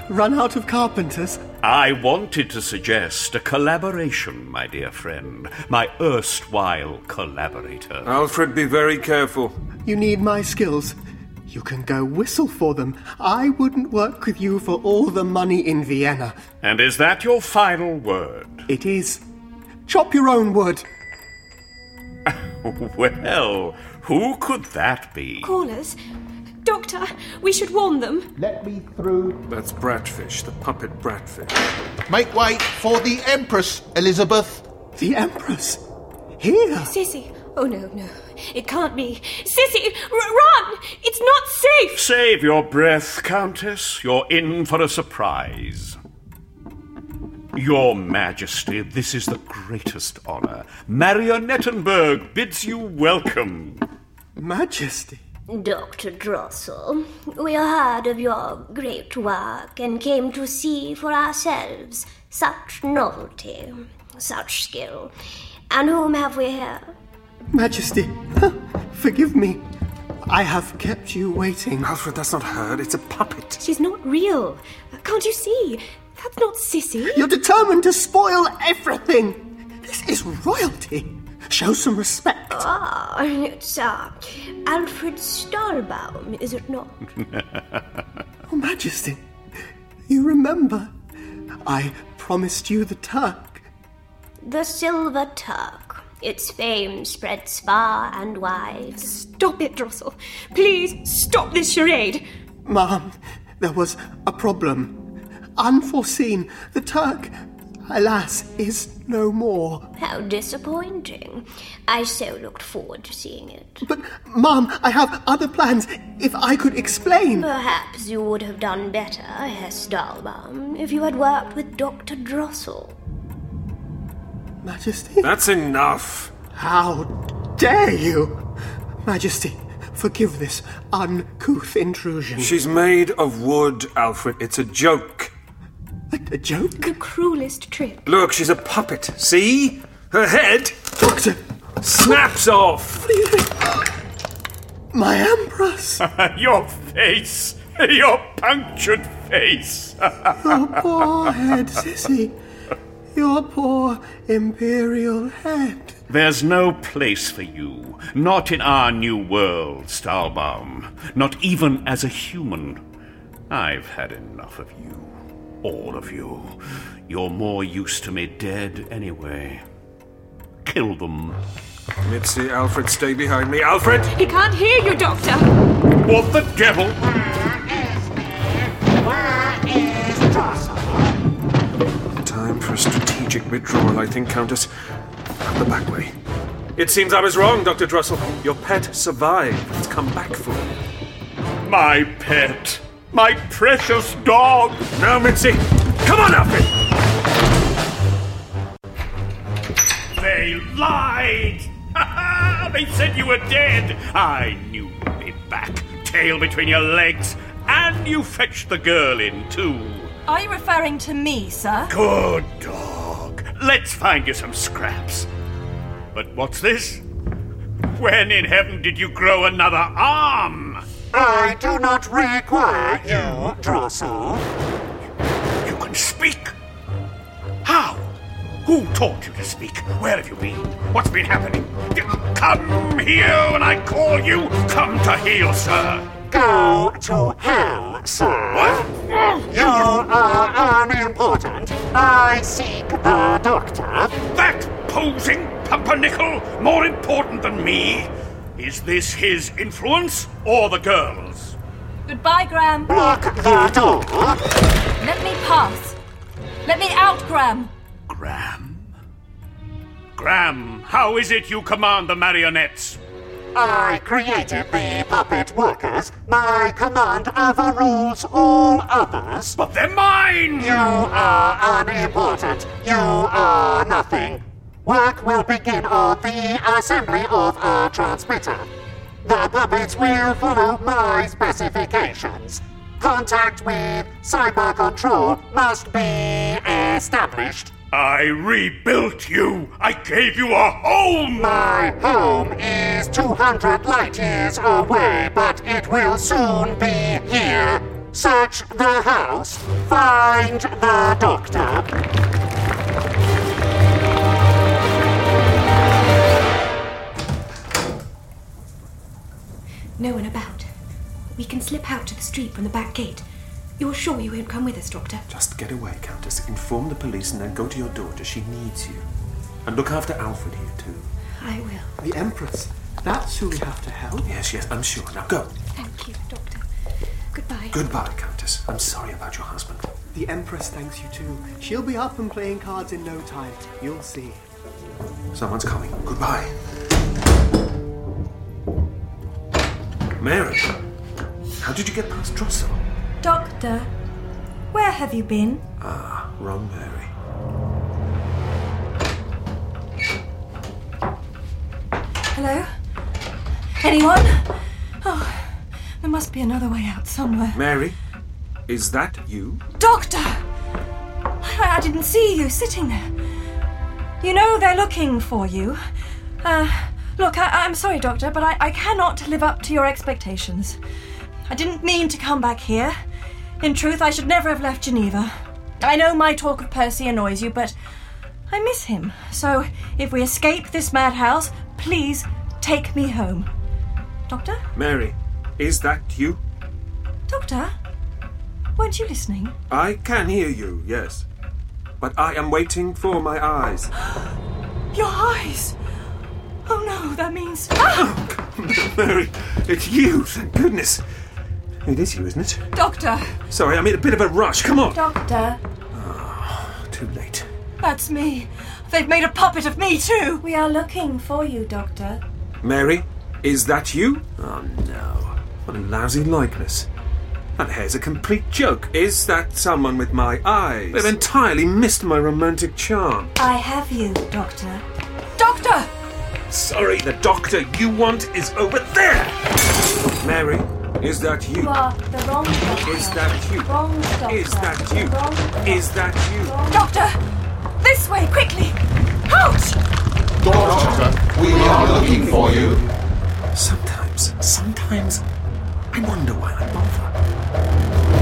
Speaker 23: Run out of carpenters?
Speaker 22: <laughs> I wanted to suggest a collaboration, my dear friend, my erstwhile collaborator.
Speaker 5: Alfred, be very careful.
Speaker 23: You need my skills.
Speaker 6: You can go whistle for them. I wouldn't work with you for all the money in Vienna.
Speaker 22: And is that your final word?
Speaker 6: It is. Chop your own wood.
Speaker 22: <laughs> Well, who could that be?
Speaker 11: Callers, Doctor, we should warn them.
Speaker 5: Let me through. That's Bratfish, the puppet Bratfish.
Speaker 10: Make way for the Empress, Elizabeth.
Speaker 6: The Empress? Here?
Speaker 11: Sissy, oh no, no, it can't be. Sissy, r- run! It's not safe!
Speaker 22: Save your breath, Countess. You're in for a surprise. Your Majesty, this is the greatest honor. Marionettenberg bids you welcome.
Speaker 6: Majesty?
Speaker 24: Dr. Drossel, we heard of your great work and came to see for ourselves such novelty, such skill. And whom have we here?
Speaker 6: Majesty, <laughs> forgive me. I have kept you waiting.
Speaker 5: Alfred, that's not her. It's a puppet.
Speaker 11: She's not real. Can't you see? That's not Sissy.
Speaker 6: You're determined to spoil everything. This is royalty. Show some
Speaker 5: <laughs>
Speaker 6: respect.
Speaker 24: Ah, it's uh, Alfred Stahlbaum, is it not?
Speaker 6: Your Oh, Majesty, you remember. I promised you the Turk.
Speaker 24: The Silver Turk. Its fame spreads far and wide.
Speaker 11: Stop it, Drossel. Please stop this charade.
Speaker 6: Ma'am, there was a problem. Unforeseen. The Turk, alas, is no more.
Speaker 24: How disappointing. I so looked forward to seeing it.
Speaker 6: But, Ma'am, I have other plans. If I could explain.
Speaker 24: Perhaps you would have done better, Herr Stahlbaum, if you had worked with Dr. Drossel.
Speaker 6: Majesty?
Speaker 5: That's enough.
Speaker 6: How dare you? Majesty, forgive this uncouth intrusion.
Speaker 5: She's made of wood, Alfred. It's a joke.
Speaker 6: A joke?
Speaker 11: The cruelest trick.
Speaker 5: Look, she's a puppet. See? Her head.
Speaker 6: Doctor!
Speaker 5: Snaps off!
Speaker 6: My
Speaker 22: <laughs>
Speaker 6: Empress!
Speaker 3: your face! Your punctured face!
Speaker 6: Your
Speaker 22: <laughs>
Speaker 6: poor head, Sissy. Your poor imperial head.
Speaker 3: There's no place for you. Not in our new world, Stahlbaum. Not even as a human. I've had enough of you. All of you. You're more used to me dead anyway. Kill them.
Speaker 5: Mitzi, Alfred, stay behind me. Alfred!
Speaker 11: He can't hear you, Doctor.
Speaker 3: What the devil?
Speaker 5: Time for a strategic withdrawal, I think, Countess. Out the back way. It seems I was wrong, Dr. Drussel. Your pet survived. It's come back for you.
Speaker 3: My pet. My precious dog.
Speaker 5: Now, Oh, Mitzi. Come on, Alfred!
Speaker 3: They lied! they said you were dead! I knew you'd be back, tail between your legs, and you fetched the girl in too.
Speaker 4: Are you referring to me, sir?
Speaker 3: Good dog. Let's find you some scraps. But what's this? When in heaven did you grow another arm?
Speaker 2: I do not require you, Drossel.
Speaker 3: You can speak? How? Who taught you to speak? Where have you been? What's been happening? D- Come here when I call you! Come to heel, sir!
Speaker 2: Go to hell, sir. You are unimportant. I seek the doctor.
Speaker 3: That posing pumpernickel more important than me? Is this his influence or the girl's?
Speaker 4: Goodbye, Graham.
Speaker 2: Lock the door.
Speaker 4: Let me pass. Let me out, Graham.
Speaker 3: Graham? Graham, how is it you command the marionettes?
Speaker 2: I created the puppet workers. My command overrules all others.
Speaker 3: But they're mine!
Speaker 2: You are unimportant. You are nothing. Work will begin on the assembly of a transmitter. The puppets will follow my specifications. Contact with cyber control must be established.
Speaker 13: I rebuilt you! I gave you a home!
Speaker 2: My home is 200 light years away, but it will soon be here. Search the house, find the doctor.
Speaker 11: No one about. We can slip out to the street from the back gate. You're sure you won't come with us, Doctor?
Speaker 20: Just get away, Countess. Inform the police and then go to your daughter. She needs you. And look after Alfred here, too.
Speaker 11: I will.
Speaker 14: The Empress. That's who we have to help.
Speaker 20: Yes, yes, I'm sure. Now go.
Speaker 11: Thank you, Doctor. Goodbye.
Speaker 20: Goodbye, Countess. I'm sorry about your husband.
Speaker 14: The Empress thanks you too. She'll be up and playing cards in no time. You'll see.
Speaker 20: Someone's coming. Goodbye. Mary, how did you get past Drossel?
Speaker 4: Doctor, where have you been?
Speaker 20: Ah, wrong Mary.
Speaker 4: Hello? Anyone? Oh, there must be another way out somewhere.
Speaker 20: Mary, is that you?
Speaker 4: Doctor! I, I didn't see you sitting there. You know they're looking for you. Uh, look, I, I'm sorry, Doctor, but I, I cannot live up to your expectations. I didn't mean to come back here. In truth, I should never have left Geneva. I know my talk of Percy annoys you, but I miss him. So if we escape this madhouse, please take me home. Doctor?
Speaker 20: Mary, is that you?
Speaker 4: Doctor? Weren't you listening?
Speaker 20: I can hear you, yes. But I am waiting for my eyes. <laughs>
Speaker 4: Your eyes! Oh no, that means. Ah!
Speaker 20: Mary, it's you, thank goodness. It is you, isn't it?
Speaker 4: Doctor!
Speaker 20: Sorry, I'm in a bit of a rush. Come on.
Speaker 4: Doctor,
Speaker 20: Too late.
Speaker 4: that's me. They've made a puppet of me too! We are looking for you, Doctor.
Speaker 20: Mary, is that you? Oh no. What a lousy likeness. That hair's a complete joke. Is that someone with my eyes? They've entirely missed my romantic charm.
Speaker 4: I have you, Doctor. Doctor!
Speaker 20: Sorry, the doctor you want is over there! Mary, is that you?
Speaker 4: You are the wrong doctor.
Speaker 20: Is that you?
Speaker 4: Wrong doctor.
Speaker 20: Is that you? Is that you?
Speaker 4: Doctor! This way, quickly! Ouch!
Speaker 20: Doctor, we are looking for you. Sometimes, sometimes, I wonder why I bother.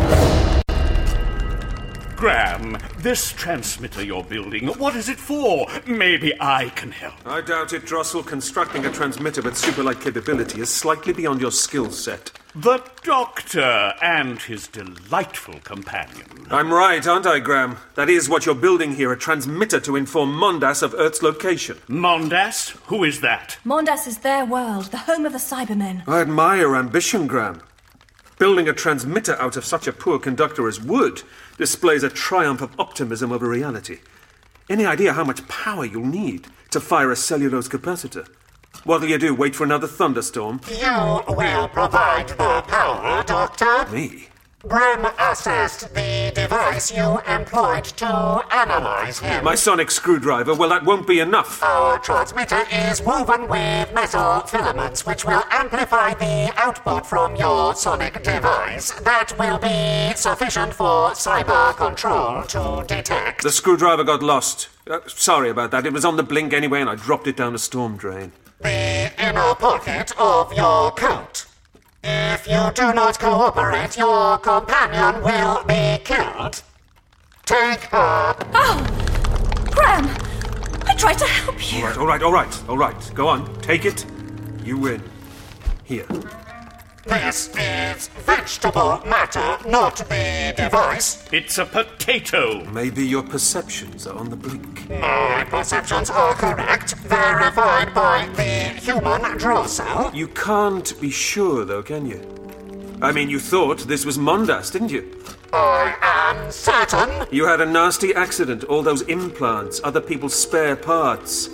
Speaker 3: Graham, this transmitter you're building, what is it for? Maybe I can help.
Speaker 5: I doubt it, Drossel. Constructing a transmitter with superlight capability is slightly beyond your skill set.
Speaker 3: The doctor and his delightful companion.
Speaker 5: I'm right, aren't I, Graham? That is what you're building here a transmitter to inform Mondas of Earth's location.
Speaker 3: Mondas? Who is that?
Speaker 4: Mondas is their world, the home of the Cybermen.
Speaker 5: I admire your ambition, Graham. Building a transmitter out of such a poor conductor as Wood displays a triumph of optimism over reality. Any idea how much power you'll need to fire a cellulose capacitor? What'll you do? Wait for another thunderstorm?
Speaker 2: You will provide the power, Doctor.
Speaker 5: Me?
Speaker 2: Brim accessed the device you employed to analyze him.
Speaker 5: My sonic screwdriver? Well, that won't be enough.
Speaker 2: Our transmitter is woven with metal filaments, which will amplify the output from your sonic device. That will be sufficient for cyber control to detect.
Speaker 5: The screwdriver got lost. Uh, sorry about that. It was on the blink anyway, and I dropped it down a storm drain.
Speaker 2: The inner pocket of your coat. If you do not cooperate, your companion will be killed. Take her.
Speaker 4: Oh, Graham! I tried to help you.
Speaker 5: All right, all right, all right, all right. Go on, take it. You win. Here.
Speaker 2: This is vegetable matter, not the device.
Speaker 3: It's a potato.
Speaker 5: Maybe your perceptions are on the blink.
Speaker 2: My perceptions are correct, verified by the human Drossel.
Speaker 5: You can't be sure, though, can you? I mean, you thought this was Mondas, didn't you?
Speaker 2: I am certain.
Speaker 5: You had a nasty accident, all those implants, other people's spare parts.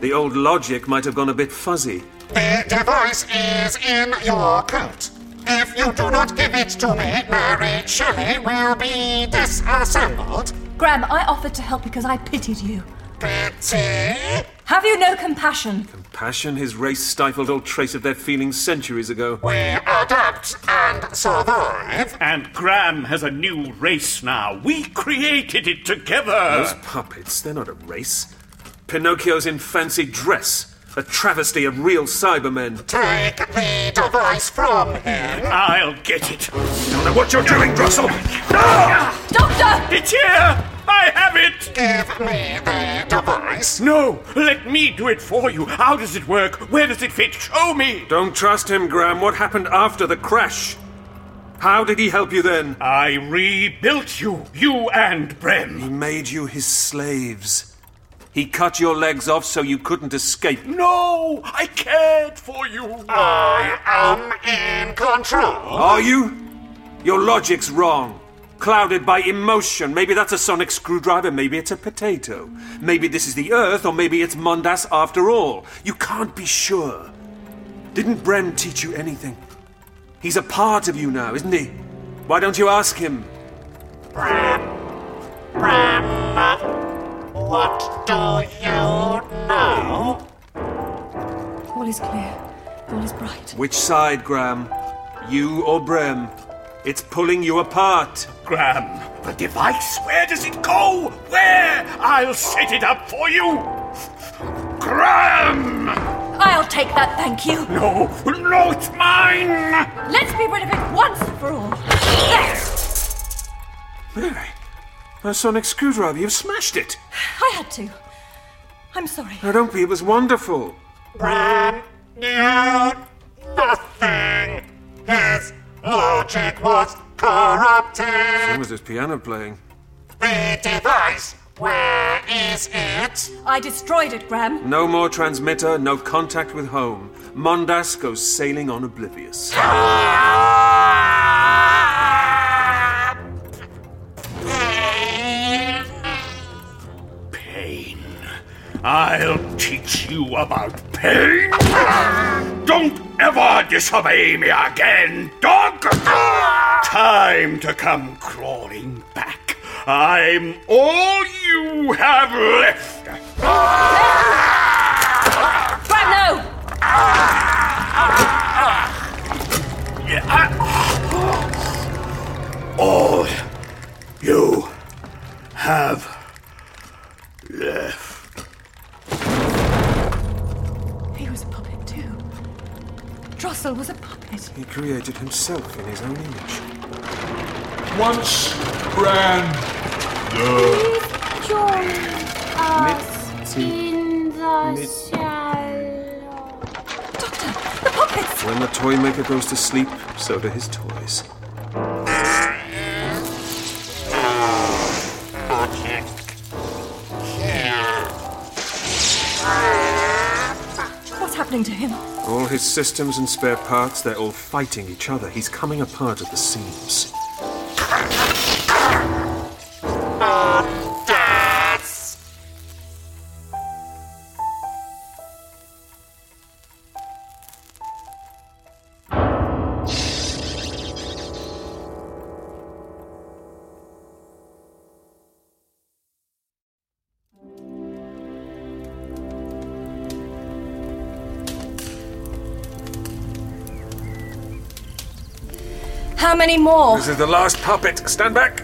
Speaker 5: The old logic might have gone a bit fuzzy.
Speaker 2: The device is in your coat. If you do not give it to me, Mary Shelley will be disassembled.
Speaker 4: Graham, I offered to help because I pitied you.
Speaker 2: Betsy,
Speaker 4: Have you no compassion?
Speaker 5: Passion, his race stifled all trace of their feelings centuries ago.
Speaker 3: adapt and survive. And Graham has a new race now. We created it together.
Speaker 5: Those puppets, they're not a race. Pinocchio's in fancy dress, a travesty of real Cybermen.
Speaker 2: Take the device from him.
Speaker 3: I'll get it.
Speaker 5: Don't know what you're doing, Russell!
Speaker 3: Doctor! It's here! I have it!
Speaker 2: Give me the device.
Speaker 3: No! Let me do it for you. How does it work? Where does it fit? Show me!
Speaker 5: Don't trust him, Graham. What happened after the crash? How did he help you then?
Speaker 3: I rebuilt you, you and Brem.
Speaker 5: He made you his slaves. He cut your legs off so you couldn't escape.
Speaker 3: No! I cared for you! I
Speaker 2: am in control.
Speaker 5: Are you? Your logic's wrong. Clouded by emotion. Maybe that's a sonic screwdriver, maybe it's a potato. Maybe this is the Earth, or maybe it's Mondas after all. You can't be sure. Didn't Bren teach you anything? He's a part of you now, isn't he? Why don't you ask him?
Speaker 2: What do you know?
Speaker 4: All is clear. All is bright.
Speaker 5: Which side, Graham? You or Brem? It's pulling you apart.
Speaker 3: Graham, the device, where does it go? Where? I'll set it up for you! Graham!
Speaker 4: I'll take that, thank you.
Speaker 3: No, no, it's mine!
Speaker 4: Let's be rid of it once for all. There!
Speaker 5: Mary, a sonic screwdriver, you've smashed it.
Speaker 4: I had to. I'm sorry.
Speaker 5: No, don't be, it was wonderful.
Speaker 2: Bram knew nothing. His logic was corrupted.
Speaker 5: When was this piano playing?
Speaker 2: The device, where is it?
Speaker 4: I destroyed it, Graham.
Speaker 5: No more transmitter, no contact with home. Mondas goes sailing on oblivious.
Speaker 3: Pain. I'll teach you about pain! Don't ever disobey me again, dog! Time to come crawling back. I'm all you have left.
Speaker 4: Graham, no!
Speaker 3: All you have left.
Speaker 4: He was a puppet, too. Drossel was a puppet.
Speaker 5: He created himself in his own image.
Speaker 10: Once ran the
Speaker 1: Join us in the
Speaker 5: mid-
Speaker 1: shallow.
Speaker 5: When the toy maker goes to sleep, so do his toys.
Speaker 4: What's happening to him?
Speaker 5: All his systems and spare parts, they're all fighting each other. He's coming apart at the seams.
Speaker 4: How many more?
Speaker 5: This is the last puppet. Stand back.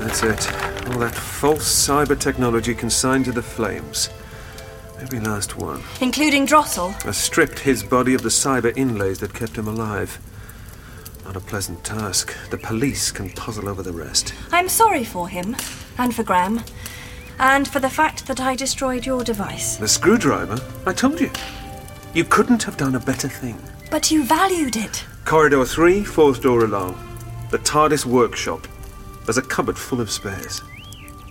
Speaker 5: That's it. All that false cyber technology consigned to the flames. Every last one.
Speaker 4: Including Drossel?
Speaker 5: I stripped his body of the cyber inlays that kept him alive. Not a pleasant task. The police can puzzle over the rest.
Speaker 4: I'm sorry for him. And for Graham. And for the fact that I destroyed your device.
Speaker 5: The screwdriver? I told you. You couldn't have done a better thing.
Speaker 4: But you valued it.
Speaker 5: Corridor 3, fourth door along. The TARDIS workshop. There's a cupboard full of spares.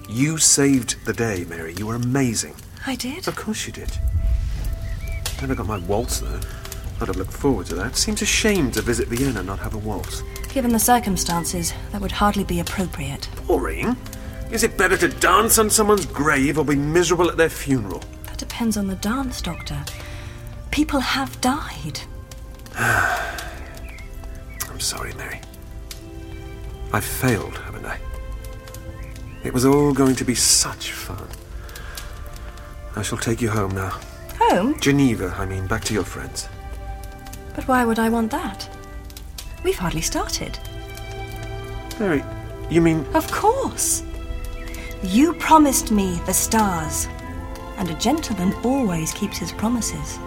Speaker 5: You saved the day, Mary. You were amazing.
Speaker 4: I did?
Speaker 5: Of course you did. Never got my waltz, though. I'd have looked forward to that. Seems a shame to visit Vienna and not have a waltz.
Speaker 4: Given the circumstances, that would hardly be appropriate.
Speaker 5: Boring. Is it better to dance on someone's grave or be miserable at their funeral? <sighs>
Speaker 4: That depends on the dance, Doctor. People have died.
Speaker 5: I'm sorry, Mary. I failed, haven't I? It was all going to be such fun. I shall take you home now.
Speaker 4: Home?
Speaker 5: Geneva, I mean, back to your friends.
Speaker 4: But why would I want that? We've hardly started.
Speaker 5: Mary, you mean.
Speaker 4: Of course. You promised me the stars. And a gentleman always keeps his promises.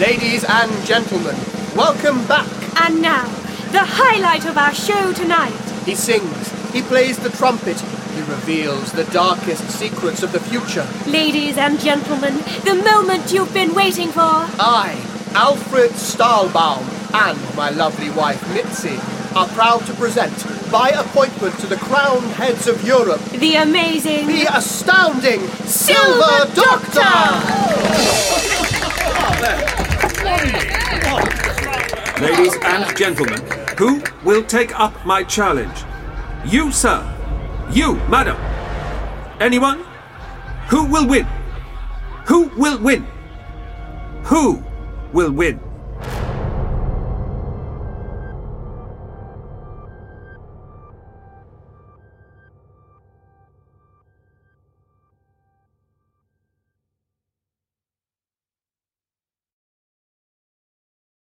Speaker 6: Ladies and gentlemen, welcome back.
Speaker 11: And now, the highlight of our show tonight.
Speaker 6: He sings, he plays the trumpet, he reveals the darkest secrets of the future.
Speaker 11: Ladies and gentlemen, the moment you've been waiting for.
Speaker 6: I, Alfred Stahlbaum, and my lovely wife Mitzi are proud to present, by appointment to the crowned heads of Europe,
Speaker 11: The amazing.
Speaker 6: the astounding Silver,
Speaker 11: Silver
Speaker 6: Doctor!
Speaker 5: Ladies and gentlemen, who will take up my challenge? You, sir. You, madam. Anyone? Who will win? Who will win? Who will win?